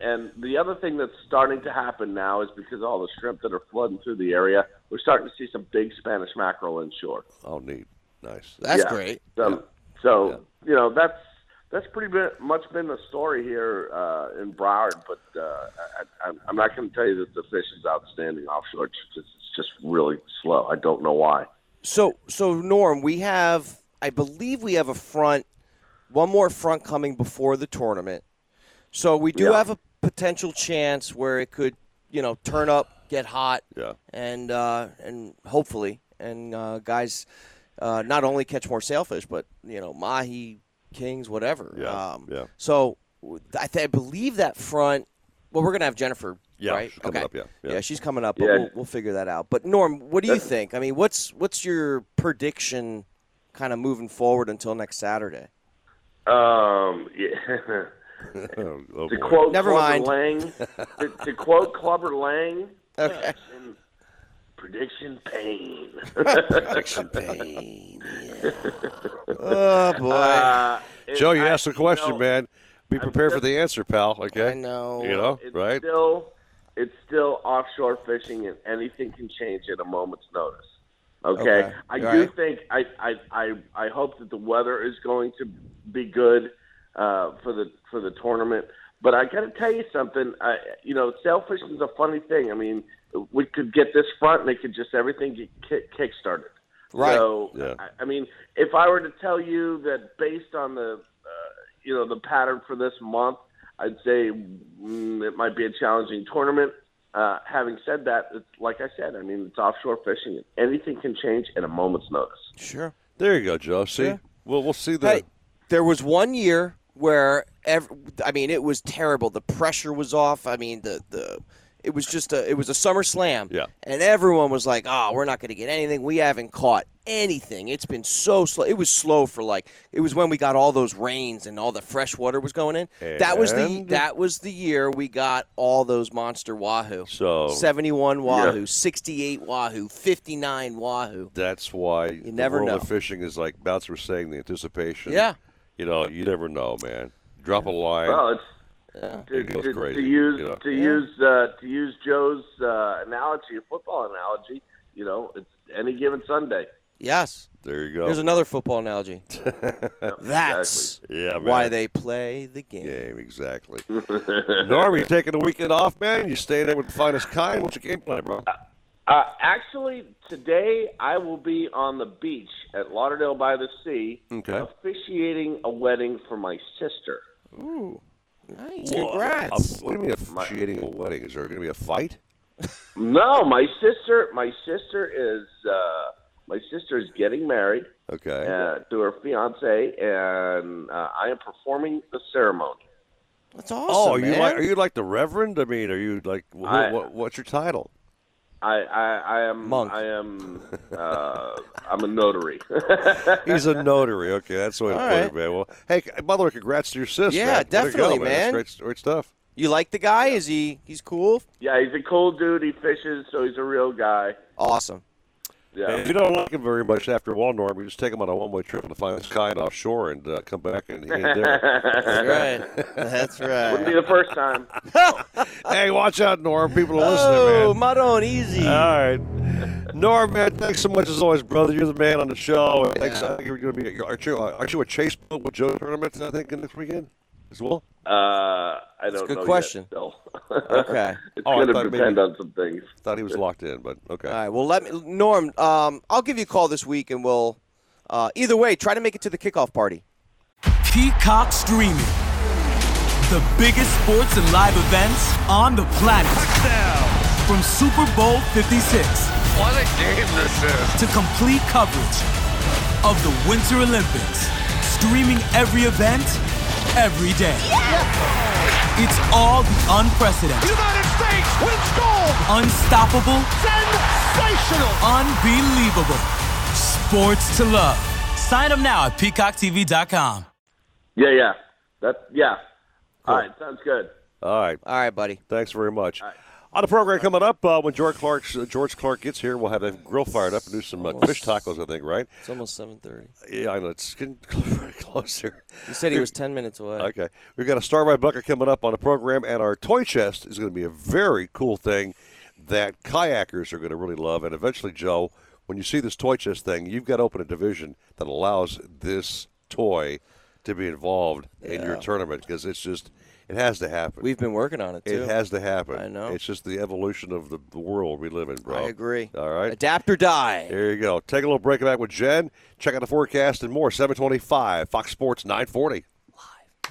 Speaker 44: And the other thing that's starting to happen now is because of all the shrimp that are flooding through the area, we're starting to see some big Spanish mackerel inshore.
Speaker 4: Oh, neat, nice.
Speaker 44: Yeah. So, so you know that's that's pretty bit, much been the story here uh, in Broward. But uh, I, I, I'm not going to tell you that the fish is outstanding offshore. It's just, it's just really slow. I don't know why.
Speaker 5: So, so Norm, we have, I believe we have a front, one more front coming before the tournament. So we do
Speaker 44: Yeah.
Speaker 5: have a potential chance where it could, you know, turn up, get hot,
Speaker 4: yeah.
Speaker 5: and uh, and hopefully, and uh, guys, uh, not only catch more sailfish, but you know, mahi, kings, whatever. Yeah. Um,
Speaker 4: yeah.
Speaker 5: So I, th- I believe that front. Well, we're gonna have Jennifer.
Speaker 4: Yeah,
Speaker 5: right?
Speaker 4: she's coming
Speaker 5: Okay.
Speaker 4: up, yeah, yeah. Uh,
Speaker 5: she's coming up. But
Speaker 4: Yeah.
Speaker 5: we'll, we'll figure that out. But Norm, what do you think? I mean, what's what's your prediction, kind of moving forward until next Saturday?
Speaker 44: Um, yeah.
Speaker 4: Oh, oh
Speaker 44: to
Speaker 4: boy.
Speaker 44: quote
Speaker 5: Never
Speaker 44: Clubber
Speaker 5: mind.
Speaker 44: Lang, to, to quote Clubber Lang,
Speaker 5: Okay.
Speaker 44: in prediction pain.
Speaker 4: Prediction
Speaker 44: pain.
Speaker 4: Oh
Speaker 44: boy. Uh, it-
Speaker 4: Joe, you
Speaker 44: I-
Speaker 4: asked the
Speaker 44: you
Speaker 4: question,
Speaker 44: know,
Speaker 4: man. Be prepared for the answer, pal. Okay. I
Speaker 5: know.
Speaker 4: You know,
Speaker 44: it's
Speaker 4: right?
Speaker 44: Still, it's still offshore fishing, and anything can change at a moment's notice. Okay,
Speaker 4: Okay.
Speaker 44: I
Speaker 4: All
Speaker 44: do
Speaker 4: right.
Speaker 44: think I, I I I hope that the weather is going to be good uh, for the for the tournament. But I got to tell you something. I you know, sailfishing is a funny thing. I mean, we could get this front, and it could just everything get kick, kick started.
Speaker 4: Right.
Speaker 44: So,
Speaker 4: Yeah.
Speaker 44: I, I mean, if I were to tell you that based on the uh, you know the pattern for this month, I'd say mm, it might be a challenging tournament. Uh, having said that, it's, like I said, I mean it's offshore fishing. Anything can change at a moment's notice.
Speaker 5: Sure.
Speaker 4: There you go, Joe. See, we'll we'll see the.
Speaker 5: Hey, there was one year where ev I mean, it was terrible. The pressure was off. I mean, the the it was just a it was a summer slam. Yeah. And everyone was like, "Oh, we're not going to get anything. We haven't caught anything. It's been so slow. It was slow for like it was when we got all those rains and all the fresh water was going in. That was the
Speaker 4: And-
Speaker 5: that was the year we got all those monster wahoo.
Speaker 4: So
Speaker 5: 71 wahoo,
Speaker 4: Yeah.
Speaker 5: 68 wahoo, 59 wahoo.
Speaker 4: That's why you
Speaker 5: never
Speaker 4: the world
Speaker 5: know.
Speaker 4: of fishing is like Bouncer was saying, the anticipation.
Speaker 5: Yeah.
Speaker 4: You know, you never know, man. Drop a line.
Speaker 44: Well, it's
Speaker 4: it
Speaker 44: to,
Speaker 4: goes
Speaker 44: to-
Speaker 4: crazy.
Speaker 44: to use
Speaker 4: you know.
Speaker 44: to use uh, to use Joe's uh, analogy, football analogy. You know, it's any given Sunday.
Speaker 5: Yes.
Speaker 4: There you go.
Speaker 5: There's another football analogy. That's
Speaker 4: yeah, man.
Speaker 5: why they play the game.
Speaker 4: Game exactly. Norm, you taking the weekend off, man? You staying there with the finest kind? What's your game plan, bro?
Speaker 44: Uh, actually, today I will be on the beach at Lauderdale by the Sea,
Speaker 4: Okay.
Speaker 44: officiating a wedding for my sister.
Speaker 5: Ooh, nice.
Speaker 4: Congrats. what do you mean officiating a wedding? Is there going to be a fight?
Speaker 44: No, Oh, my sister, my sister is uh, my sister is getting married
Speaker 4: Okay.
Speaker 44: uh, to her fiance, and uh, I am performing the ceremony.
Speaker 5: That's
Speaker 4: oh, are you like are you like the Reverend? I mean, are you like wh- wh-
Speaker 44: I-
Speaker 4: what, what's your title?
Speaker 44: I, I, I am I am uh, I'm a notary.
Speaker 4: He's a notary. Okay, that's the way to
Speaker 44: All
Speaker 4: put
Speaker 44: right.
Speaker 4: it, man. Well, hey, c- by the way, congrats to your sister.
Speaker 44: Yeah,
Speaker 5: definitely, man.
Speaker 4: That's great, great stuff.
Speaker 5: You like the guy? Is he? He's cool.
Speaker 44: yeah, he's a cool dude. He fishes, so he's a real guy.
Speaker 5: Awesome.
Speaker 44: Yeah.
Speaker 4: If you don't like him very much after one, Norm, you just take him on a one-way trip to the finest kind offshore and uh, come back and he ain't there.
Speaker 5: That's right. That's right.
Speaker 44: Wouldn't be the first time.
Speaker 4: hey, watch out, Norm. People are listening, man.
Speaker 5: Oh, Maron, easy.
Speaker 4: All right. Norm, man, thanks so much as always, brother. You're the man on the show. And Thanks. I think you're going to be. Aren't you, uh, aren't you a Chase Boat with Joe tournament, I think, next weekend as well?
Speaker 44: Uh, I don't
Speaker 4: That's a good
Speaker 44: know yet,
Speaker 4: question.
Speaker 44: still.
Speaker 4: Okay.
Speaker 44: it's
Speaker 4: Oh, I
Speaker 44: going
Speaker 4: thought
Speaker 44: to
Speaker 4: maybe-
Speaker 44: depend on some things.
Speaker 4: Thought he was locked in, but okay.
Speaker 5: All right. Well, let me, Norm. Um, I'll give you a call this week, and we'll. Uh, either way, try to make it to the kickoff party.
Speaker 2: Peacock Streaming. The biggest sports and live events on the planet. From Super Bowl 56
Speaker 3: What a game this is.
Speaker 2: to complete coverage of the Winter Olympics. Streaming every event, every day. It's all the unprecedented. United States wins gold! Unstoppable. Sensational. Unbelievable. Sports to love. Sign up now at peacocktv.com.
Speaker 44: Yeah, yeah. That yeah. All right, sounds good.
Speaker 4: All right.
Speaker 5: All right, buddy.
Speaker 4: Thanks very much. On the program coming up, uh, when George Clark's, uh, George Clark gets here, we'll have that grill fired up and do some uh, fish tacos, I think, right?
Speaker 5: It's almost seven thirty.
Speaker 4: Yeah, I know. It's getting very close here.
Speaker 5: You said he was ten minutes away.
Speaker 4: Okay. We've got a Star by Bucket coming up on the program, and our toy chest is going to be a very cool thing that kayakers are going to really love. And eventually, Joe, when you see this toy chest thing, you've got to open a division that allows this toy to be involved in your
Speaker 5: Yeah.
Speaker 4: tournament because it's just, it has to happen.
Speaker 5: We've been working on it too.
Speaker 4: It has to happen.
Speaker 5: I know.
Speaker 4: It's just the evolution of the, the world we live in, bro.
Speaker 5: I agree.
Speaker 4: All right.
Speaker 5: Adapt or die.
Speaker 4: There you go. Take a little break back with Jen. Check out the forecast and more. 725, Fox Sports 940.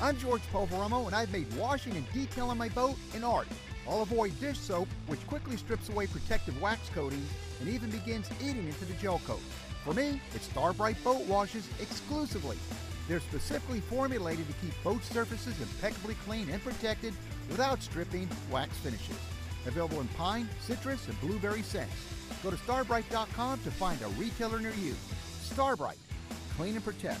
Speaker 21: I'm George Poveromo, and I've made washing and detailing my boat an art. I'll avoid dish soap, which quickly strips away protective wax coating and even begins eating into the gel coat. For me, it's Star Bright Boat Washes exclusively. They're specifically formulated to keep boat surfaces impeccably clean and protected without stripping wax finishes. Available in pine, citrus, and blueberry scents. Go to starbright.com to find a retailer near you. Starbright, clean and protect.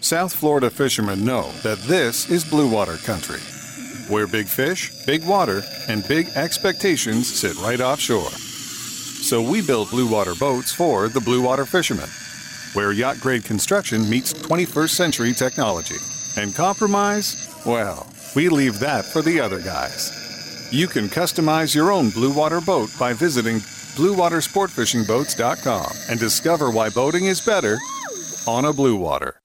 Speaker 10: South Florida fishermen know that this is blue water country, where big fish, big water, and big expectations sit right offshore. So we build blue water boats for the blue water fishermen, where yacht grade construction meets 21st century technology. And compromise? Well, we leave that for the other guys. You can customize your own blue water boat by visiting bluewatersportfishingboats.com and discover why boating is better on a blue water.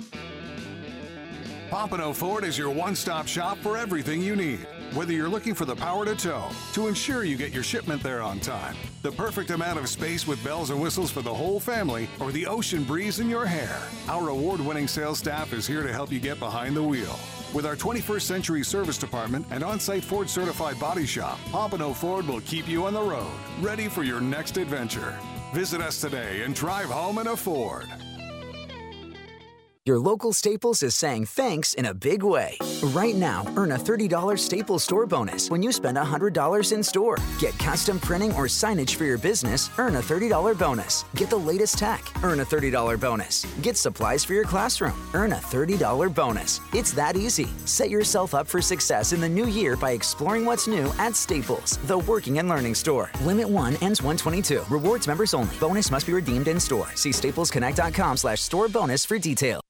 Speaker 10: Pompano Ford is your one stop shop for everything you need. Whether you're looking for the power to tow, to ensure you get your shipment there on time, the perfect amount of space with bells and whistles for the whole family, or the ocean breeze in your hair, our award winning sales staff is here to help you get behind the wheel. With our 21st Century Service Department and on site Ford certified body shop, Pompano Ford will keep you on the road, ready for your next adventure. Visit us today and drive home in a Ford.
Speaker 11: Your local Staples is saying thanks in a big way. Right now, earn a $30 Staples store bonus when you spend $100 in store. Get custom printing or signage for your business, earn a $30 bonus. Get the latest tech, earn a $30 bonus. Get supplies for your classroom, earn a $30 bonus. It's that easy. Set yourself up for success in the new year by exploring what's new at Staples, the working and learning store. Limit 1 ends 122. Rewards members only. Bonus must be redeemed in store. See staplesconnect.com slash store bonus for details.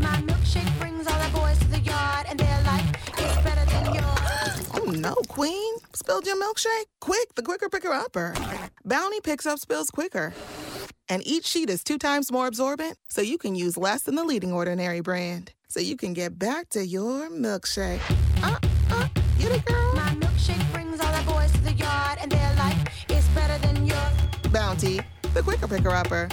Speaker 45: My milkshake brings all the boys to the yard, and they're like, it's better than yours.
Speaker 46: Oh no, Queen. Spilled your milkshake? Quick, the quicker picker upper. Bounty picks up spills quicker. And each sheet is two times more absorbent, so you can use less than the leading ordinary brand. So you can get back to your milkshake. Uh, uh, you the girl?
Speaker 45: My milkshake brings all the boys to the yard, and they're like, it's better than yours.
Speaker 46: Bounty, the quicker picker upper.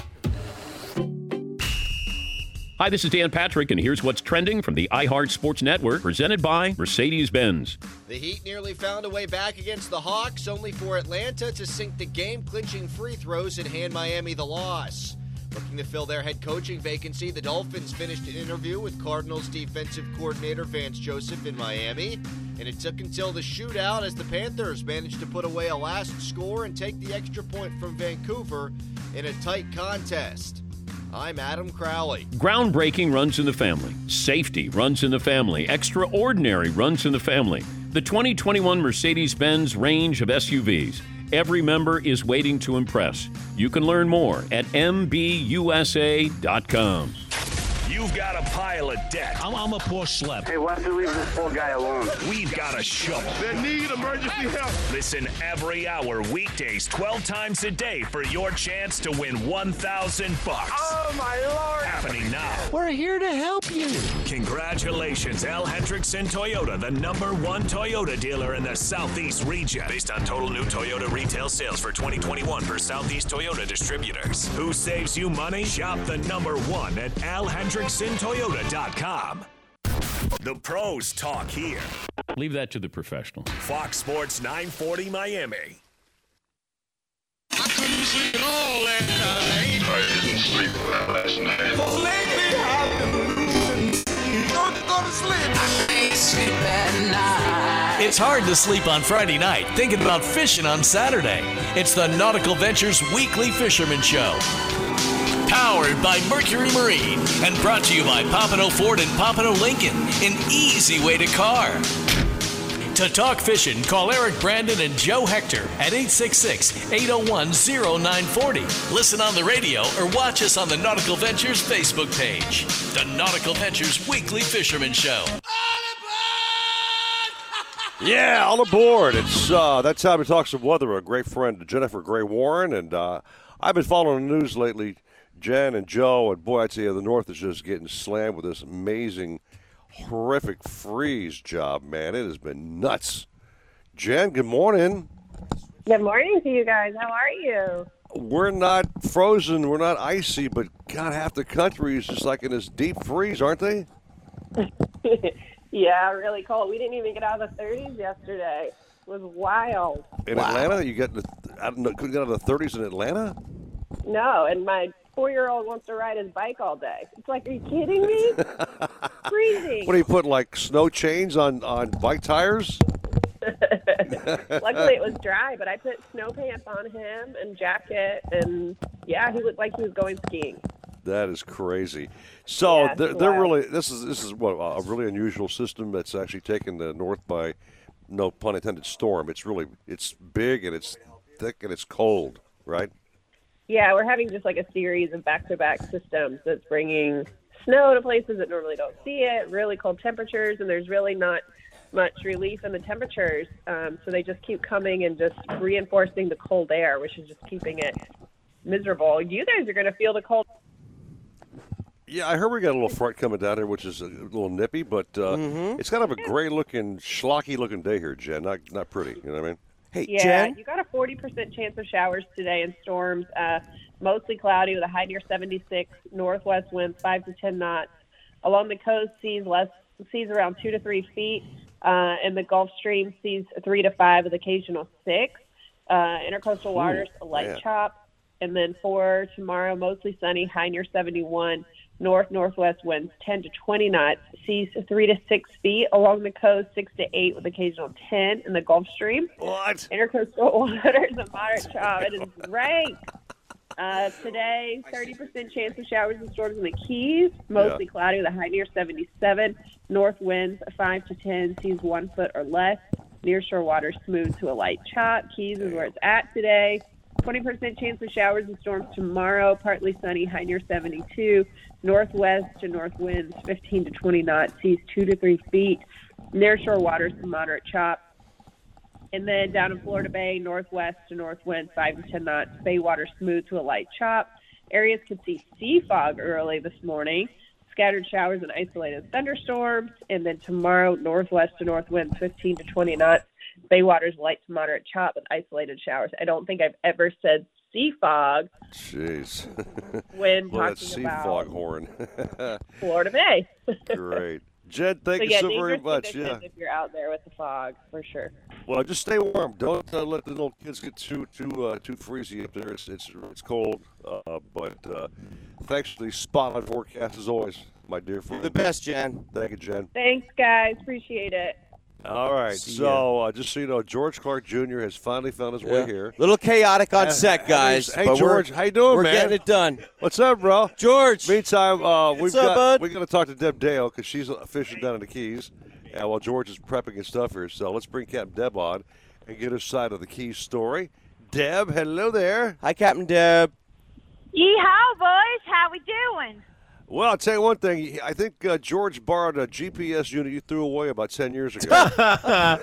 Speaker 17: Hi, this is Dan Patrick, and here's what's trending from the iHeart Sports Network, presented by Mercedes Benz.
Speaker 27: The Heat nearly found a way back against the Hawks, only for Atlanta to sink the game clinching free throws and hand Miami the loss. Looking to fill their head coaching vacancy, the Dolphins finished an interview with Cardinals defensive coordinator Vance Joseph in Miami, and it took until the shootout as the Panthers managed to put away a last score and take the extra point from Vancouver in a tight contest. I'm Adam Crowley.
Speaker 17: Groundbreaking runs in the family. Safety runs in the family. Extraordinary runs in the family. The 2021 Mercedes Benz range of SUVs. Every member is waiting to impress. You can learn more at MBUSA.com.
Speaker 16: You've got a pile of debt. I'm, I'm a poor schlep.
Speaker 5: Hey, why don't you leave this poor guy alone?
Speaker 16: We've got a shovel.
Speaker 5: They need emergency help.
Speaker 16: Listen every hour, weekdays, 12 times a day for your chance to win 1,000 bucks.
Speaker 5: Oh, my lord.
Speaker 16: Happening now.
Speaker 5: We're here to help you.
Speaker 16: Congratulations, Al Hendrickson Toyota, the number one Toyota dealer in the Southeast region. Based on total new Toyota retail sales for 2021 for Southeast Toyota distributors. Who saves you money? Shop the number one at Al HendricksonToyota.com. The pros talk here.
Speaker 17: Leave that to the professional.
Speaker 16: Fox Sports 940 Miami.
Speaker 1: It's hard to sleep on Friday night thinking about fishing on Saturday. It's the Nautical Ventures Weekly Fisherman Show. Powered by Mercury Marine and brought to you by Pompano Ford and Pompano Lincoln, an easy way to car. To talk fishing, call Eric Brandon and Joe Hector at 866 801 0940. Listen on the radio or watch us on the Nautical Ventures Facebook page. The Nautical Ventures Weekly Fisherman Show.
Speaker 4: Yeah, all aboard. It's uh, that time to talk some weather. A great friend, Jennifer Gray Warren, and uh, I've been following the news lately, Jen and Joe, and boy, I'd say the North is just getting slammed with this amazing, horrific freeze job, man. It has been nuts. Jen, good morning.
Speaker 34: Good morning to you guys. How are you?
Speaker 4: We're not frozen, we're not icy, but God, half the country is just like in this deep freeze, aren't they?
Speaker 34: Yeah, really cold. We didn't even get out of the 30s yesterday. It was wild.
Speaker 4: In Atlanta, you get in the, I don't know, couldn't get out of the 30s in Atlanta.
Speaker 34: No, and my four-year-old wants to ride his bike all day. It's like, are you kidding me? Freezing.
Speaker 4: What do you put like snow chains on on bike tires?
Speaker 34: Luckily, it was dry, but I put snow pants on him and jacket, and yeah, he looked like he was going skiing.
Speaker 4: That is crazy. So
Speaker 34: Yeah, it's
Speaker 4: they're, they're
Speaker 34: wild.
Speaker 4: really this is this is what a really unusual system that's actually taken the north by no pun intended storm. It's really it's big and it's thick and it's cold, right?
Speaker 34: Yeah, we're having just like a series of back-to-back systems that's bringing snow to places that normally don't see it, really cold temperatures, and there's really not much relief in the temperatures. Um, so they just keep coming and just reinforcing the cold air, which is just keeping it miserable. You guys are going to feel the cold
Speaker 4: Yeah, I heard we got a little front coming down here, which is a little nippy, but uh, it's kind of a gray looking, schlocky looking day here, Jen. Not not pretty. You know what I mean?
Speaker 34: yeah, you got a 40% chance of showers today and storms. Uh, mostly cloudy with a high near 76, northwest winds 5 to 10 knots. Along the coast, seas less seas around 2 to 3 feet. Uh, and the Gulf Stream seas 3 to 5 with occasional 6. Uh, intercoastal
Speaker 8: Ooh,
Speaker 34: waters, a light
Speaker 8: man.
Speaker 34: chop. And then for tomorrow, mostly sunny, high near 71. North northwest winds 10 to 20 knots, seas 3 to 6 feet along the coast, 6 to 8 with occasional 10 in the Gulf Stream.
Speaker 4: What?
Speaker 34: Intercoastal waters, a moderate chop. It is great. Uh, today, 30% chance of showers and storms in the Keys, mostly
Speaker 31: Yeah.
Speaker 34: cloudy with a high near 77. North winds 5 to 10, seas 1 foot or less. Near shore waters smooth to a light chop. Keys is where it's at today. 20% chance of showers and storms tomorrow, partly sunny, high near 72. Northwest to north winds 15 to 20 knots, seas 2 to 3 feet. Near shore waters to moderate chop. And then down in Florida Bay, northwest to north winds 5 to 10 knots, bay water smooth to a light chop. Areas could see sea fog early this morning, scattered showers and isolated thunderstorms. And then tomorrow, northwest to north winds 15 to 20 knots, bay waters light to moderate chop with isolated showers. I don't think I've ever said sea fog
Speaker 4: Jeez.
Speaker 34: When
Speaker 4: Blow that
Speaker 34: talking
Speaker 4: sea
Speaker 34: about-
Speaker 4: fog horn.
Speaker 34: Florida Bay.
Speaker 4: Great. Jen, thank
Speaker 34: So,
Speaker 4: you
Speaker 34: yeah,
Speaker 4: so very
Speaker 34: dangerous
Speaker 4: much. Yeah.
Speaker 34: conditions If you're out there with the fog, for sure.
Speaker 4: Well, just stay warm. Don't uh, let the little kids get too too uh, too freezy up there. It's it's, it's cold. Uh, but uh, thanks for the spot on forecast as always, my dear friend. the
Speaker 5: best, Jen.
Speaker 4: Thank you, Jen.
Speaker 34: Thanks, guys. Appreciate it.
Speaker 4: All right. so uh, just so you know, George Clark Jr. has finally found his way
Speaker 5: Yeah.
Speaker 4: here.
Speaker 5: Little chaotic on
Speaker 4: Uh,
Speaker 5: set, guys.
Speaker 4: Hey,
Speaker 5: but we're-
Speaker 4: George, how you doing,
Speaker 5: we're
Speaker 4: man?
Speaker 5: getting it done.
Speaker 4: What's up, bro?
Speaker 5: George.
Speaker 4: Meantime, uh, we've
Speaker 5: What's
Speaker 4: got
Speaker 5: up, bud?
Speaker 4: we're gonna talk to Deb Dale because she's uh, fishing down in the Keys, and while George is prepping his stuff here, so let's bring Captain Deb on and get her side of the Keys story. Deb, hello there.
Speaker 5: Hi, Captain Deb.
Speaker 47: Yeehaw, boys! How we doing?
Speaker 4: Well, I'll tell you one thing. I think uh, George borrowed a GPS unit you threw away about ten years ago. uh,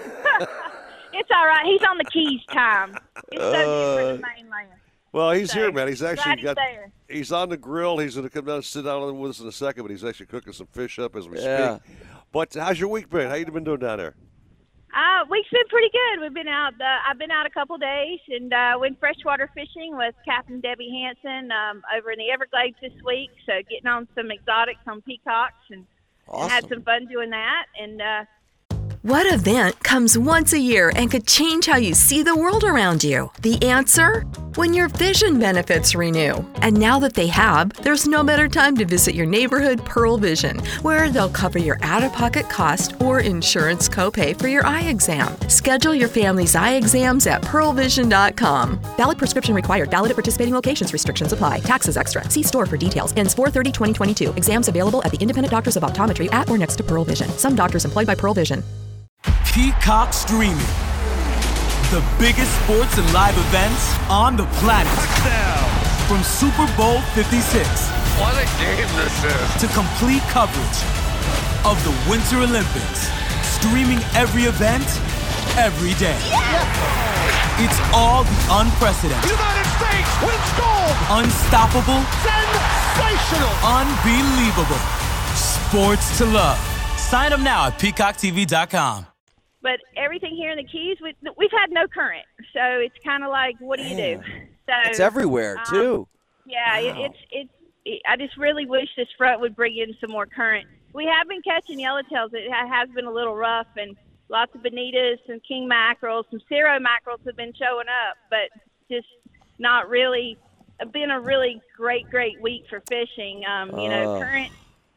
Speaker 47: It's all right. He's on the keys time. It's so different than mainland.
Speaker 4: Uh, well, he's
Speaker 47: So,
Speaker 4: here, man. He's actually
Speaker 47: right
Speaker 4: got.
Speaker 47: there.
Speaker 4: He's on the grill. He's going to come down and sit down with us in a second, but he's actually cooking some fish up as we
Speaker 5: Yeah.
Speaker 4: speak. But how's your week been? How you been doing down there?
Speaker 47: Uh, week's been pretty good. We've been out. Uh, I've been out a couple days and uh, went freshwater fishing with Captain Debbie Hansen um, over in the Everglades this week. So getting on some exotics on peacocks and, and had some fun doing that. And uh,
Speaker 18: What event comes once a year and could change how you see the world around you? The answer? When your vision benefits renew. And now that they have, there's no better time to visit your neighborhood Pearl Vision, where they'll cover your out of pocket cost or insurance copay for your eye exam. Schedule your family's eye exams at pearlvision.com. Valid prescription required, valid at participating locations, restrictions apply, taxes extra. See store for details. Ends 4 2022. Exams available at the independent doctors of optometry at or next to Pearl Vision. Some doctors employed by Pearl Vision.
Speaker 2: Peacock Streaming. The biggest sports and live events on the planet. From Super Bowl 56
Speaker 9: What a game this is.
Speaker 2: to complete coverage of the Winter Olympics. Streaming every event, every day. It's all the unprecedented. United States wins gold! Unstoppable. Sensational. Unbelievable. Sports to love. Sign up now at peacocktv.com.
Speaker 47: but everything here in the Keys, we, we've had no current. So it's kind of like, what do you do? So
Speaker 5: It's everywhere,
Speaker 47: um,
Speaker 5: too.
Speaker 47: Yeah, it it's it's. It, I just really wish this front would bring in some more current. We have been catching yellowtails. It ha- has been a little rough, and lots of bonitas, some king mackerel, some cirro mackerels have been showing up, but just not really. It's been a really great, great week for fishing. Um, you know,
Speaker 5: Uh.
Speaker 47: current.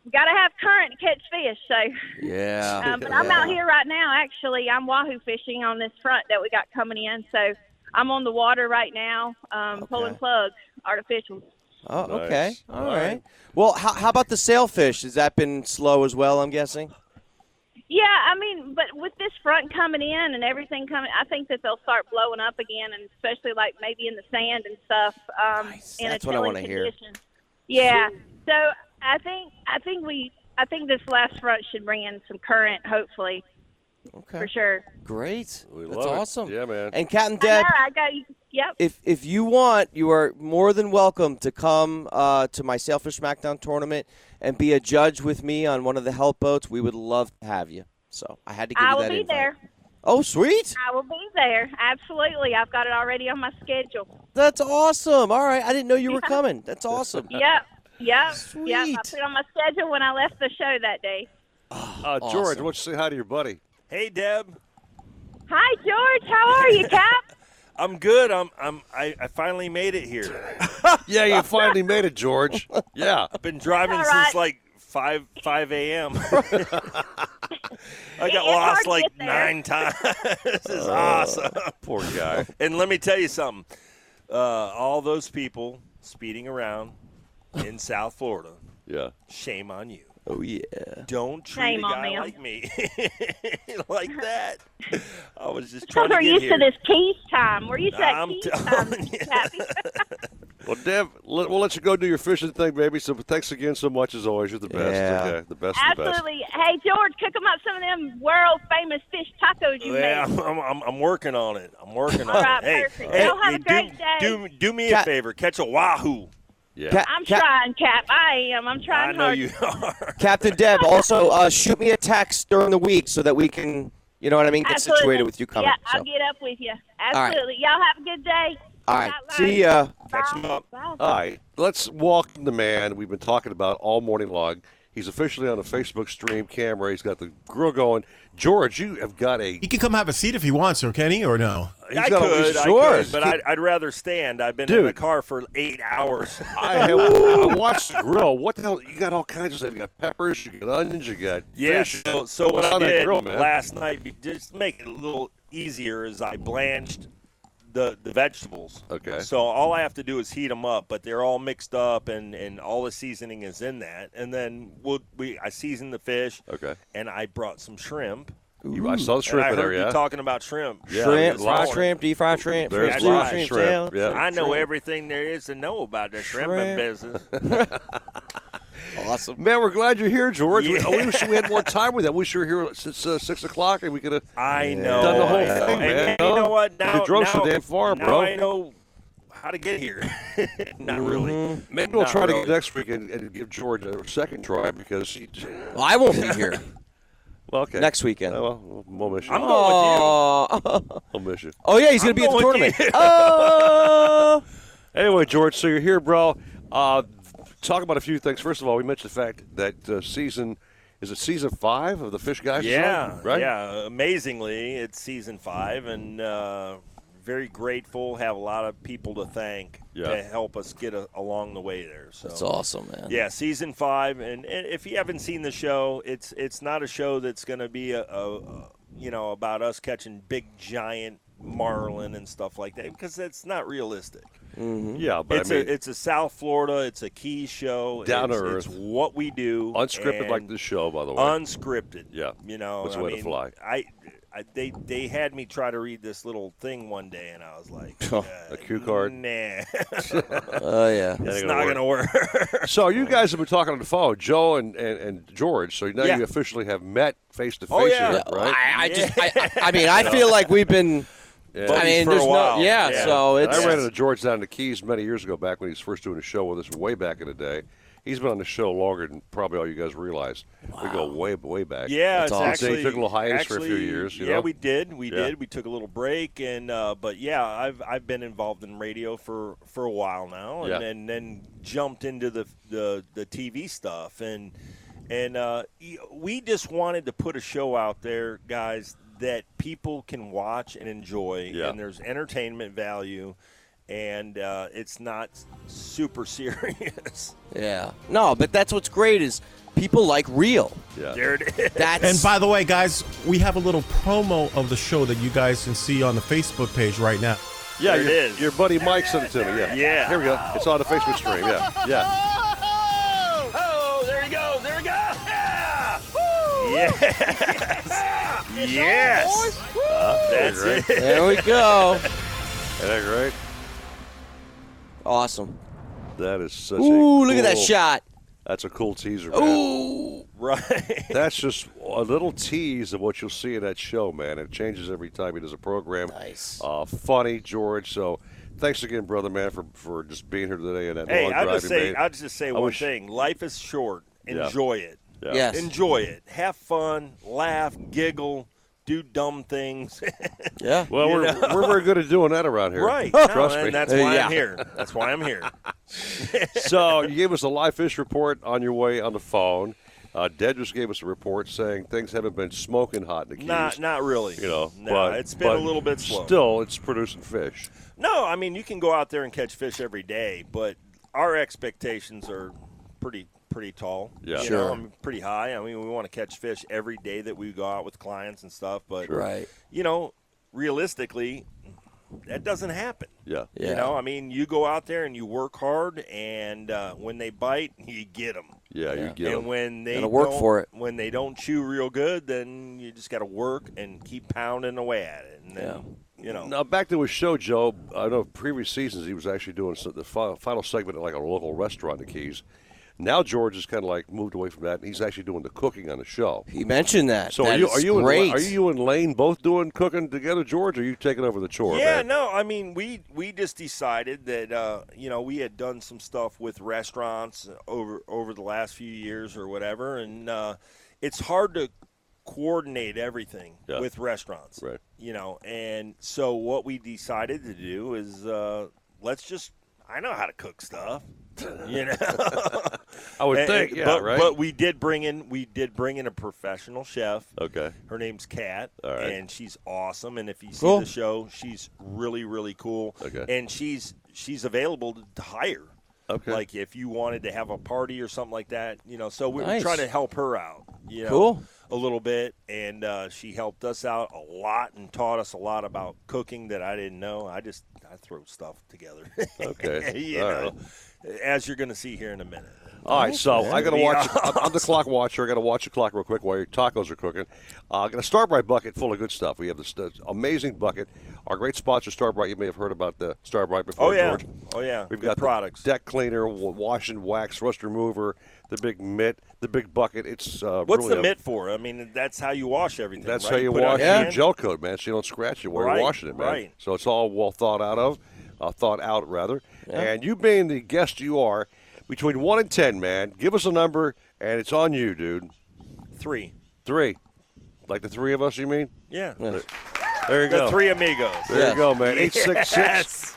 Speaker 47: You gotta have current to catch fish. So
Speaker 5: Yeah.
Speaker 47: um, but I'm out here right now. Actually, I'm wahoo fishing on this front that we got coming in. So I'm on the water right now, um, pulling plugs, artificial.
Speaker 5: Oh,
Speaker 47: Nice.
Speaker 5: okay.
Speaker 47: All
Speaker 5: All
Speaker 47: right.
Speaker 5: right. Well, how, how about the sailfish? Has that been slow as well? I'm guessing.
Speaker 47: Yeah, I mean, but with this front coming in and everything coming, I think that they'll start blowing up again, and especially like maybe in the sand and stuff. Um, in
Speaker 5: That's
Speaker 47: a
Speaker 5: what I
Speaker 47: chilly
Speaker 5: want to hear.
Speaker 47: condition. Yeah. So I think I think we I think this last front should bring in some current, hopefully,
Speaker 5: okay.
Speaker 47: for sure.
Speaker 5: Great.
Speaker 4: We
Speaker 5: That's
Speaker 4: love it.
Speaker 5: awesome.
Speaker 4: Yeah, man.
Speaker 5: And Captain
Speaker 47: I
Speaker 5: Deb.
Speaker 47: know, I got you. Yep.
Speaker 5: if if you want, you are more than welcome to come uh, to my Sailfish SmackDown tournament and be a judge with me on one of the help boats. We would love to have you. So I had to give
Speaker 47: I
Speaker 5: you
Speaker 47: will
Speaker 5: that
Speaker 47: be
Speaker 5: invite.
Speaker 47: there.
Speaker 5: Oh, sweet!
Speaker 47: I will be there. Absolutely. I've got it already on my schedule.
Speaker 5: That's awesome. All right, I didn't know you were coming. That's awesome.
Speaker 47: Yep. Yep. Yep. I put it on my schedule when I left the show that day.
Speaker 4: Uh, George,
Speaker 5: Awesome.
Speaker 4: why don't you say hi to your buddy?
Speaker 20: Hey, Deb.
Speaker 47: Hi, George. How are you, Cap?
Speaker 20: I'm good. I'm. I'm. I, I finally made it here.
Speaker 4: yeah, you finally made it, George. Yeah.
Speaker 20: I've been driving
Speaker 47: All
Speaker 20: since
Speaker 47: right.
Speaker 20: like five five a.m. I
Speaker 47: It- it's
Speaker 20: got
Speaker 47: hard
Speaker 20: lost
Speaker 47: to
Speaker 20: like
Speaker 47: get there.
Speaker 20: nine times. this is awesome.
Speaker 4: Uh, Poor guy.
Speaker 20: And let me tell you something. Uh, all those people speeding around in South Florida.
Speaker 4: Yeah.
Speaker 20: Shame on you.
Speaker 5: Oh yeah.
Speaker 20: Don't treat
Speaker 47: Shame
Speaker 20: a
Speaker 47: on
Speaker 20: guy
Speaker 47: them.
Speaker 20: like me like that. I was just
Speaker 47: So
Speaker 20: trying
Speaker 47: we're
Speaker 20: to get
Speaker 47: used
Speaker 20: here.
Speaker 47: to this keys time. We're used to that
Speaker 20: I'm
Speaker 47: keys
Speaker 20: telling
Speaker 47: time. Happy.
Speaker 4: Well, Deb, let, we'll let you go do your fishing thing, baby. So thanks again so much as always. You're the best.
Speaker 5: Yeah.
Speaker 4: Okay, the best. of the best.
Speaker 47: Absolutely. Hey, George, cook 'em up some of them world famous fish tacos you
Speaker 20: Yeah,
Speaker 47: made.
Speaker 20: I'm, I'm, I'm- I'm working on it. I'm working
Speaker 47: All
Speaker 20: on
Speaker 47: right,
Speaker 20: it. Hey,
Speaker 47: perfect.
Speaker 20: hey,
Speaker 47: Y'all have a
Speaker 20: do-
Speaker 47: great day.
Speaker 20: Do, do me a
Speaker 47: Cat-
Speaker 20: favor. Catch a wahoo.
Speaker 4: Yeah.
Speaker 47: I'm trying, Cap. I am. I'm trying
Speaker 20: I know
Speaker 47: hard.
Speaker 20: you are.
Speaker 5: Captain Deb, also uh, shoot me a text during the week so that we can, you know what I mean, get
Speaker 47: Absolutely.
Speaker 5: situated with you coming.
Speaker 47: Yeah,
Speaker 5: so.
Speaker 47: I'll get up with you.
Speaker 5: All right.
Speaker 47: Absolutely. Y'all have a good day.
Speaker 5: All right.
Speaker 47: Hotline.
Speaker 5: See ya.
Speaker 4: Catch
Speaker 47: Bye.
Speaker 4: him up.
Speaker 47: Bye.
Speaker 4: All right, let's walk the man we've been talking about all morning long. He's officially on a Facebook stream camera. He's got the grill going. George, you have got a.
Speaker 6: He can come have a seat if he wants to, can he, or no?
Speaker 20: I
Speaker 4: got a-
Speaker 20: could, I
Speaker 4: sure.
Speaker 20: could, but I'd, I'd rather stand. I've been in the
Speaker 4: Dude.
Speaker 20: car for eight hours.
Speaker 4: I have I watched the grill. oh, What the hell? You got all kinds of stuff. You got peppers. You got onions. You got
Speaker 20: Yeah.
Speaker 4: fish.
Speaker 20: So, so what
Speaker 4: It's
Speaker 20: I
Speaker 4: on that
Speaker 20: did
Speaker 4: grill, man.
Speaker 20: last night, be- just to make it a little easier, is I blanched the the vegetables.
Speaker 4: Okay.
Speaker 20: So all I have to do is heat them up, but they're all mixed up, and and all the seasoning is in that. And then we'll we I season the fish.
Speaker 4: Okay.
Speaker 20: And I brought some shrimp.
Speaker 4: You- I saw the
Speaker 20: And
Speaker 4: shrimp
Speaker 20: I
Speaker 4: in there.
Speaker 20: heard you
Speaker 4: Yeah.
Speaker 20: talking about shrimp.
Speaker 4: Yeah,
Speaker 5: shrimp,
Speaker 4: there's
Speaker 5: fried
Speaker 4: lots.
Speaker 5: shrimp, deep fried shrimp.
Speaker 4: There's
Speaker 5: fried
Speaker 4: lots of
Speaker 5: shrimp,
Speaker 4: shrimp,
Speaker 5: tail,
Speaker 4: yeah.
Speaker 20: I know
Speaker 5: shrimp.
Speaker 20: everything there is to know about the
Speaker 5: Shrimp.
Speaker 20: shrimp business.
Speaker 5: Awesome.
Speaker 4: Man, we're glad you're here, George. We-
Speaker 20: Yeah.
Speaker 4: We, wish we had more time with that. We sure were here since uh, six o'clock, and we could have
Speaker 20: I know.
Speaker 4: done the whole
Speaker 20: I know.
Speaker 4: thing,
Speaker 20: Hey,
Speaker 4: man.
Speaker 20: man, you know what? Now,
Speaker 4: you drove
Speaker 20: now,
Speaker 4: so damn far,
Speaker 20: now
Speaker 4: bro. Mm-hmm.
Speaker 20: I know how to get here. Not really.
Speaker 4: Maybe we'll
Speaker 20: Not
Speaker 4: try to
Speaker 20: really.
Speaker 4: get next week and, and give George a second try because he,
Speaker 5: Well, I won't be here.
Speaker 4: well, okay.
Speaker 5: Next weekend.
Speaker 4: Oh, well, we'll miss you.
Speaker 20: I'm going
Speaker 5: Oh.
Speaker 4: We'll miss you.
Speaker 5: oh yeah, he's gonna
Speaker 20: I'm
Speaker 5: be at the
Speaker 20: going
Speaker 5: tournament.
Speaker 20: with you.
Speaker 5: Oh.
Speaker 4: Anyway, George, so you're here, bro. Uh, talk about a few things. First of all, we mentioned the fact that uh, season is it season five of the Fish Guys? show,
Speaker 20: Yeah,
Speaker 4: right.
Speaker 20: Yeah, amazingly, it's season five, and uh, very grateful. Have a lot of people to thank
Speaker 5: Yeah.
Speaker 20: to help us get a, along the way there. So
Speaker 5: That's awesome, man.
Speaker 20: Yeah, season five, and, and if you haven't seen the show, it's it's not a show that's going to be a, a, a you know about us catching big giant marlin and stuff like that because that's not realistic.
Speaker 4: Yeah, but
Speaker 20: it's
Speaker 4: I mean,
Speaker 20: a it's a South Florida, it's a key show,
Speaker 4: Down to
Speaker 20: it's, it's
Speaker 4: earth.
Speaker 20: what we do,
Speaker 4: unscripted like
Speaker 20: and-
Speaker 4: this show, by the way.
Speaker 20: unscripted.
Speaker 4: Yeah.
Speaker 20: you know,
Speaker 4: That's the
Speaker 20: I
Speaker 4: way to
Speaker 20: mean,
Speaker 4: fly.
Speaker 20: I, I, they, they had me try to read this little thing one day, and I was like,
Speaker 4: Oh, a cue card.
Speaker 20: Nah, it's
Speaker 5: Oh yeah.
Speaker 4: That ain't
Speaker 20: not gonna work.
Speaker 4: So you guys have been talking on the phone, Joe and, and, and George. So now
Speaker 20: Yeah.
Speaker 4: you officially have met face to
Speaker 20: Oh,
Speaker 4: face,
Speaker 20: yeah.
Speaker 4: here, right?
Speaker 5: I, I just, I, I- I mean, I feel like we've been.
Speaker 4: Yeah.
Speaker 5: I mean,
Speaker 20: For a
Speaker 5: there's no,
Speaker 20: while.
Speaker 5: yeah,
Speaker 20: Yeah.
Speaker 5: So
Speaker 4: And
Speaker 5: it's.
Speaker 4: I ran into George down in the Keys many years ago, back when he was first doing a show with us, way back in the day. He's been on the show longer than probably all you guys realize. We go way, way back.
Speaker 20: Yeah, it's
Speaker 4: So
Speaker 20: actually
Speaker 4: you took a little hiatus for a few
Speaker 20: actually-
Speaker 4: years. You
Speaker 20: yeah,
Speaker 4: know?
Speaker 20: we did. We
Speaker 4: Yeah.
Speaker 20: did. We took a little break, and uh, but yeah, I've I've been involved in radio for for a while now, and,
Speaker 4: Yeah.
Speaker 20: and then jumped into the the, the TV stuff, and and uh, y- we just wanted to put a show out there, guys, that people can watch and enjoy,
Speaker 4: Yeah.
Speaker 20: and there's entertainment value. And uh, it's not super serious.
Speaker 5: Yeah. No, but that's what's great is people like real.
Speaker 4: Yeah.
Speaker 20: There it is.
Speaker 5: That's
Speaker 6: And by the way, guys, we have a little promo of the show that you guys can see on the Facebook page right now.
Speaker 4: yeah,
Speaker 20: there it
Speaker 4: your,
Speaker 20: is.
Speaker 4: your buddy Mike sent it to me. Yeah.
Speaker 20: Yeah.
Speaker 4: Here we go. It's on the Facebook stream. Yeah. Yeah.
Speaker 20: Oh, there you go. There you go. Yeah. Yes. yes. Uh, That's
Speaker 4: Right.
Speaker 20: it.
Speaker 5: there we go.
Speaker 4: Isn't that great?
Speaker 5: Awesome.
Speaker 4: That is such a.
Speaker 5: Ooh, look at that
Speaker 4: cool-
Speaker 5: shot.
Speaker 4: That's a cool teaser. Man. Ooh, right. That's just a little tease of what you'll see in that show, man. It changes every time he does a program. Nice, uh, funny, George. So, thanks again, brother, man, for, for just being here today and that
Speaker 20: Hey,
Speaker 4: long
Speaker 20: I'll
Speaker 4: drive
Speaker 20: just
Speaker 4: you
Speaker 20: say,
Speaker 4: made.
Speaker 20: I'll just say
Speaker 4: I
Speaker 20: one
Speaker 4: wish-
Speaker 20: thing: life is short.
Speaker 4: Yeah.
Speaker 20: Enjoy it.
Speaker 4: Yeah. Yes.
Speaker 20: Enjoy it. Have fun. Laugh. Giggle. Do dumb things.
Speaker 4: Yeah. Well,
Speaker 20: You
Speaker 4: we're,
Speaker 20: know?
Speaker 4: we're very good at doing that around here.
Speaker 20: Right. No,
Speaker 4: Trust
Speaker 20: and
Speaker 4: me.
Speaker 20: that's why I'm here. That's why I'm here.
Speaker 4: so you gave us a live fish report on your way on the phone. Uh, Ded just gave us a report saying things haven't been smoking hot in the Keys.
Speaker 20: Not- not really.
Speaker 4: You know,
Speaker 20: No,
Speaker 4: but-
Speaker 20: it's been a
Speaker 4: but
Speaker 20: little bit slow.
Speaker 4: Still, it's producing fish.
Speaker 20: No, I mean you can go out there and catch fish every day, but our expectations are pretty pretty tall.
Speaker 4: Yeah.
Speaker 20: you
Speaker 4: Sure.
Speaker 20: know, I mean, pretty high. I mean, we want to catch fish every day that we go out with clients and stuff, but
Speaker 5: Right.
Speaker 20: you know, realistically, that doesn't happen.
Speaker 4: Yeah.
Speaker 20: You know, I mean, you go out there and you work hard, and uh, when they bite, you get them.
Speaker 4: Yeah, you get
Speaker 20: and
Speaker 4: 'em.
Speaker 20: when they
Speaker 4: Gotta work
Speaker 20: don't-
Speaker 4: for it.
Speaker 20: when they don't chew real good, then you just got to work and keep pounding away at it. And then, you know,
Speaker 4: Now back to his show, Joe. I know previous seasons he was actually doing so- the fi- final segment at like a local restaurant in the Keys. Now George has kind of like moved away from that, and he's actually doing the cooking on the show.
Speaker 5: He mentioned that.
Speaker 4: So are
Speaker 5: That
Speaker 4: you
Speaker 5: is
Speaker 4: are you
Speaker 5: great.
Speaker 4: And, La- are you and Lane both doing cooking together, George? Or are you taking over the chore?
Speaker 20: yeah,
Speaker 4: man?
Speaker 20: no, I mean we we just decided that uh, you know we had done some stuff with restaurants over over the last few years or whatever, and uh, it's hard to coordinate everything
Speaker 4: Yeah.
Speaker 20: with restaurants,
Speaker 4: Right.
Speaker 20: You know, and so what we decided to do is uh, let's just I know how to cook stuff. You know,
Speaker 4: I would
Speaker 20: And-
Speaker 4: think, yeah,
Speaker 20: but,
Speaker 4: right?
Speaker 20: But we did bring in we did bring in a professional chef.
Speaker 4: Okay,
Speaker 20: her name's Kat,
Speaker 4: All right.
Speaker 20: and she's awesome. And if you
Speaker 4: Cool.
Speaker 20: see the show, she's really really cool.
Speaker 4: Okay.
Speaker 20: and she's she's available to, to hire.
Speaker 4: Okay.
Speaker 20: like if you wanted to have a party or something like that, you know. So we
Speaker 5: Nice.
Speaker 20: are trying to help her out. You know,
Speaker 5: Cool.
Speaker 20: A little bit, and uh, she helped us out a lot and taught us a lot about cooking that I didn't know. I just I throw stuff together.
Speaker 4: Okay.
Speaker 20: you
Speaker 4: All
Speaker 20: know, as you're going to see here in a minute.
Speaker 4: All right, so I gotta
Speaker 20: Yeah.
Speaker 4: watch. I'm, I'm the clock watcher. I gotta watch the clock real quick while your tacos are cooking. Uh, I'm gonna start my bucket full of good stuff. We have this uh, amazing bucket. Our great sponsor, Starbright. You may have heard about the Starbright before.
Speaker 20: Oh yeah,
Speaker 4: George.
Speaker 20: oh yeah.
Speaker 4: We've
Speaker 20: Good
Speaker 4: got
Speaker 20: product.
Speaker 4: products: deck cleaner, w- wash and wax, rust remover, the big mitt, the big bucket. It's uh,
Speaker 20: What's
Speaker 4: really
Speaker 20: the
Speaker 4: a-
Speaker 20: mitt for? I mean, that's how you wash everything.
Speaker 4: That's
Speaker 20: right?
Speaker 4: how you
Speaker 20: put it on
Speaker 4: wash
Speaker 20: your
Speaker 4: your
Speaker 20: hand.
Speaker 4: gel coat, man. So you don't scratch it while
Speaker 20: Right,
Speaker 4: you're washing it, man.
Speaker 20: right.
Speaker 4: So it's all well thought out of, uh, thought out rather. And you being the guest you are, between one and ten, man, give us a number, and it's on you, dude.
Speaker 20: Three.
Speaker 4: Three. Like the three of us, you mean?
Speaker 20: Yeah.
Speaker 4: There, there you
Speaker 20: The
Speaker 4: go.
Speaker 20: three amigos.
Speaker 4: There
Speaker 20: Yes.
Speaker 4: you go, man.
Speaker 20: Yes.
Speaker 4: 866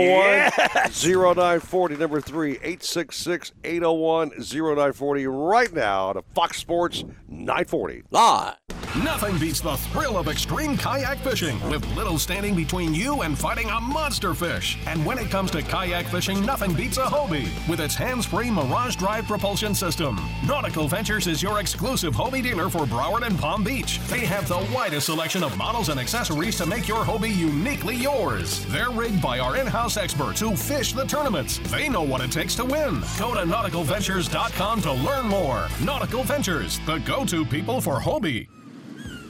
Speaker 4: 801 0940. Number three, 866 801 0940. Right now to Fox Sports 940.
Speaker 5: Live.
Speaker 9: Nothing beats the thrill of extreme kayak fishing with little standing between you and fighting a monster fish. And when it comes to kayak fishing, nothing beats a Hobie with its hands-free Mirage Drive propulsion system. Nautical Ventures is your exclusive Hobie dealer for Broward and Palm Beach. They have the widest selection of models and accessories to make your Hobie uniquely yours. They're rigged by our in-house experts who fish the tournaments. They know what it takes to win. Go to nauticalventures.com to learn more. Nautical Ventures, the go-to people for Hobie.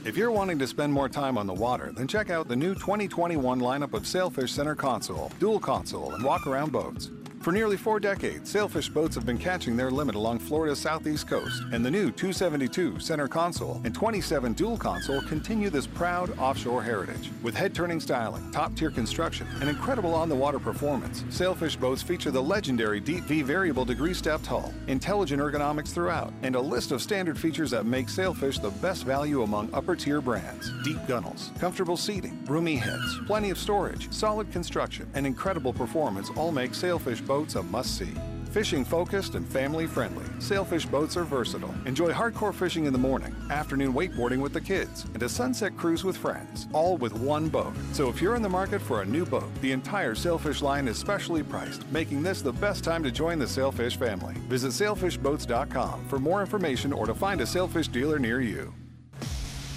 Speaker 10: If you're wanting to spend more time on the water, then check out the new 2021 lineup of Sailfish Center console, dual console, and walk around boats. For nearly four decades, Sailfish boats have been catching their limit along Florida's southeast coast, and the new 272 center console and 27 dual console continue this proud offshore heritage. With head turning styling, top tier construction, and incredible on the water performance, Sailfish boats feature the legendary Deep V variable degree stepped hull, intelligent ergonomics throughout, and a list of standard features that make Sailfish the best value among upper tier brands. Deep gunnels, comfortable seating, roomy heads, plenty of storage, solid construction, and incredible performance all make Sailfish boats a must see. Fishing focused and family friendly, Sailfish boats are versatile. Enjoy hardcore fishing in the morning, afternoon wakeboarding with the kids, and a sunset cruise with friends, all with one boat. So if you're in the market for a new boat, the entire Sailfish line is specially priced, making this the best time to join the Sailfish family. Visit sailfishboats.com for more information or to find a Sailfish dealer near you.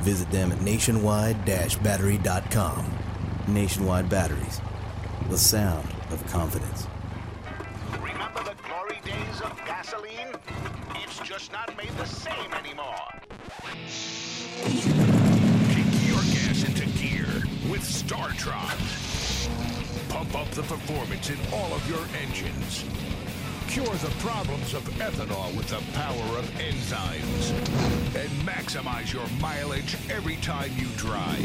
Speaker 8: Visit them at nationwide-battery.com. Nationwide Batteries, the sound of confidence.
Speaker 23: Remember the glory days of gasoline? It's just not made the same anymore. Kick your gas into gear with StarTron. Pump up the performance in all of your engines. Cure the problems of ethanol with the power of enzymes. And maximize your mileage every time you drive.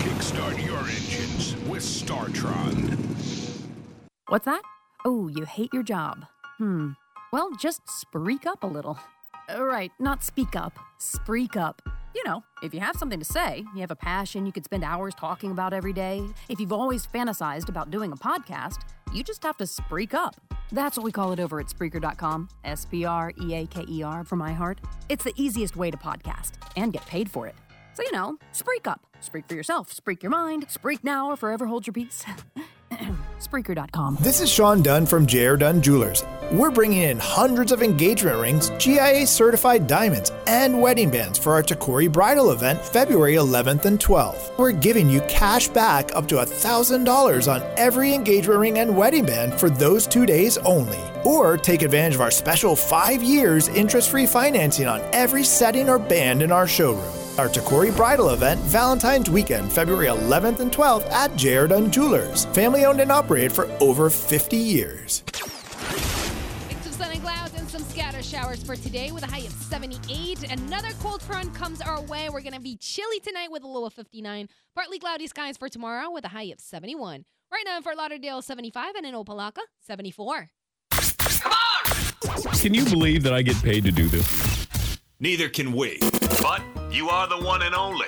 Speaker 23: Kickstart your engines with StarTron.
Speaker 13: What's that? Oh, you hate your job. Hmm. Well, just spreak up a little. Uh, Right, not speak up, spreak up. You know, if you have something to say, you have a passion you could spend hours talking about every day, if you've always fantasized about doing a podcast, you just have to spreak up. That's what we call it over at Spreaker.com, S P R E A K E R for my heart. It's the easiest way to podcast and get paid for it. So, you know, spreak up. Spreak for yourself, spreak your mind, spreak now or forever hold your peace. Spreaker.com.
Speaker 19: This is Sean Dunn from J.R. Dunn Jewelers. We're bringing in hundreds of engagement rings, GIA certified diamonds, and wedding bands for our Takori Bridal event February 11th and 12th. We're giving you cash back up to $1,000 on every engagement ring and wedding band for those two days only. Or take advantage of our special five years interest free financing on every setting or band in our showroom. Our Takori Bridal event, Valentine's weekend, February 11th and 12th at J.R. Dunn Jewelers. Family owned and operated for over 50 years.
Speaker 33: Mix of sun and clouds and some scatter showers for today with a high of 78. Another cold front comes our way. We're going to be chilly tonight with a low of 59. Partly cloudy skies for tomorrow with a high of 71. Right now in Fort Lauderdale, 75, and in Opalaka, 74.
Speaker 17: Can you believe that I get paid to do this?
Speaker 16: Neither can we. But you are the one and only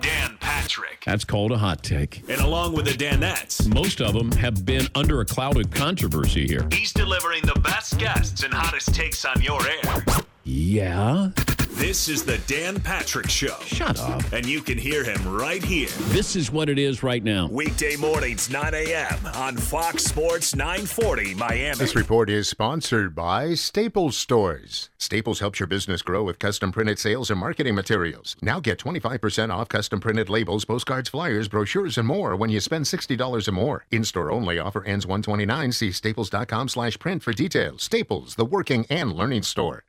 Speaker 16: Dan Patrick.
Speaker 17: That's called a hot take.
Speaker 16: And along with the Danettes,
Speaker 17: most of them have been under a cloud of controversy here.
Speaker 16: he's delivering the best guests and hottest takes on your air.
Speaker 17: Yeah?
Speaker 16: This is the Dan Patrick Show.
Speaker 17: Shut up.
Speaker 16: And you can hear him right here.
Speaker 17: This is what it is right now.
Speaker 16: Weekday mornings, 9 a.m. on Fox Sports 940 Miami.
Speaker 48: This report is sponsored by Staples Stores. Staples helps your business grow with custom printed sales and marketing materials. Now get 25% off custom printed labels, postcards, flyers, brochures, and more when you spend $60 or more. In-store only. Offer ends 129. See staples.com slash print for details. Staples, the working and learning store.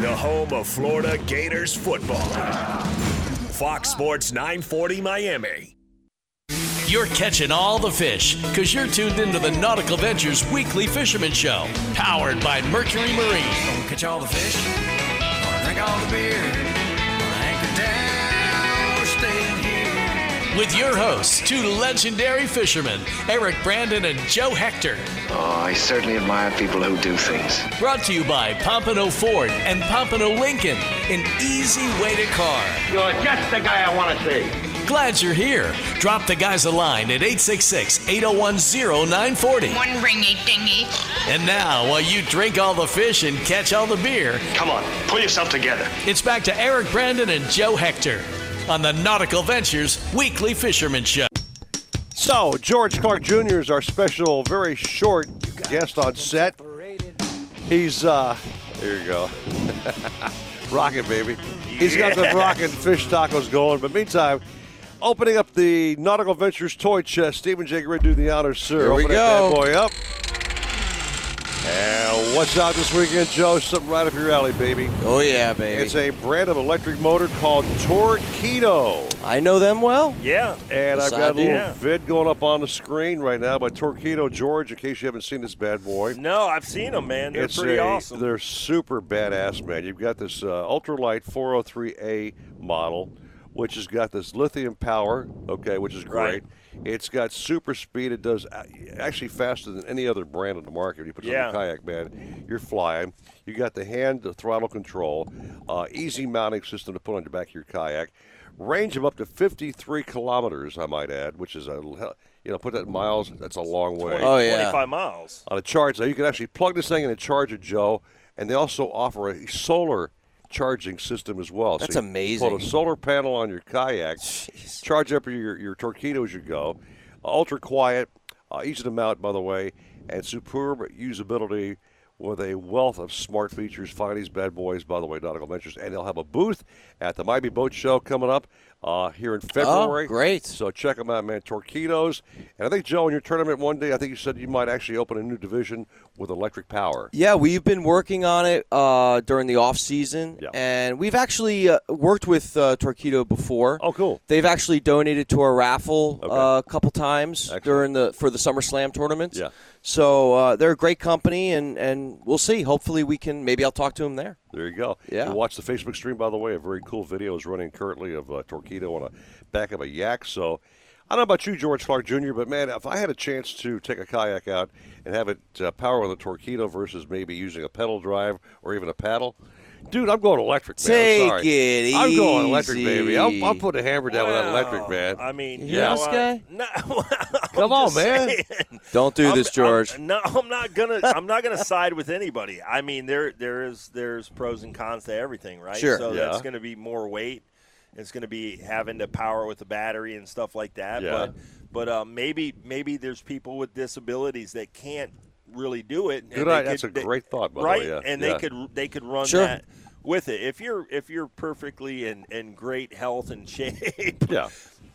Speaker 16: The home of Florida Gators football. Fox Sports 940 Miami.
Speaker 1: You're catching all the fish because you're tuned into the Nautical Ventures Weekly Fisherman Show, powered by Mercury Marine. Catch all the fish, drink all the beer, With your hosts, two legendary fishermen, Eric Brandon and Joe Hector.
Speaker 35: Oh, I certainly admire people who do things.
Speaker 1: Brought to you by Pompano Ford and Pompano Lincoln, an easy way to car. You're just the guy I want to see. Glad you're here. Drop the guys a line at 866 801 940.
Speaker 26: One ringy dingy.
Speaker 1: And now, while you drink all the fish and catch all the beer, come on, pull yourself together. It's back to Eric Brandon and Joe Hector on the Nautical Ventures Weekly Fisherman Show.
Speaker 4: So, George Clark Jr. is our special, very short guest on set. He's, uh, here you go. rocket, baby. He's got the
Speaker 7: Yes.
Speaker 4: rocket fish tacos going. But meantime, opening up the Nautical Ventures toy chest, Stephen J. Gray do the honors, sir.
Speaker 5: Here we
Speaker 4: Open
Speaker 5: go.
Speaker 4: that bad boy up. And what's out this weekend, Joe? Something right up your alley, baby.
Speaker 5: Oh, yeah, baby.
Speaker 4: It's a brand of electric motor called Torquedo.
Speaker 5: I know them well.
Speaker 20: Yeah.
Speaker 4: And I've
Speaker 5: Yes, I
Speaker 4: got a
Speaker 5: do.
Speaker 4: little
Speaker 5: Yeah.
Speaker 4: vid going up on the screen right now by Torquedo George, in case you haven't seen this bad boy.
Speaker 20: No, I've seen them, man. They're
Speaker 4: it's
Speaker 20: pretty
Speaker 4: a-
Speaker 20: awesome.
Speaker 4: They're super badass, man. You've got this uh, ultralight 403A model, which has got this lithium power, okay, which is great. It's got super speed. It does a- actually faster than any other brand on the market. You put it
Speaker 20: Yeah.
Speaker 4: on a kayak, man, you're flying. You got the hand the throttle control, uh, easy mounting system to put on the back of your kayak. Range of up to 53 kilometers, I might add, which is a hell- you know put that in miles. That's a long way.
Speaker 20: 20 Oh, yeah. 25 miles.
Speaker 4: On a charge, now you can actually plug this thing in a charger, Joe, and they also offer a solar charging system as well.
Speaker 5: That's
Speaker 4: you
Speaker 5: amazing.
Speaker 4: Put a solar panel on your kayak, charge up your your torpedo as you go. Ultra quiet, uh, easy to mount, by the way, and superb usability with a wealth of smart features. Find these bad boys, by the way, Nautical Ventures, and they'll have a booth at the Miami Boat Show coming up uh, here in February.
Speaker 5: great!
Speaker 4: So check them out, man. Torquedos, and I think Joe, in your tournament one day, I think you said you might actually open a new division with electric power.
Speaker 5: Yeah, we've been working on it uh, during the off season, and we've actually uh, worked with uh, Torquedo before. Oh,
Speaker 4: cool!
Speaker 5: They've actually donated to our raffle uh, a couple times during the for the SummerSlam tournaments.
Speaker 4: Yeah.
Speaker 5: So uh, they're a great company, and and we'll see. Hopefully, we can. Maybe I'll talk to him there.
Speaker 4: There you go.
Speaker 5: Yeah.
Speaker 4: You watch the Facebook stream, by the way. A very cool video is running currently of uh, Torquedo on a back of a yak. So I don't know about you, George Clark Jr., but man, if I had a chance to take a kayak out and have it uh, power with a Torquedo versus maybe using a pedal drive or even a paddle. Dude, I'm going electric, man.
Speaker 5: Take
Speaker 4: I'm sorry.
Speaker 5: it
Speaker 4: I'm going electric, baby. I'll,
Speaker 5: easy.
Speaker 4: I'll put a hammer down with that electric, man.
Speaker 20: I mean,
Speaker 5: You know this guy?
Speaker 20: No,
Speaker 4: Come on, man.
Speaker 5: Don't do
Speaker 20: I'm-
Speaker 5: this, George.
Speaker 20: I'm- no, I'm not gonna. I'm not gonna side with anybody. I mean, there there is there's pros and cons to everything, right?
Speaker 5: Sure.
Speaker 20: So
Speaker 5: Yeah.
Speaker 20: that's going to be more weight. It's going to be having to power with the battery and stuff like that.
Speaker 4: Yeah.
Speaker 20: But but uh, maybe maybe there's people with disabilities that can't really do it. and
Speaker 4: Good
Speaker 20: they
Speaker 4: idea. That's
Speaker 20: could-
Speaker 4: a
Speaker 20: they-
Speaker 4: great thought, by the way,
Speaker 20: right?
Speaker 4: yeah,
Speaker 20: And
Speaker 4: yeah.
Speaker 20: they could they could run
Speaker 4: Sure.
Speaker 20: that with it. If you're if you're perfectly in, in great health and shape,
Speaker 4: yeah.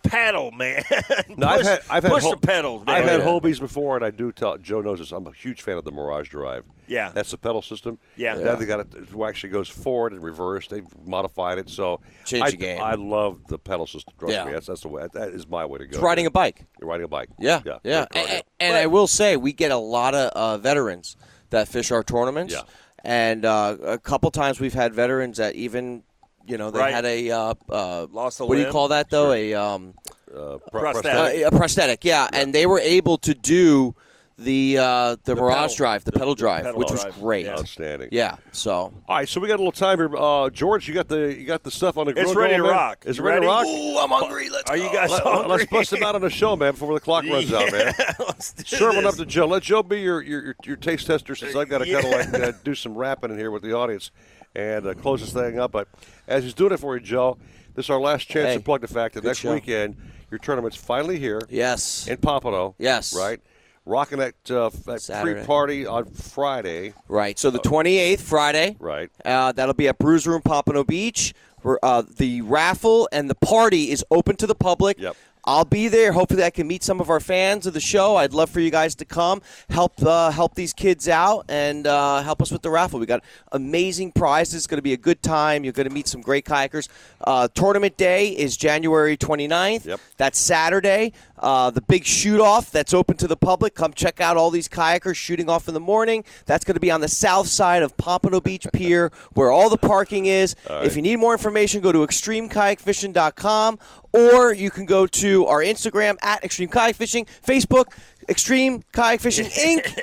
Speaker 20: Paddle, man.
Speaker 4: No,
Speaker 20: push
Speaker 4: I've had I've had
Speaker 20: push
Speaker 4: Hol-
Speaker 20: the pedals. Man.
Speaker 4: I've had Hobies before, and I do tell Joe knows this. I'm a huge fan of the Mirage Drive.
Speaker 20: Yeah.
Speaker 4: that's the pedal system.
Speaker 20: Yeah.
Speaker 4: now they got it. It actually goes forward and reverse. They've modified it, so
Speaker 5: Change
Speaker 4: I,
Speaker 5: the game.
Speaker 4: I love the pedal system. Trust
Speaker 5: Yeah.
Speaker 4: me, that's, that's the way. That is my way to go.
Speaker 5: It's riding a bike.
Speaker 4: You're riding a bike.
Speaker 5: Yeah,
Speaker 4: yeah,
Speaker 5: yeah. A- a- And, I will say, we get a lot of uh, veterans that fish our tournaments.
Speaker 4: Yeah.
Speaker 5: And uh, a couple times we've had veterans that even, you know, they
Speaker 20: Right.
Speaker 5: had a uh, uh,
Speaker 20: Lost a
Speaker 5: what do you
Speaker 20: limb?
Speaker 5: call that though? A um,
Speaker 4: uh,
Speaker 20: prosthetic.
Speaker 5: a prosthetic. Yeah. and they were able to do the uh, the, Mirage
Speaker 4: pedal-
Speaker 5: drive, the, pedal drive,
Speaker 4: pedal
Speaker 5: which
Speaker 4: drive.
Speaker 5: was great.
Speaker 4: Yeah. Outstanding.
Speaker 5: Yeah. So
Speaker 4: All right, so we got a little time here. Uh, George, you got the you got the stuff on the grill.
Speaker 20: It's ready
Speaker 4: going,
Speaker 20: to
Speaker 4: man?
Speaker 20: rock.
Speaker 4: Is it
Speaker 20: You
Speaker 4: ready to rock?
Speaker 20: ready? Ooh, I'm hungry. Let's
Speaker 4: Are
Speaker 20: go. Let's-
Speaker 4: Let's bust them out on the show, man, before the clock runs out, man. Serve one up to Joe. Let Joe be your your, your, your taste tester since I've got to kind of like uh, do some rapping in here with the audience and uh, close this thing up. But as he's doing it for you, Joe, this is our last chance
Speaker 5: Hey,
Speaker 4: to plug the fact that
Speaker 5: good
Speaker 4: next
Speaker 5: show.
Speaker 4: weekend your tournament's finally here.
Speaker 5: Yes.
Speaker 4: In Pompano.
Speaker 5: Yes.
Speaker 4: Right. Rocking that, uh, that
Speaker 5: Saturday.
Speaker 4: pre-party on Friday. Uh,
Speaker 5: Right. So the 28th, Friday.
Speaker 4: Right.
Speaker 5: Uh, that'll be at Brews Room, Pompano Beach. Where, uh, the raffle and the party is open to the public. Yep. I'll be there. Hopefully, I can meet some of our fans of the show. I'd love for you guys to come help uh, help these kids out and uh, help us with the raffle. We got amazing prizes. It's going to be a good time. You're going to meet some great kayakers. Uh, tournament day is January 29th. Yep. That's Saturday. Uh, the big shoot off that's open to the public. Come check out all these kayakers shooting off in the morning. That's going to be on the south side of Pompano Beach Pier where all the parking is. If you need more information, go to extremekayakfishing.com or you can go to our Instagram at Extreme Kayak Fishing, Facebook, Extreme Kayak Fishing Inc.,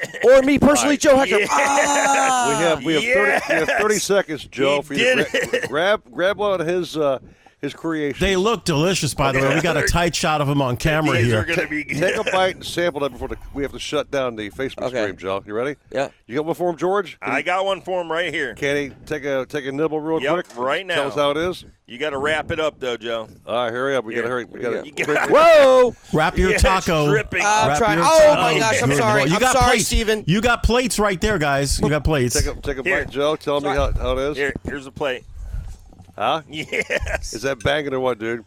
Speaker 5: or me personally, Joe Hector.
Speaker 4: Yes.
Speaker 5: Ah!
Speaker 4: we have we have, 30, we have 30 seconds, Joe, for you to gra- grab grab one of his uh, his creations.
Speaker 6: They look delicious, by the way. We got a tight shot of them on camera here.
Speaker 4: Take a bite and sample that before the, we have to shut down the Facebook stream, Joe. You ready?
Speaker 5: Yeah.
Speaker 4: You got one for him, George? Can
Speaker 20: I
Speaker 4: you-
Speaker 20: got one for him right here.
Speaker 4: Can he take a take a nibble real
Speaker 20: Yep,
Speaker 4: quick?
Speaker 20: right now.
Speaker 4: Tell us how it is.
Speaker 20: You got to wrap it up though, Joe.
Speaker 4: All right, hurry up. We gotta hurry. We gotta.
Speaker 20: You
Speaker 4: quick-
Speaker 20: got-
Speaker 5: Whoa!
Speaker 6: Wrap your
Speaker 20: Yeah, it's
Speaker 6: taco.
Speaker 20: dripping.
Speaker 5: I'm
Speaker 6: Wrap
Speaker 5: trying-
Speaker 6: your
Speaker 5: oh,
Speaker 6: taco.
Speaker 5: my gosh, I'm
Speaker 6: Good
Speaker 5: sorry.
Speaker 6: Lord. You
Speaker 5: I'm
Speaker 6: got
Speaker 5: sorry,
Speaker 6: plates.
Speaker 5: Steven.
Speaker 6: You got plates right there, guys. You got plates.
Speaker 4: Take a take a
Speaker 6: Here.
Speaker 4: bite, Joe. Tell me how, how it is.
Speaker 20: Here, here's a plate.
Speaker 4: Huh?
Speaker 20: Yes.
Speaker 4: Is that banging or what, dude?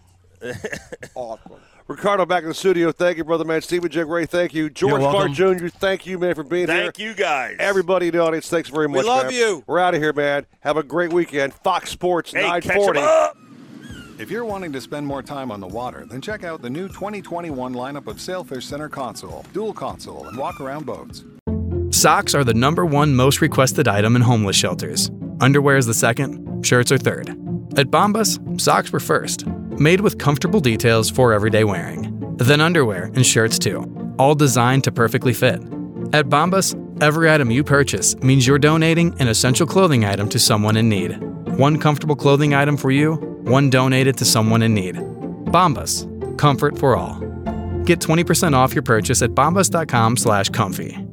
Speaker 4: awesome. Ricardo back in the studio. Thank you, brother man. Stephen J. Ray, thank you. George Clark
Speaker 41: welcome.
Speaker 4: Jr., thank you, man, for being there.
Speaker 41: Thank you guys.
Speaker 4: Everybody in the audience, thanks very
Speaker 41: We
Speaker 4: much.
Speaker 41: love
Speaker 4: man.
Speaker 41: you.
Speaker 4: We're out of here, man. Have a great weekend. Fox Sports
Speaker 10: Hey, catch 'em
Speaker 4: 940.
Speaker 10: up. If you're wanting to spend more time on the water, then check out the new 2021 lineup of Sailfish Center console, dual console, and walk around boats.
Speaker 24: Socks are the number one most requested item in homeless shelters. Underwear is the second, shirts are third. At Bombas, socks were first, made with comfortable details for everyday wearing. Then underwear and shirts too, all designed to perfectly fit. At Bombas, every item you purchase means you're donating an essential clothing item to someone in need. One comfortable clothing item for you, one donated to someone in need. Bombas, comfort for all. Get 20% off your purchase at bombas.com slash comfy.